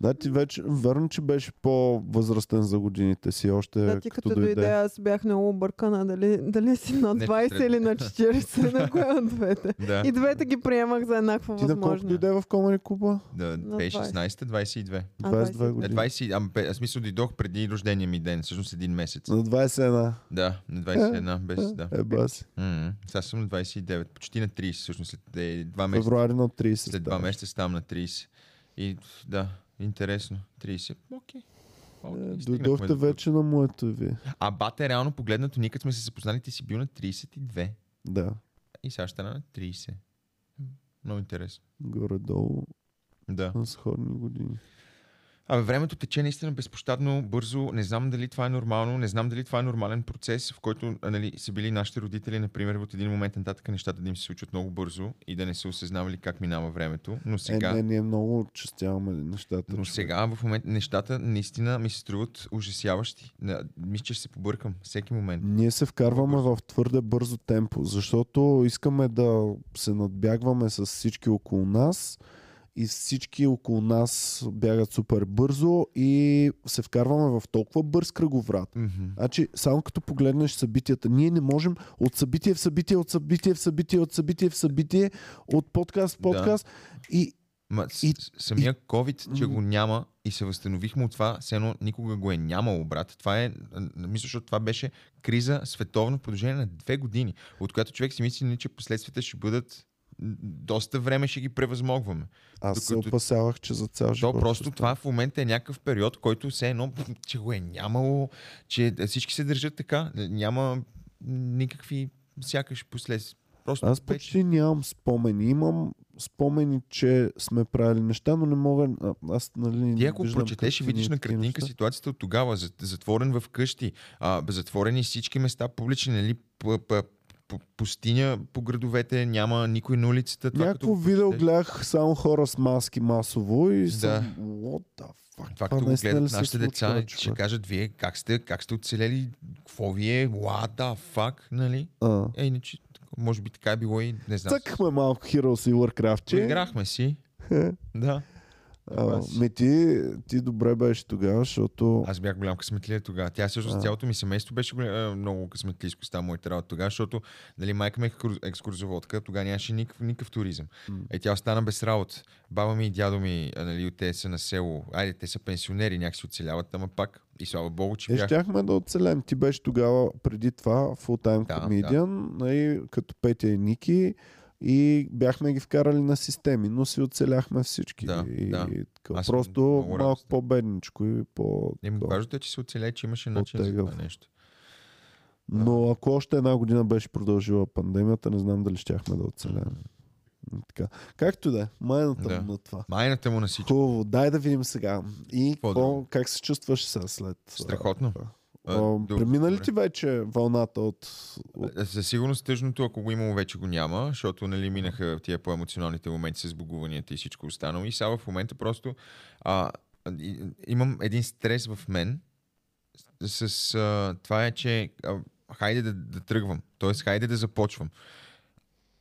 Да, ти вече, верно, че беше по-възрастен за годините си, още
Да, ти като, дойде, аз бях много объркана дали, дали си на
Не, че
20
трябва.
или на 40, на кое от
<laughs>
двете.
Да,
И двете ги приемах за еднакво
Ти на колко
възможно. е.
дойде в Комари Куба?
да 2016-22.
А,
22
20.
На
години.
20, ама, пе- аз смисъл дойдох преди рождения ми ден, всъщност един месец.
На 21.
Да, на 21, без да.
Е, баси.
М, Сега съм на 29, почти на 30, всъщност след е, два месеца.
Февруари на 30.
След два
ставаш.
месеца ставам на 30. И да, интересно. 30. Окей.
Е,
Окей, стигнахме
Дойдохте
до тук.
вече на моето ви.
А бате, реално погледнато, ние като сме се запознали, ти си бил на 32.
Да,
И сега ще стана на 30. М, Много интересно.
горе-долу
Да.
на сходни години. Е,
Абе, времето тече наистина безпощадно, бързо. Не знам дали това е нормално, не знам дали това е нормален процес, в който а, нали, са били нашите родители, например, от един момент нататък нещата да им се случват много бързо и да не са осъзнавали как минава времето. Но сега...
Е, не, ние много отчестяваме нещата.
Но
човек.
сега в момента нещата наистина ми се струват ужасяващи. На- Мисля, че ще се побъркам всеки момент.
Ние се вкарваме в твърде бързо темпо, защото искаме да се надбягваме с всички около нас и всички около нас бягат супер бързо и се вкарваме в толкова бърз кръговрат.
Мгм.
Значи, само като погледнеш събитията, ние не можем от събитие в събитие, от събитие в събитие, от събитие в събитие, от подкаст в
Да.
подкаст и
Ма, с-
И-
с- самия COVID, че го няма и се възстановихме от това, все едно никога го е нямало, брат. Това е, а, мисля, защото това беше криза световно в продължение на две години, от която човек си мисли, че последствията ще бъдат м, доста време ще ги превъзмогваме.
аз се
Докато-
опасявах, че за цял
То
живот.
просто
ще
това в момента е някакъв период, който все едно, че го е нямало, че всички се държат така. Няма никакви сякаш последствия. Просто
Аз
вече-
почти нямам спомени. Имам спомени, че сме правили неща, но не мога. а, Аз, нали, не
Ти ако
виждам
прочетеш и
картини
видиш на
такива
картинка
неща.
ситуацията от тогава, за- затворен в къщи, а, затворени всички места публични, нали, п- п- по пустиня по градовете, няма никой на улицата. Това,
Някакво
като,
видео
прочетеш-
гледах само хора с маски масово и да. съм...
Да.
What the fuck?
това, като го
наистина ли
гледат
се
нашите
случва,
деца,
бе,
ще
човек?
кажат вие как сте, как сте оцелели, какво ви е, what the fuck, нали?
А,
Е, иначе Може би така е било и не знам.
Цъкахме малко Heroes и Warcraft. че.
Играхме си. да.
А,
Аз-
Ми ти, ти добре беше тогава, защото...
Аз бях голям късметлия тогава. Тя всъщност цялото ми семейство беше голям, много късметлийско с тази моята работа тогава, защото нали, майка ми е екскур- екскурзоводка, тогава нямаше никакъв, никакъв туризъм. Е, тя остана без работа. Баба ми и дядо ми, а, нали, те са на село. Айде, те са пенсионери, някакси оцеляват, ама пак. И слава богу, че
Е,
бях.
щяхме да оцелем. Ти беше тогава преди това фултайм
Да,
комедиан, нали, като Петя и Ники и бяхме ги вкарали на системи, но си оцеляхме всички.
Да,
и,
да.
и така.
Аз съм
Просто
много радостен.
малко по-бедничко и по...
Не ми
то.
кажете, че се оцеля, че имаше начин за
Оттегъв.
това нещо.
Но ако още една година беше продължила пандемията, не знам дали щяхме да оцелем. Така. Както и да е, майната
Да.
да. на това.
Майната му на всичко.
Хубаво, дай да видим сега. И
Какво
какво-
да?
как се чувстваш сега след?
Страхотно.
А,
А, добре.
премина ли ти вече вълната от... от...
Е, Със сигурност тъжното, ако го имало, вече го няма, защото нали, минаха тия по-емоционалните моменти с богуванията и всичко останало. И сега в момента просто а, и- имам един стрес в мен с, с а, това е, че а, хайде да, да тръгвам. Тоест, хайде да започвам.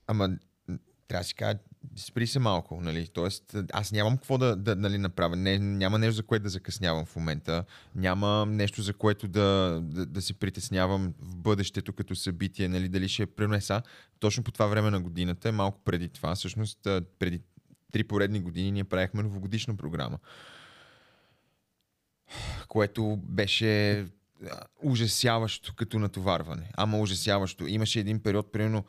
Ама м, трябва да си кажа, спри се малко, нали? Тоест, аз нямам какво да, да нали, направя. Не, няма нещо, за което да закъснявам в момента. Няма нещо, за което да, да, да се притеснявам в бъдещето като събитие, нали? Дали ще пренеса. Точно по това време на годината, е малко преди това, всъщност а, преди три поредни години ние правихме новогодишна програма което беше а, ужасяващо като натоварване. Ама ужасяващо. Имаше един период, примерно,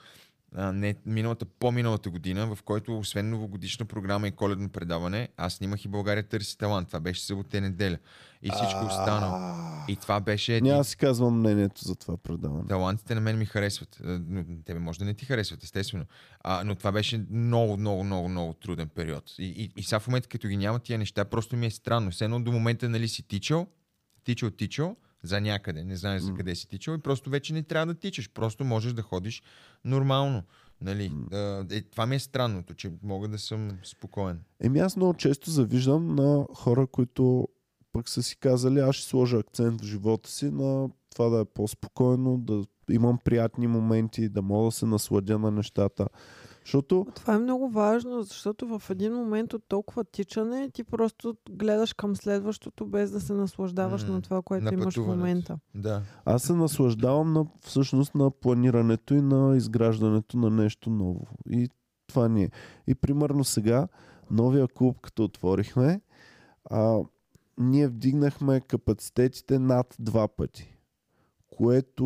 а, не, миналата, по-миналата година, в който освен новогодишна програма и коледно предаване, аз снимах и България търси талант. Това беше събота и неделя. И всичко останало.
А,
Е, И това беше... един-
Няма да си казвам мнението за това предаване.
Талантите на мен ми харесват. Е, А, но Тебе може да не ти харесват, естествено. А, но това беше много, много, много, много труден период. И, и, и сега в момента, като ги няма тия неща, просто ми е странно. Все едно до момента, нали, си тичал, тичал, тичал, за някъде, не знаеш за къде си тичал и просто вече не трябва да тичаш. Просто можеш да ходиш нормално. Нали? А, Е, това ми е странното, че мога да съм спокоен.
Еми аз много често завиждам на хора, които пък са си казали, аз ще сложа акцент в живота си на това да е по-спокойно, да имам приятни моменти, да мога да се насладя на нещата. Защото
Това е много важно, защото в един момент от толкова тичане ти просто гледаш към следващото, без да се наслаждаваш
М,
на това, което
на
имаш в
пътуването.
момента.
Да.
аз се наслаждавам на, всъщност на планирането и на изграждането на нещо ново. И това ни е. И примерно сега, новия клуб, като отворихме, а, ние вдигнахме капацитетите над два пъти, което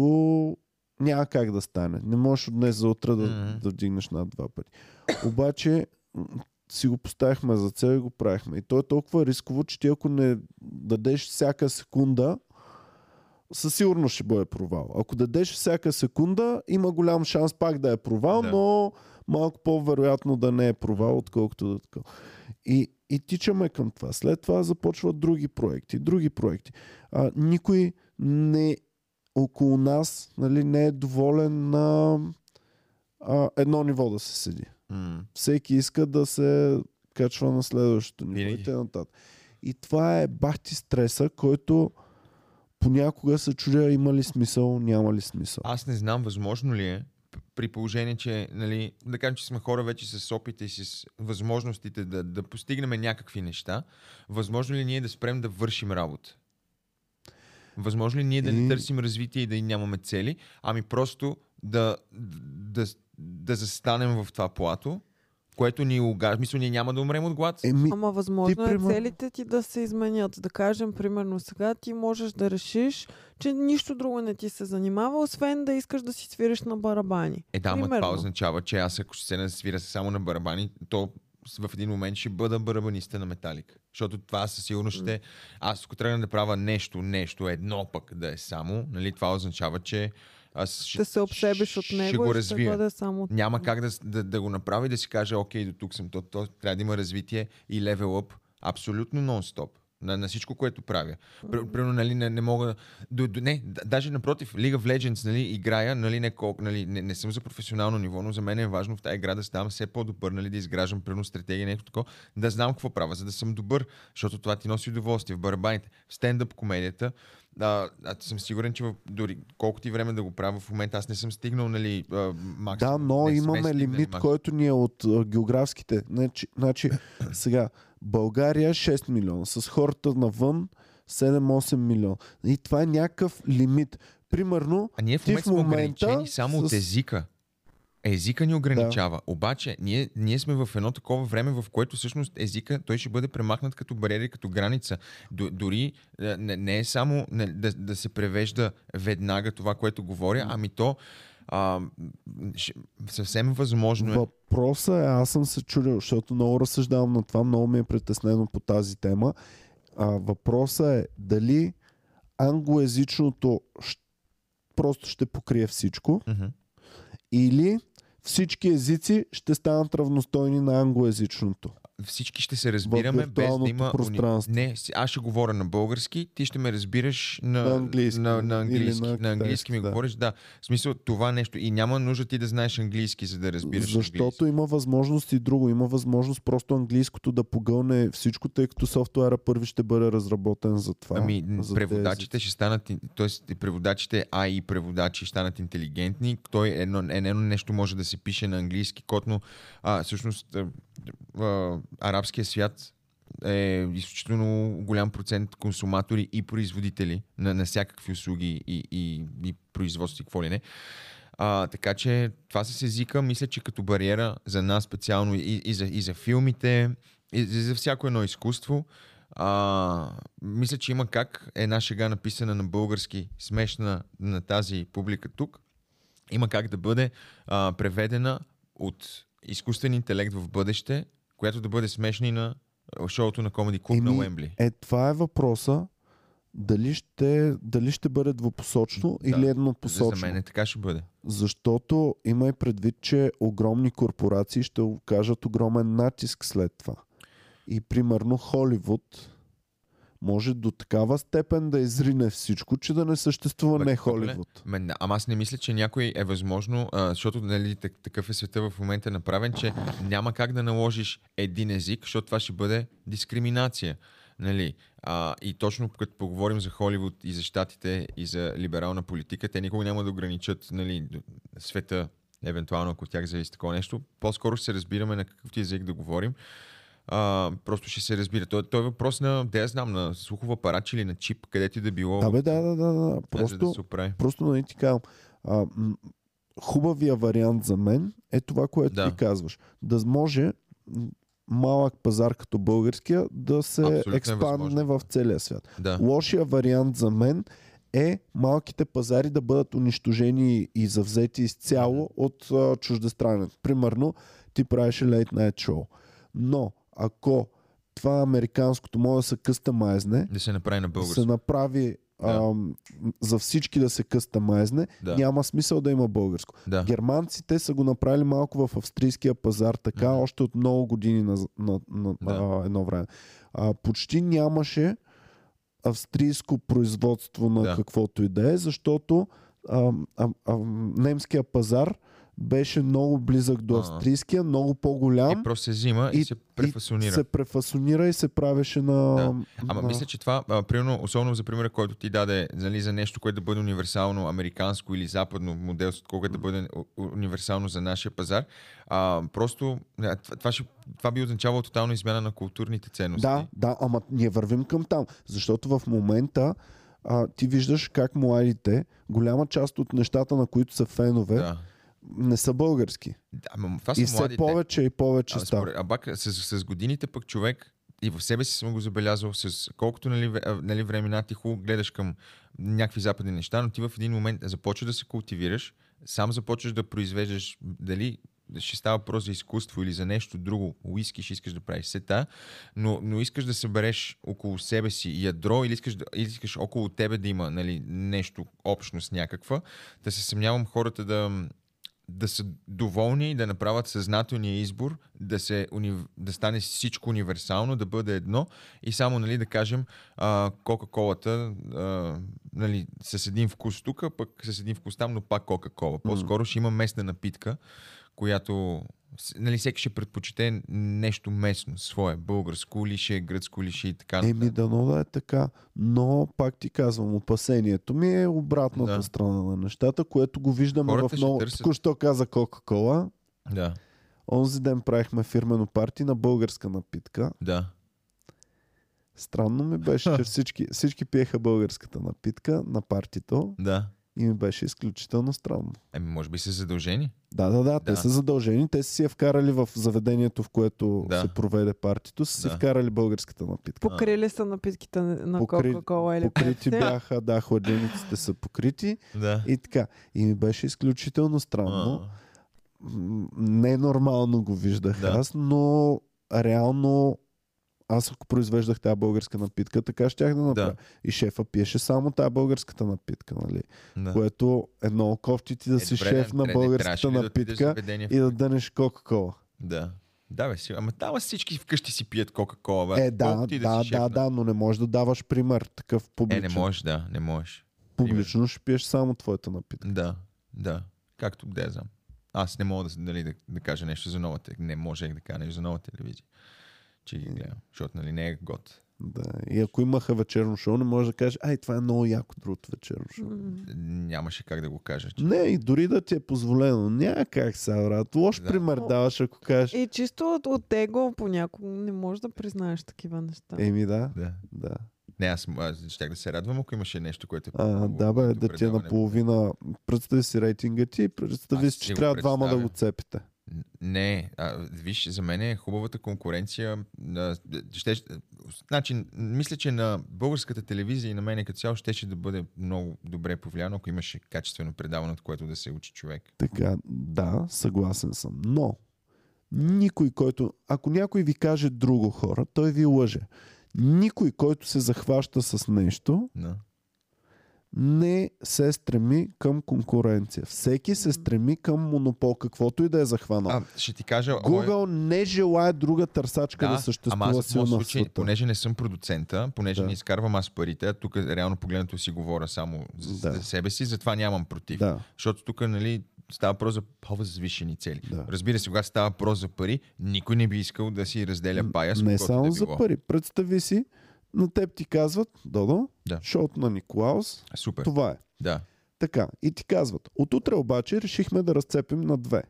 няма как да стане. Не можеш от днес за утре да,
Мгм.
mm-hmm. да вдигнеш над два пъти. Обаче м, си го поставихме за цел и го правихме. И то е толкова рисково, че ти ако не дадеш всяка секунда, със сигурност ще бъде провал. Ако дадеш всяка секунда, има голям шанс пак да е провал,
Да.
да. но малко по-вероятно да не е провал, отколкото да така. И, и тичаме към това. След това започват други проекти, други проекти. А, никой не около нас нали, не е доволен на а, едно ниво да се седи.
М.
Всеки иска да се качва на следващото ниво
Винаги.
и т.н. И това е бахти стреса, който понякога се чудя има ли смисъл, няма ли смисъл.
Аз не знам, възможно ли е, п- при положение, че, нали, да кажем, че сме хора вече с опита и с възможностите да, да постигнем някакви неща, възможно ли е ние да спрем да вършим работа? Възможно ли е ние да не
И-
търсим развитие и да нямаме цели, ами просто да, да, да застанем в това плато, което ни угажда. Мисля, ние няма да умрем от глад.
Еми,
Ама възможно е
примерно-
целите ти да се изменят. Да кажем, примерно сега ти можеш да решиш, че нищо друго не ти се занимава, освен да искаш да си свириш на барабани.
Е, да, ама това
Примерно.
означава, че аз ако ще се насвира само на барабани, то с- в един момент ще бъда барабаниста на Металик. Защото това със сигурност ще... Аз ако тръгна да правя нещо, нещо, едно пък да е само, нали, това означава, че аз ще,
Ще се обсебиш от
ще
него
го
и ще
развия.
бъде само...
Няма как да, с- да, да го направи да си каже, окей, до тук съм. То, то трябва да има развитие и левел ап абсолютно нон-стоп. На, на всичко, което правя. Пр- Примерно, нали, не, не мога. До, до, не, д- даже напротив, League of Legends, нали, играя, нали, не, кол- нали, не, не, съм за професионално ниво, но за мен е важно в тази игра да ставам все по-добър, нали, да изграждам, примерно, стратегия, нещо такова, да знам какво правя, за да съм добър, защото това ти носи удоволствие в барабаните, в стендъп комедията. А, аз съм сигурен, че в, дори колкото и време да го правя в момента, аз не съм стигнал, нали, а, максимум.
Да, но
не сме
имаме
стигнали
лимит,
максимум.
който ни е от а, географските. Значи,
<coughs>
значи сега, България 6 милиона, с хората навън 7-8 милиона. И това е някакъв лимит. Примерно,
А ние
Ти
в
в
момента сме
момента
ограничени само от
с-
езика. Е, Езика ни ограничава. Обаче, ние, ние сме в едно такова време, в което всъщност езика той ще бъде премахнат като бариера, и като граница. Д- дори е, не, не е само не, да, да се превежда веднага това, което говоря, ами то а, м, ще, съвсем възможно е.
въпросът е, аз съм се чудил, защото много разсъждавам на това, много ми е притеснено по тази тема. А, въпросът е дали англоязичното щ- просто ще покрие всичко,
Мгм.
или всички езици ще станат равностойни на англоязичното.
Всички ще се разбираме без да
виртуалното
има... уни-
пространство.
Не, си- аз ще говоря на български, ти ще ме разбираш на,
На английски.
На,
Или
на, английски.
на
на, английски ми
китайски, да.
говориш, да. В смисъл това нещо. И няма нужда ти да знаеш английски, за да разбираш английски.
Защото е има възможност и друго. Има възможност просто английското да погълне всичко, тъй като софтуера първи ще бъде разработен за това.
Ами,
за
преводачите
тези.
ще станат, т.е. преводачите, а и преводачи ще станат интелигентни. Той едно, едно нещо може да се пише на английски код, но а, всъщност а, а, арабския свят е изключително голям процент консуматори и производители на, на всякакви услуги и, и, и производства и какво ли не. А, така че това с езика, мисля, че като бариера за нас специално и, и, за, и за филмите, и, за- и за всяко едно изкуство, а, мисля, че има как една шега написана на български, смешна на тази публика тук, има как да бъде а, преведена от изкуствен интелект в бъдеще, която да бъде смешна и на шоуто на Comedy Club на
Еми,
Уембли.
Е, това е въпроса. Дали ще, дали ще бъде двупосочно
Да,
или
За
еднопосочно.
за мен е така ще бъде.
Защото има и предвид, че огромни корпорации ще окажат огромен натиск след това. И примерно Холивуд може до такава степен да изрине всичко, че да не съществува
Бе,
не
какво ли?
Холивуд.
Мен, ама аз не мисля, че някой е възможно, а, защото нали, так- такъв е света в момента направен, че няма как да наложиш един език, защото това ще бъде дискриминация. Нали? А, и точно като поговорим за Холивуд и за щатите и за либерална политика, те никога няма да ограничат нали, д- света, евентуално ако от тях зависи такова нещо. По-скоро ще се разбираме на какъв ти език да говорим. А, просто ще се разбира. Той, той е въпрос на, да я знам, на слухов апарат или на чип, където и да било.
Абе, да, да, да, да.
за да
Просто,
се оправи.
просто нали ти казвам, а, м, хубавия вариант за мен е това, което
Да.
ти казваш. Да може м, малък пазар като българския да се
Абсолютно е
експандне
възможно,
в целия свят.
Да.
Лошия вариант за мен е малките пазари да бъдат унищожени и завзети изцяло от а, чуждестранец. Примерно, ти правиш Late Night Show. Но, ако това американското може да се къстамайзне,
Да се направи на
се
български.
направи
Да.
ам, за всички да се къстамайзне,
Да.
няма смисъл да има българско.
Да.
Германците са го направили малко в австрийския пазар, така
Мгм.
още от много години на, на, на
Да.
а, едно време. А, почти нямаше австрийско производство на
Да.
каквото и да е, защото а, а, а, немския пазар беше много близък до
А.
австрийския, много по-голям
И просто се взима и,
и-
се
и
префасонира.
се префасонира и се правеше на...
Да. Ама
на...
мисля, че това, а, примерно, особено за примера, който ти даде, нали, за нещо, което да бъде универсално американско или западно модел, колко е да бъде у- у- универсално за нашия пазар, а, просто а, това, това, ще, това би означавало тотална измяна на културните ценности.
Да, да, ама ние вървим към там. Защото в момента а, ти виждаш как младите, голяма част от нещата, на които са фенове, да.
Да.
не са български.
Да, Ама това
и
са
все
младите.
повече и повече
А,
става.
Ами според- а пак с, с годините пък човек и в себе си съм го забелязал, с колкото нали, ве- а, нали, времена ти хубаво гледаш към някакви западни неща, но ти в един момент започваш да се култивираш, сам започваш да произвеждаш дали ще става въпрос за изкуство или за нещо друго, уиски ще искаш да правиш сета, но, но искаш да събереш около себе си ядро или искаш, да, или искаш около тебе да има нали, нещо общност някаква, да се съмнявам хората да, да са доволни и да направят съзнателния избор, да, се, уни- да стане всичко универсално, да бъде едно и само нали, да кажем а, Кока-Колата а, нали, с един вкус тук, пък с един вкус там, но пак Кока-Кола. По-скоро ще има местна напитка, която с- нали, всеки ще предпочете нещо местно, свое, българско лише, гръцко лише и така.
Еми, дано да е така. Но, пак ти казвам, опасението ми е обратната да.
Да.
страна на нещата, което го виждаме
Хората
в
ще
много...
търсят.
Току-що каза Кока-Кола.
Да,
Онзи ден правихме фирмено парти на българска напитка.
да.
Странно ми
<laughs>
беше, че всички, всички пиеха българската напитка на партито
Да.
и ми беше изключително странно.
Еми, може би са задължени.
Да, да, да, те
Да.
са задължени. Те са си я вкарали в заведението, в което да.
Да.
се проведе партито, са си
Да.
вкарали българската напитка.
Покрили са напитките на
Покри-
Кока-Кола или
Покрити
Пепси.
бяха, да, хладилниците са покрити
Да.
и така. И ми беше изключително странно.
А,
М, Ненормално го виждах да.
Да.
аз, но реално аз ако произвеждах тази българска напитка, така щях да направя. Да.
Да.
И шефа пиеше само тази българската напитка, нали?
да.
Което е много кофти ти да
Е,
си
добре,
шеф
не-
на
не- не трябваше
българската
ли да отидеш в
напитка
заведение, в
и да дънеш Кока-Кола.
Да. Да, бе, си. Ама там всички вкъщи си пият Кока-Кола, бе.
Е, да,
Колко ти
да, да,
си шеф
да,
на-
да, но не можеш да даваш пример такъв
Е,
публичен.
не можеш, да, не можеш.
Публично ще пиеш само твоята напитка.
Да, да. Както да я знам. Аз не мога да, с- нали, да, да кажа нещо за новата. Не можех да кажа нещо за нова телевизия. Че ги гледам. Защото нали, не е год.
Да. И ако имаха вечерно шоу, не можеш да кажеш, ай, това е много яко другото вечерно шоу.
М.
Нямаше как да го кажа. Че...
Не, и дори да ти е позволено. Някак сега, брат. Лош
Да.
пример даваш, ако кажеш.
И чисто от, от его понякога не можеш да признаеш такива неща.
Е,
Еми да,
Да.
да.
Не, аз, аз щях да се радвам, ако имаше нещо, което е
А,
по-хубаво,
да бе,
което
да ти е
предаване.
наполовина. Представи си рейтинга ти и представи
Аз
си,
си
че
го
трябва двама да
представя.
го цепите.
Не, а, виж, за мен е хубавата конкуренция. а, Ще, значи, мисля, че на българската телевизия и на мен като цяло щеше да бъде много добре повлияно, ако имаше качествено предаване, от което да се учи човек.
Така, да, съгласен съм. Но никой, който... Ако някой ви каже друго хора, той ви лъже. Никой, който се захваща с нещо,
Да.
не се стреми към конкуренция. Всеки се стреми към монопол, каквото и да е захванал.
А, ще ти кажа... ой,
Google не желая друга търсачка да, да
ама
съществува
аз в моят
силна в
случай,
света.
понеже не съм продуцента, понеже
Да.
да. не изкарвам аз парите, а тук реално погледнато си говоря само за,
Да.
да. за себе си, затова нямам против.
Да,
Защото тук, нали, става въпрос за по-възвишени цели.
Да.
Да. Разбира се, когато става въпрос за пари, никой не би искал да си разделя пая с
не
когото е и
само
да
за
било.
пари. Представи си, на теб ти казват, Додо,
Да.
шоуто на Николаус,
Супер,
това е.
да.
Така, и ти казват, от утре обаче решихме да разцепим на две.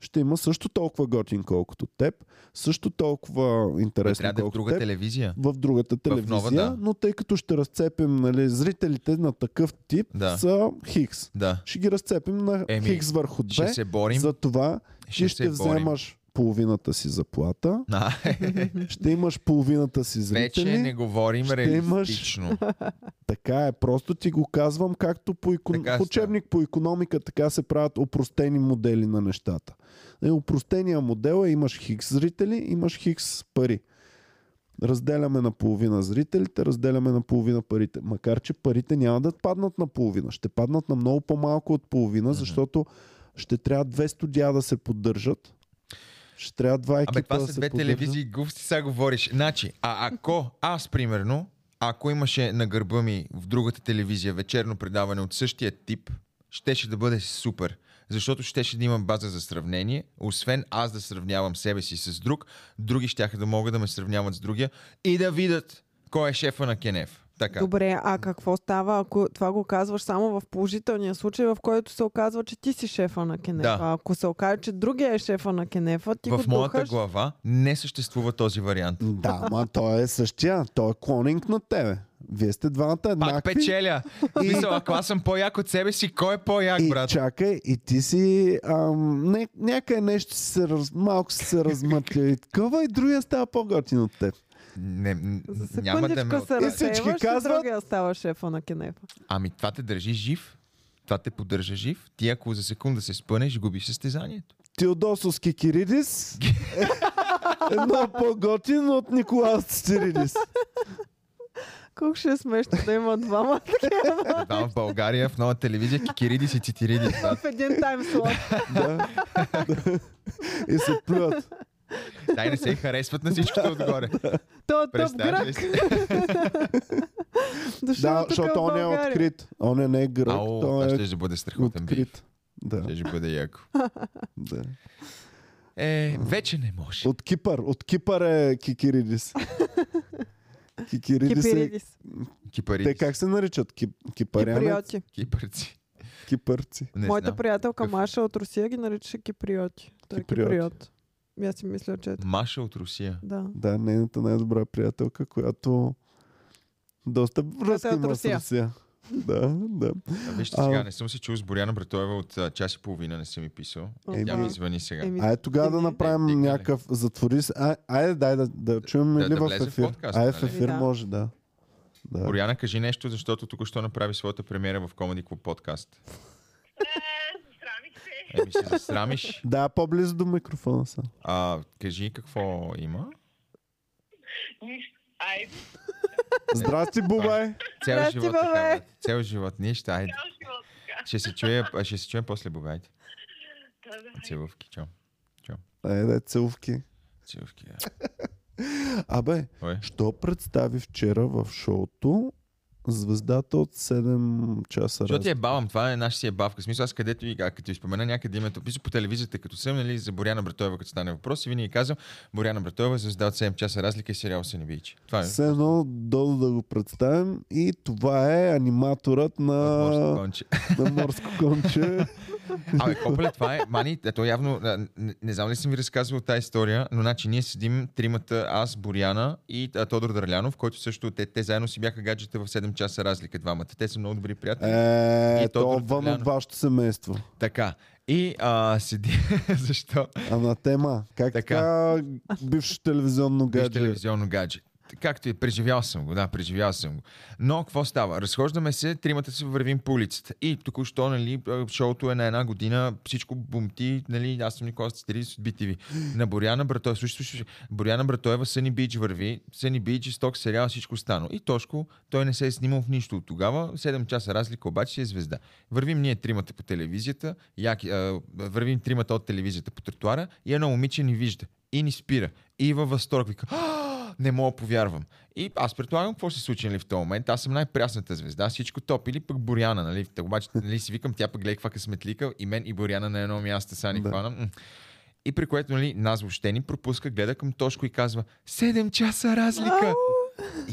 Ще има също толкова готин, колкото теб, също толкова
Бе,
интересно,
Трябва да е в
колкото
друга
теб,
телевизия.
в другата телевизия,
нова, да.
но тъй като ще разцепим нали, зрителите на такъв тип
Да.
са Хикс.
Да.
Ще ги разцепим на
Еми,
Хикс върху две.
Ще се борим.
За това ти
Ще
ще
се борим. <laughs>
вземаш половината си заплата,
На,
ще имаш половината си
вече
зрители.
не говорим
ще имаш-
реалистично.
Така е, просто ти го казвам, както по икон...
Така
в
става.
учебник по економика така се правят опростени модели на нещата. Е, опростения модел е имаш хикс зрители, имаш хикс пари. Разделяме на половина зрителите, разделяме на половина парите. Макар, че парите няма да паднат на половина. Ще паднат на много по-малко от половина, защото ще трябва две студия да се поддържат. Ще трябва два Е, екипа
Абе, това
да
са
се
две
поддържат.
телевизии, гуф си сега говориш. Значи, а ако аз, примерно, ако имаше на гърба ми в другата телевизия вечерно предаване от същия тип, щеше да бъде супер. Защото щеше да имам база за сравнение. Освен аз да сравнявам себе си с друг, други щяха да могат да ме сравняват с другия и да видят кой е шефа на Кенев. Така.
Добре, а какво става, ако това го казваш само в положителния случай, в който се оказва, че ти си шефа на Кенефа?
Да.
А ако се окаже, че другия е шефа на Кенефа, ти
в
го
моята
духаш.
глава не съществува този вариант.
Да, ма той е същия. Той е клонинг на тебе. Вие сте двамата еднакви.
Пак печеля.
И-
Мисъл, ако аз съм по-як от себе си, кой е по-як,
И
брат?
чакай, и ти си... Ам, не, някъде нещо си се раз, малко си се размътля. И такова и другия става по-готин от теб.
Не, м-
За
няма да ме...
секундичка се
И всички
разсейваш и
казват-
другия става шефа на Кенефа.
Ами това те държи жив. Това те поддържа жив. Ти ако за секунда се спънеш, губиш състезанието.
Теодосос Кикиридис <laughs> е много по-готин от Николас Цициридис.
Колко ще е смешно да има двама <laughs> такива
Там в България, в нова телевизия, кикириди си титириди. Да,
в един таймслот.
Да. и се плюят.
Дай не се харесват на всичкото отгоре.
Той е топ
Представяш ли
грък.
си?
Дошъл
Да,
тук
защото
в
он е
България.
открит. Он е не е грък,
Ау,
той е
това ще бъде страхотен бив.
открит. Да,
Ще бъде яко.
да.
Е, вече не може.
От Кипър. От Кипър е Кикиридис. Кикиридис е...
Кипиридис.
Те
Кипари.
как се наричат? Кип... Кипаряни?
Киприоти.
Кипърци.
Кипърци.
Не
Моята
знам.
приятелка
Какъв-
Маша от Русия ги нарича киприоти. Той е
Киприоти.
киприот. Аз си мисля, че е така.
Маша от Русия.
Да.
Да, нейната най-добра приятелка, която доста връзка
е от
има с
Русия.
Русия. Да, да.
А, Вижте
А.
сега, не съм се чул с Боряна Братоева от а, час и половина, не съм ми писал.
Еми,
Тя ми звъни сега.
Еми,
Айде тогава да
Еми,
направим
е, тикали.
някакъв... Затвори се. Ай- Айде, дай да, да чуем
Да-
или
да
в
влезе в
ефир.
подкаста,
Айде в
нали?
ефир
Да.
може, да. Да.
Боряна, кажи нещо, защото тук що направи своята премиера в Comedy Club подкаст. Еми се засрамиш.
Да, по-близо до микрофона са.
А, кажи какво има.
Нищо. Айде,
Здрасти, Бубай!
Цял
Здрасти,
живот
бабе!
така, бе. Цял живот, нищо, айде.
цял живот така.
Ще се чуе, а, ще се чуем после, бабайте.
Да, да.
Целувки, чо.
Айде, целувки.
Целувки, да.
Абе,
Ой.
що представи вчера в шоуто звездата от 7 часа
Защото ти
разлика?
е бавам, това е наша си е бавка. В Смисъл, аз където и а, като ти спомена някъде името, писа по телевизията, като съм, нали, за Боряна Братоева, като стане въпрос и винаги казвам, Боряна Братоева за от 7 часа разлика и сериал се не бичи. Това е.
Все едно долу да го представим и това е аниматорът
Морско
на,
конче.
на морско
<laughs>
конче.
Абе, копале, това е, Мани, ето явно, а, не, не знам ли съм ви разказвал тази история, но значи ние седим тримата, аз, Боряна и а, Тодор Дърлянов, който също, те, те заедно си бяха гаджета в 7 часа разлика двамата. Те са много добри приятели.
Е,
И
то
Тодор
вън от
Търлянов.
вашето семейство.
Така. И а, седи, <laughs> защо?
Анатема. Как
Така.
така бивше телевизионно
Виж
гадже?
телевизионно гадже. Както и преживял съм го, да, преживял съм го. Но какво става? Разхождаме се, тримата си вървим по улицата. И току-що, нали, шоуто е на една година, всичко бумти, нали, аз съм Никола Стерис от BTV. На Боряна Братоева, слушай, слушай, Боряна Братоева, Съни Бич върви, Съни Бич, сток сериал, всичко останало. И Тошко, той не се е снимал в нищо от тогава, 7 часа разлика, обаче си е звезда. Вървим ние тримата по телевизията, яки, а, вървим тримата от телевизията по тротуара и едно момиче ни вижда и ни спира. И във възторг вика, «А, не мога да повярвам. И аз предполагам какво се случи нали, в този момент. Аз съм най-прясната звезда, всичко топ. Или пък Боряна, нали? Та Обаче, нали, си викам, тя пък гледа каква късметлика и мен и Боряна на едно място са ни
Да.
хвана. М. И при което, нали, нас въобще ни пропуска, гледа към Тошко и казва, 7 часа разлика!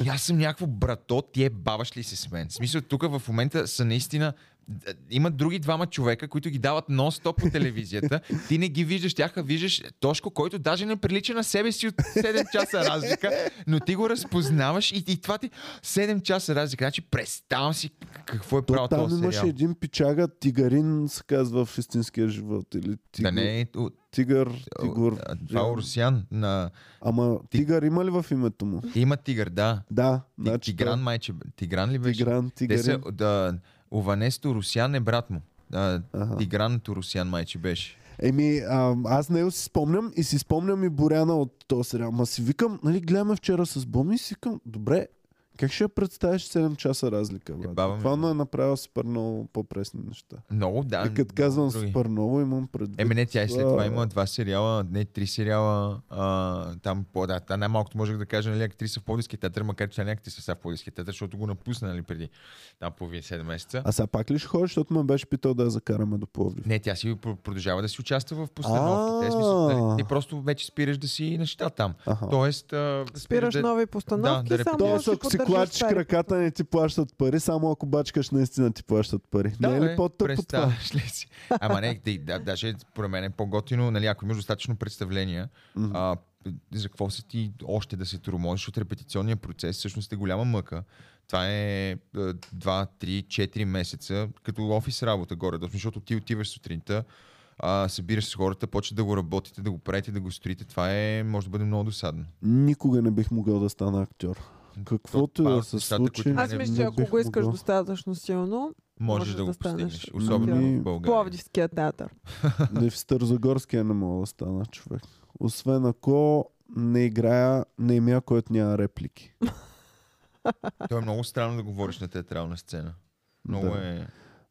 И аз съм някакво брато, ти е баваш ли се с мен? В смисъл, тук в момента са наистина д- има други двама човека, които ги дават нон-стоп по телевизията. Ти не ги виждаш, тяха виждаш Тошко, който даже не прилича на себе си от 7 часа разлика, но ти го разпознаваш и, и това ти 7 часа разлика. Значи представям си какво е
То
правил
там
този
имаше
сериал.
един пичага тигарин, се казва в истинския живот. Или тигър,
Да не е от-
тигър, тигур.
а, това е русян. На...
Ама
Ти-
тигър има ли в името му?
Има тигър, да.
Да,
Ти-
значи
Тигран майче. Тигран ли
той-
беше?
Тигран,
Те са,
тигарин.
да, Ованесто Русян е брат му. А,
Аха.
Тигран Русян майче беше.
Еми, а, аз него си спомням и си спомням и Боряна от този сериал. Ма си викам, нали, гледаме вчера с Боми и си викам, добре, как ще я представиш 7 часа разлика?
Е,
Брат?
баба ми.
Това му е направил супер много по-пресни неща.
Много, да.
и като
много
казвам
други.
супер много, имам предвид.
Еме не, тя и след това
а,
има два сериала, не три сериала, а, там по, да, та най-малкото можех да кажа, нали, актриса в Плодивския театър, макар че тя не е актриса сега в Плодивския театър, защото го напусна, нали, преди там половин 7 месеца.
А сега пак ли ще ходиш, защото ме беше питал да я закараме до Пловдив?
Не, тя си пр- продължава да си участва в постановките. Те смисъл, нали, Ти просто вече спираш да си неща там.
Аха.
Тоест, а,
Спираш
да-
нови постановки,
да е
само
репетираш.
Тоест,
ще
ако си
поддържаш
клачиш
стари.
краката, не ти плащат пари, само ако бачкаш, наистина ти плащат пари.
Да,
не е
бе,
ли по-тъпо това?
представяш ли си? Ама не, да, да, даже според мен е по-готино, нали, ако имаш достатъчно представления, а, за какво са ти още да се тормозиш от репетиционния процес, всъщност е голяма мъка. Това е 2, 3, 4 месеца, като офис работа горе, долу, защото ти отиваш сутринта, а, събираш с хората, почвате да го работите, да го правите, да го строите. Това е, може да бъде много досадно.
Никога не бих могъл да стана актьор. Каквото и
това
да
са
се
нещата,
случи,
които
Аз
Не,
мисля, че
не
ако
бих
го искаш
могъл.
достатъчно силно,
Можеш,
Можеш
да, го
да станеш
постигнеш, особено
актьор.
в България.
Пловдивския театър.
не в Старозагорския не мога да стана човек. Освен ако не играя немия, който няма реплики.
То е много странно да говориш на театрална сцена. Много
Да.
е...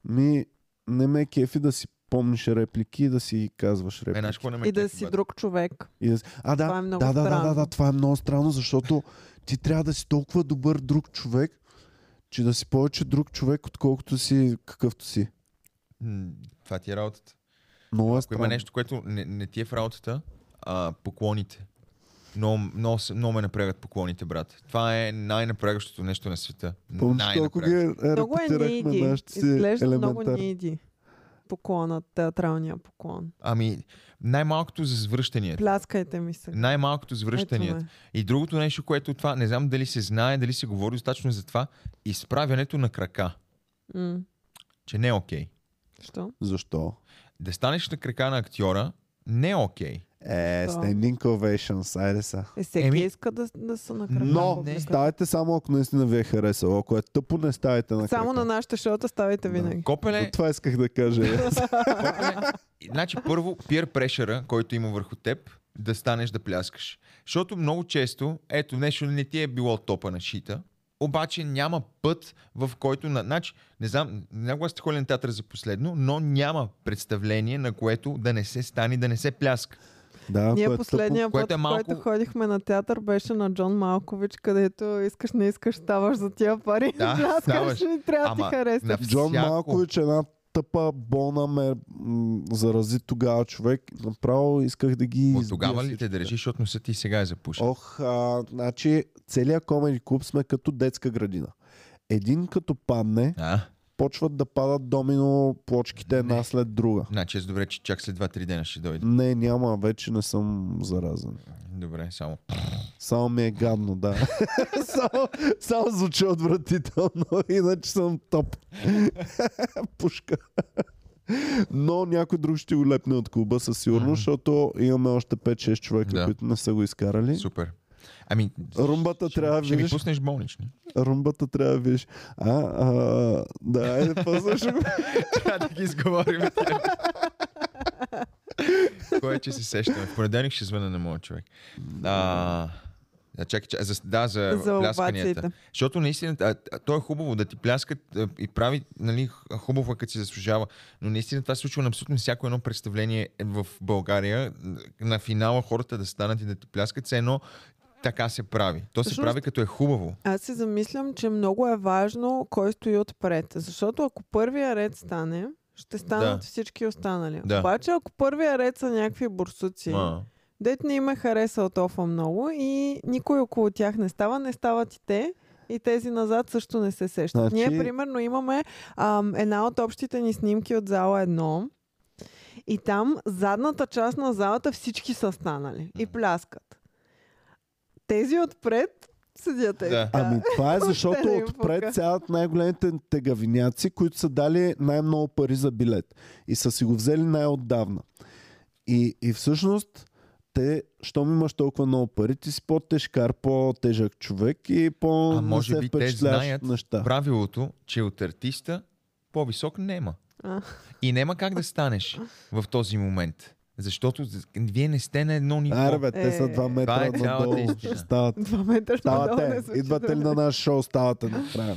Ми, не ме е кефи да си помниш реплики и да си казваш
Е,
реплики.
знаеш какво не ме
И да
кефи,
си
бате?
друг човек.
И да... си- А, да,
Това е много
да, да, да, да,
странно.
да, това е много странно, защото ти трябва да си толкова добър друг човек, че да си повече друг човек, отколкото си какъвто си.
М, Това ти е работата.
Много е
Ако има
странно.
нещо, което не, не ти е в работата, а, поклоните. Но, но, но ме напрягат поклоните, брат. Това е най-напрягащото нещо на света.
Помниш толкова ги
Най-напрягащото.
е, е
Много е
репетирахме
ниди.
нашите си
Изглежда много
елементар.
ниди. Поклонът, театралния поклон.
Ами, най-малкото за звръщанията.
Пляскайте ми се.
Най-малкото за
Ето
връщанията.
ме.
И другото нещо, което това, не знам дали се знае, дали се говори достатъчно за това, изправянето на крака,
М.
че не е окей.
Що?
Защо?
Да станеш на крака на актьора, не е окей.
Е,
Защо?
standing ovations, айде са.
Е, всеки
Еми-
иска да, да са на крака.
Но
Не.
ставайте само ако наистина ви е харесало. Ако е тъпо, не ставайте на
Само
крака.
на нашите шоута ставайте
Да.
винаги.
Копеле,
Но Това исках да
<laughs>
кажа.
И, Значи първо, peer pressure, който има върху теб, да станеш да пляскаш. Защото много често, ето, нещо не ти е било топа на шита, обаче няма път, в който... На... Значи, не знам, някога сте ходили на театър за последно, но няма представление, на което да не се стане, да не се пляска.
да, ако
Ние
е
последния
което
път,
е малко-
който ходихме на театър, беше на Джон Малкович, където искаш, не искаш, ставаш за тия пари. <laughs>
Да, ставаш.
Пляскаш и трябва да
Ама,
ти хареса.
на
тъпо... Джон
всяко-
Малкович, е една тъпа болна ме м- зарази тогава човек. Направо исках да ги
От
избия
тогава ли те
всичките.
държиш, защото носът ти сега е запушен?
Ох, а, значи целият комеди клуб сме като детска градина. Един като падне,
А,
почват да падат домино плочките една след друга.
значи е добре, че чак след 2-3 дена ще дойде.
Не, няма, вече не съм заразен.
Добре, само.
Само ми е гадно, да. <laughs> само, само звучи отвратително, <laughs> иначе съм топ. <laughs> Пушка. Но някой друг ще го лепне от клуба със сигурност,
Мгм.
защото имаме още 5-6 човека,
Да.
които не са го изкарали.
Супер. Ами,
Румбата
ще,
трябва да
ще ми
видиш.
пуснеш болнични.
Румбата трябва да видиш. А, а, да, айде,
<laughs>
после ще го...
Трябва да ги изговорим. Кое, че се сещаме. В понеделник ще звъна на моят човек. А, а, чакай, чакай, за, да, за,
За
плясканията.
овациите.
Защото наистина, а, а, то е хубаво да ти пляскат а, и прави, нали, х- хубаво, е, като си заслужава. Но наистина това се случва на абсолютно всяко едно представление в България. На финала хората да станат и да ти пляскат, все едно така се прави. То се
Всъщност-
прави като е хубаво.
Аз се замислям, че много е важно кой стои отпред. Защото ако първия ред стане, ще станат
Да.
всички останали.
Да.
Обаче ако първия ред са някакви бурсуци,
А,
дет не им е харесал тофа много и никой около тях не става, не стават и те. И тези назад също не се сещат.
Значи-
Значи... Ние, примерно, имаме ам, една от общите ни снимки от зала едно. И там задната част на залата всички са станали и пляскат. Тези отпред седят тези.
Да.
Да.
Ами
<laughs>
това е защото
Въобще не им
отпред
пука.
сядат най-големите тегавиняци, които са дали най-много пари за билет. И са си го взели най-отдавна. И, и всъщност те, щом имаш толкова много пари, ти си по-тежкар, по-тежък човек и по
А може
не се
би те
впечатляваш
знаят
от неща.
правилото, че от артиста по-висок нема.
А.
И няма как да станеш в този момент. Защото з- вие не сте на едно ниво.
Аре бе, те са
Е,
2 метра
това е цялата
надолу.
истина.
Стават.
Два метра надолу не
Ставате.
звучи
Идвате ли
добре.
на наше шоу, ставате направо.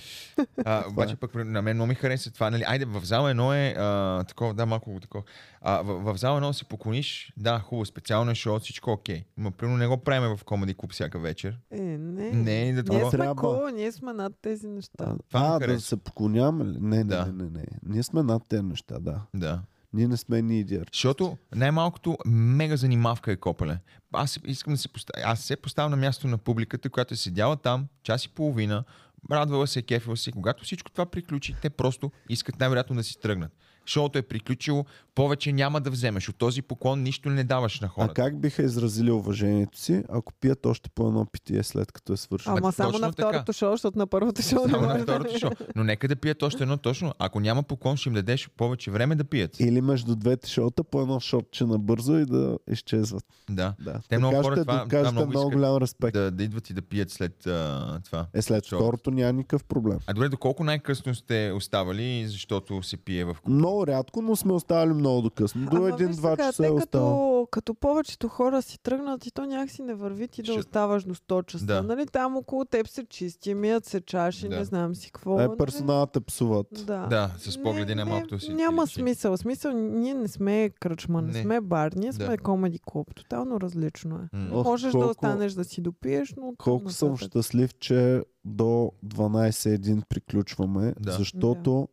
А, обаче пък на мен много ми хареса това. Нали? Айде, в зала едно е а, такова, да, малко го такова. А, в, в зала едно се поклониш, да, хубаво, специално е шоу, всичко окей. Ма примерно не го правиме в комеди клуб всяка вечер.
Е, не.
Не, да
Ние
такова.
сме
Трябва.
кул, ние сме над тези неща.
А,
Това ми
а, да
харесва.
се поклоняваме ли? Не, не,
Да.
не, не, не. Ние сме над тези неща, да.
Да.
Ние не сме ни идиар.
Защото най-малкото мега занимавка е копале. Аз искам да се поставя. Аз се поставям на място на публиката, която е седяла там час и половина, радвала се, кефила се. Когато всичко това приключи, те просто искат най-вероятно да си тръгнат. Шоуто е приключило, повече няма да вземеш. От този поклон нищо не даваш на
А
хората.
как биха изразили уважението си, ако пият още по едно питие след като е свършено?
Ама само
точно
на второто
така.
шоу, защото на първото шоу не
Само на
може да
второто шоу. Но нека да пият още едно точно. Ако няма поклон, ще им дадеш повече време да пият.
Или между двете шоута по едно шотче набързо и да изчезват.
Да.
Да.
Те много
така
хора
ще
това- това
докажете
много
много,
искат.
голям респект.
Да, да идват и да пият след а, това.
Е, след
Шо.
второто няма никакъв проблем.
А добре, доколко най-късно сте оставали, защото се пие в
Много Много рядко, но сме оставали много до късно. До
Ама виж
един-два
сега,
часа е
тъй
остава.
като, като повечето хора си тръгнат и то някакси не върви ти да
Ще-
оставаш до 100 часа.
Да.
Нали, там около теб се чисти, мият се чаши,
Да.
не знам си какво.
Е,
нали.
персоналът те псуват.
Да.
Да, с погледи на малкото си.
Няма
личи.
смисъл. Смисъл, ние не сме кръчма, не,
Не.
не. сме бар, ние сме
Да.
да. комеди клуб. Тотално различно е.
М.
Ох,
Можеш
колко-
да останеш да си допиеш, но... оттам
Колко съм
нататък-
щастлив, че до 12.1 приключваме,
Да.
защото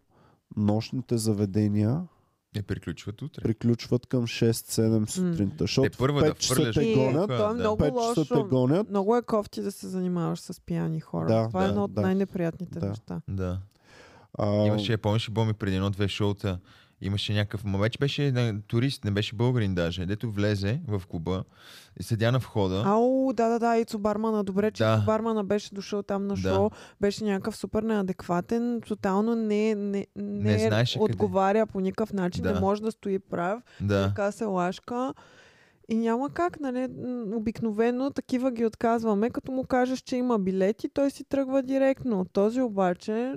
нощните заведения
Не приключват утре.
приключват към 6-7 сутринта. Защото
Те първа
в
да
5 часа
хвърляш
те
И
гонят,
той е много
5 часа те
лошо.
гонят.
Много е кофти да се занимаваш с пияни хора.
Да,
Това
да,
е едно от
да.
най-неприятните
Да.
неща.
Да.
А,
Имаше, помниш ли, Боми, преди едно-две шоута, имаше някакъв, ма вече беше на турист, не беше българин даже, дето влезе в клуба, седя на входа.
Ау, да, да, да, Ицо Бармана, добре, че
Да.
Ицо Бармана беше дошъл там на
Да.
шоу, беше някакъв супер неадекватен, тотално не, не, не,
знаеше къде.
отговаря по никакъв начин,
Да.
не може да стои прав,
да.
така се лашка. И няма как, нали, м, обикновено такива ги отказваме, като му кажеш, че има билети, той си тръгва директно. Този обаче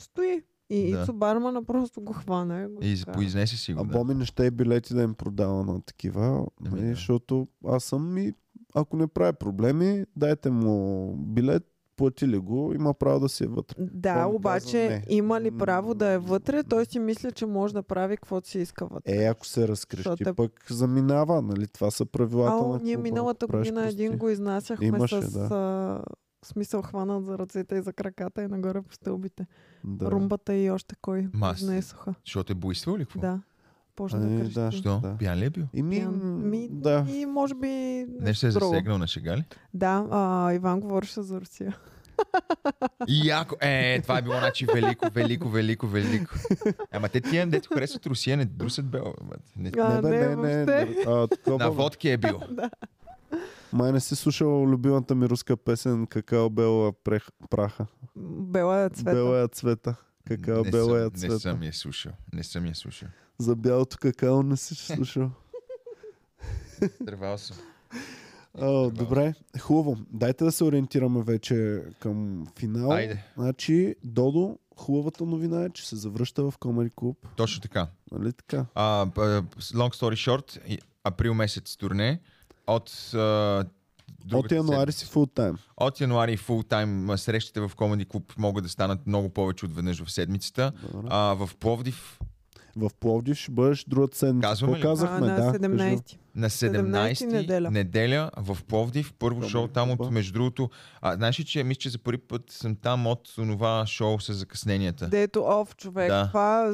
стои. И
Да.
Ицо Бармана просто го хвана. и го
И
така.
поизнесе си го.
А
Да.
Боми не ще и билети да им продава на такива,
Ами
нали,
да.
защото аз съм и ако не прави проблеми, дайте му билет, платили го, има право да си е вътре.
Да,
Боми
обаче
казва не.
има ли право да е
М,
вътре, той си мисли, че може да прави каквото си иска вътре.
Е, ако се разкрещи,
Защото е-
пък заминава, нали? Това са правилата на
Ало, ние
клуба,
миналата
ако правиш
година един
пусти.
го изнасяхме
Имаше,
с
да.
а, смисъл хванат за ръцете и за краката и нагоре по стълбите.
Да.
Да. Румбата и още кой
Ма аз-
изнесоха.
Защото е буйствал ли какво?
Да. Почна
Е,
да
да,
крещи.
Що?
Да.
Пиян ли е бил?
И ми,
Пиян. Ми,
да.
И може би...
Нещо се е
друго.
засегнал на шега ли?
Да, а, Иван говореше за Русия.
Яко. Е, това е било значи велико, велико, велико, велико. Ама те тия, дето харесват Русия, не друсят бел. бе. Не,
А,
не, бе,
не,
не, не,
въобще.
не, а, такова,
на водки е бил.
Май не си слушала любимата ми руска песен Какао бела прех, праха.
Бела е цвета.
Бела я цвета. Какао
не
бела я
съм, не
цвета.
съм я слушал. Не съм я слушал.
За бялото какао не си
<laughs>
слушал.
Тревал съм.
О, добре, хубаво. Дайте да се ориентираме вече към финал.
Айде.
Значи, Додо, хубавата новина е, че се завръща в Комери Клуб.
Точно така.
Нали така?
А, б- long story short, и- април месец турне. От, а,
От
другата
януари
седмица.
си фул тайм.
От януари фул тайм срещите в Комеди Клуб могат да станат много повече от веднъж в седмицата. А, в Пловдив
В Пловдив ще бъдеш другата седмица.
Казваме ли?
Показахме,
а, на
да.
17. ти
на 17
17 неделя.
неделя. неделя в Пловдив. Първо
Комеди
шоу там от,
клуба.
между другото, а, знаеш ли, че мисля, че за първи път съм там от онова шоу с закъсненията.
Дето, ов, човек,
Да.
да. това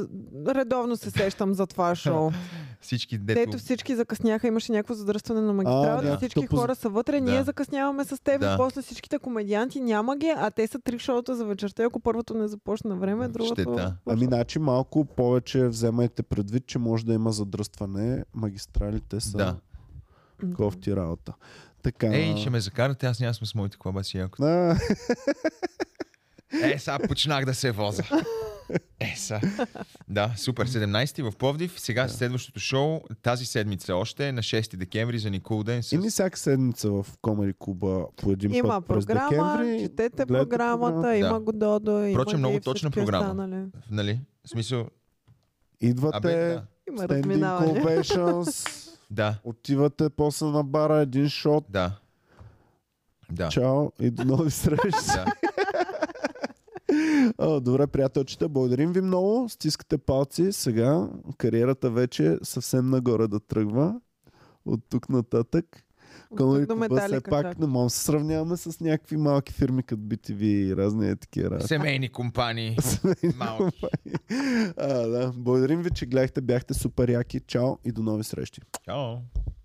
редовно се сещам за това шоу.
Всички дето...
Дето всички закъсняха, имаше някакво задръстване на магистралата,
да.
всички
Тъпо за-
хора са вътре,
Да.
ние закъсняваме с теб
Да.
и после всичките комедианти няма ги, а те са три шоута за вечерта, ако първото не започне на време, другото...
Щета.
Ами, значи малко повече вземайте предвид, че може да има задръстване. Магистралите са
Да.
кофти работа. Така.
Ей, ще ме закарате, аз няма съм с моите кола, баси яко.
А,
Е, сега почнах да се воза. Е, сега. Да, супер. 17-ти в Пловдив. Сега следващото шоу тази седмица още на 6 декември за Никол ден. С...
Ими всяка седмица в Комери Клуба по един
Има
път през
програма,
декември.
четете
гледайте
програмата,
програмата.
има
Да.
го Додо, има
Впрочем,
ги
много
и всички
точна програма.
Останали.
Нали? В смисъл...
Идвате,
Абе, да.
Има
standing
разминаване.
ovations,
Да,
отивате после на бара, един шот,
да. Да.
чао и до нови срещи.
да.
А, Добре, приятелчета, благодарим ви много. Стискате палци. Сега кариерата вече е съвсем нагоре да тръгва. От тук нататък.
От тук
Комери
до
Клуба все
Металика
пак
чак.
не можем да се сравняваме с някакви малки фирми като BTV и разни е такива работи.
Семейни компании.
<laughs>
Малки.
а, да. Благодарим ви, че гледахте. Бяхте супер яки. Чао и до нови срещи.
Чао.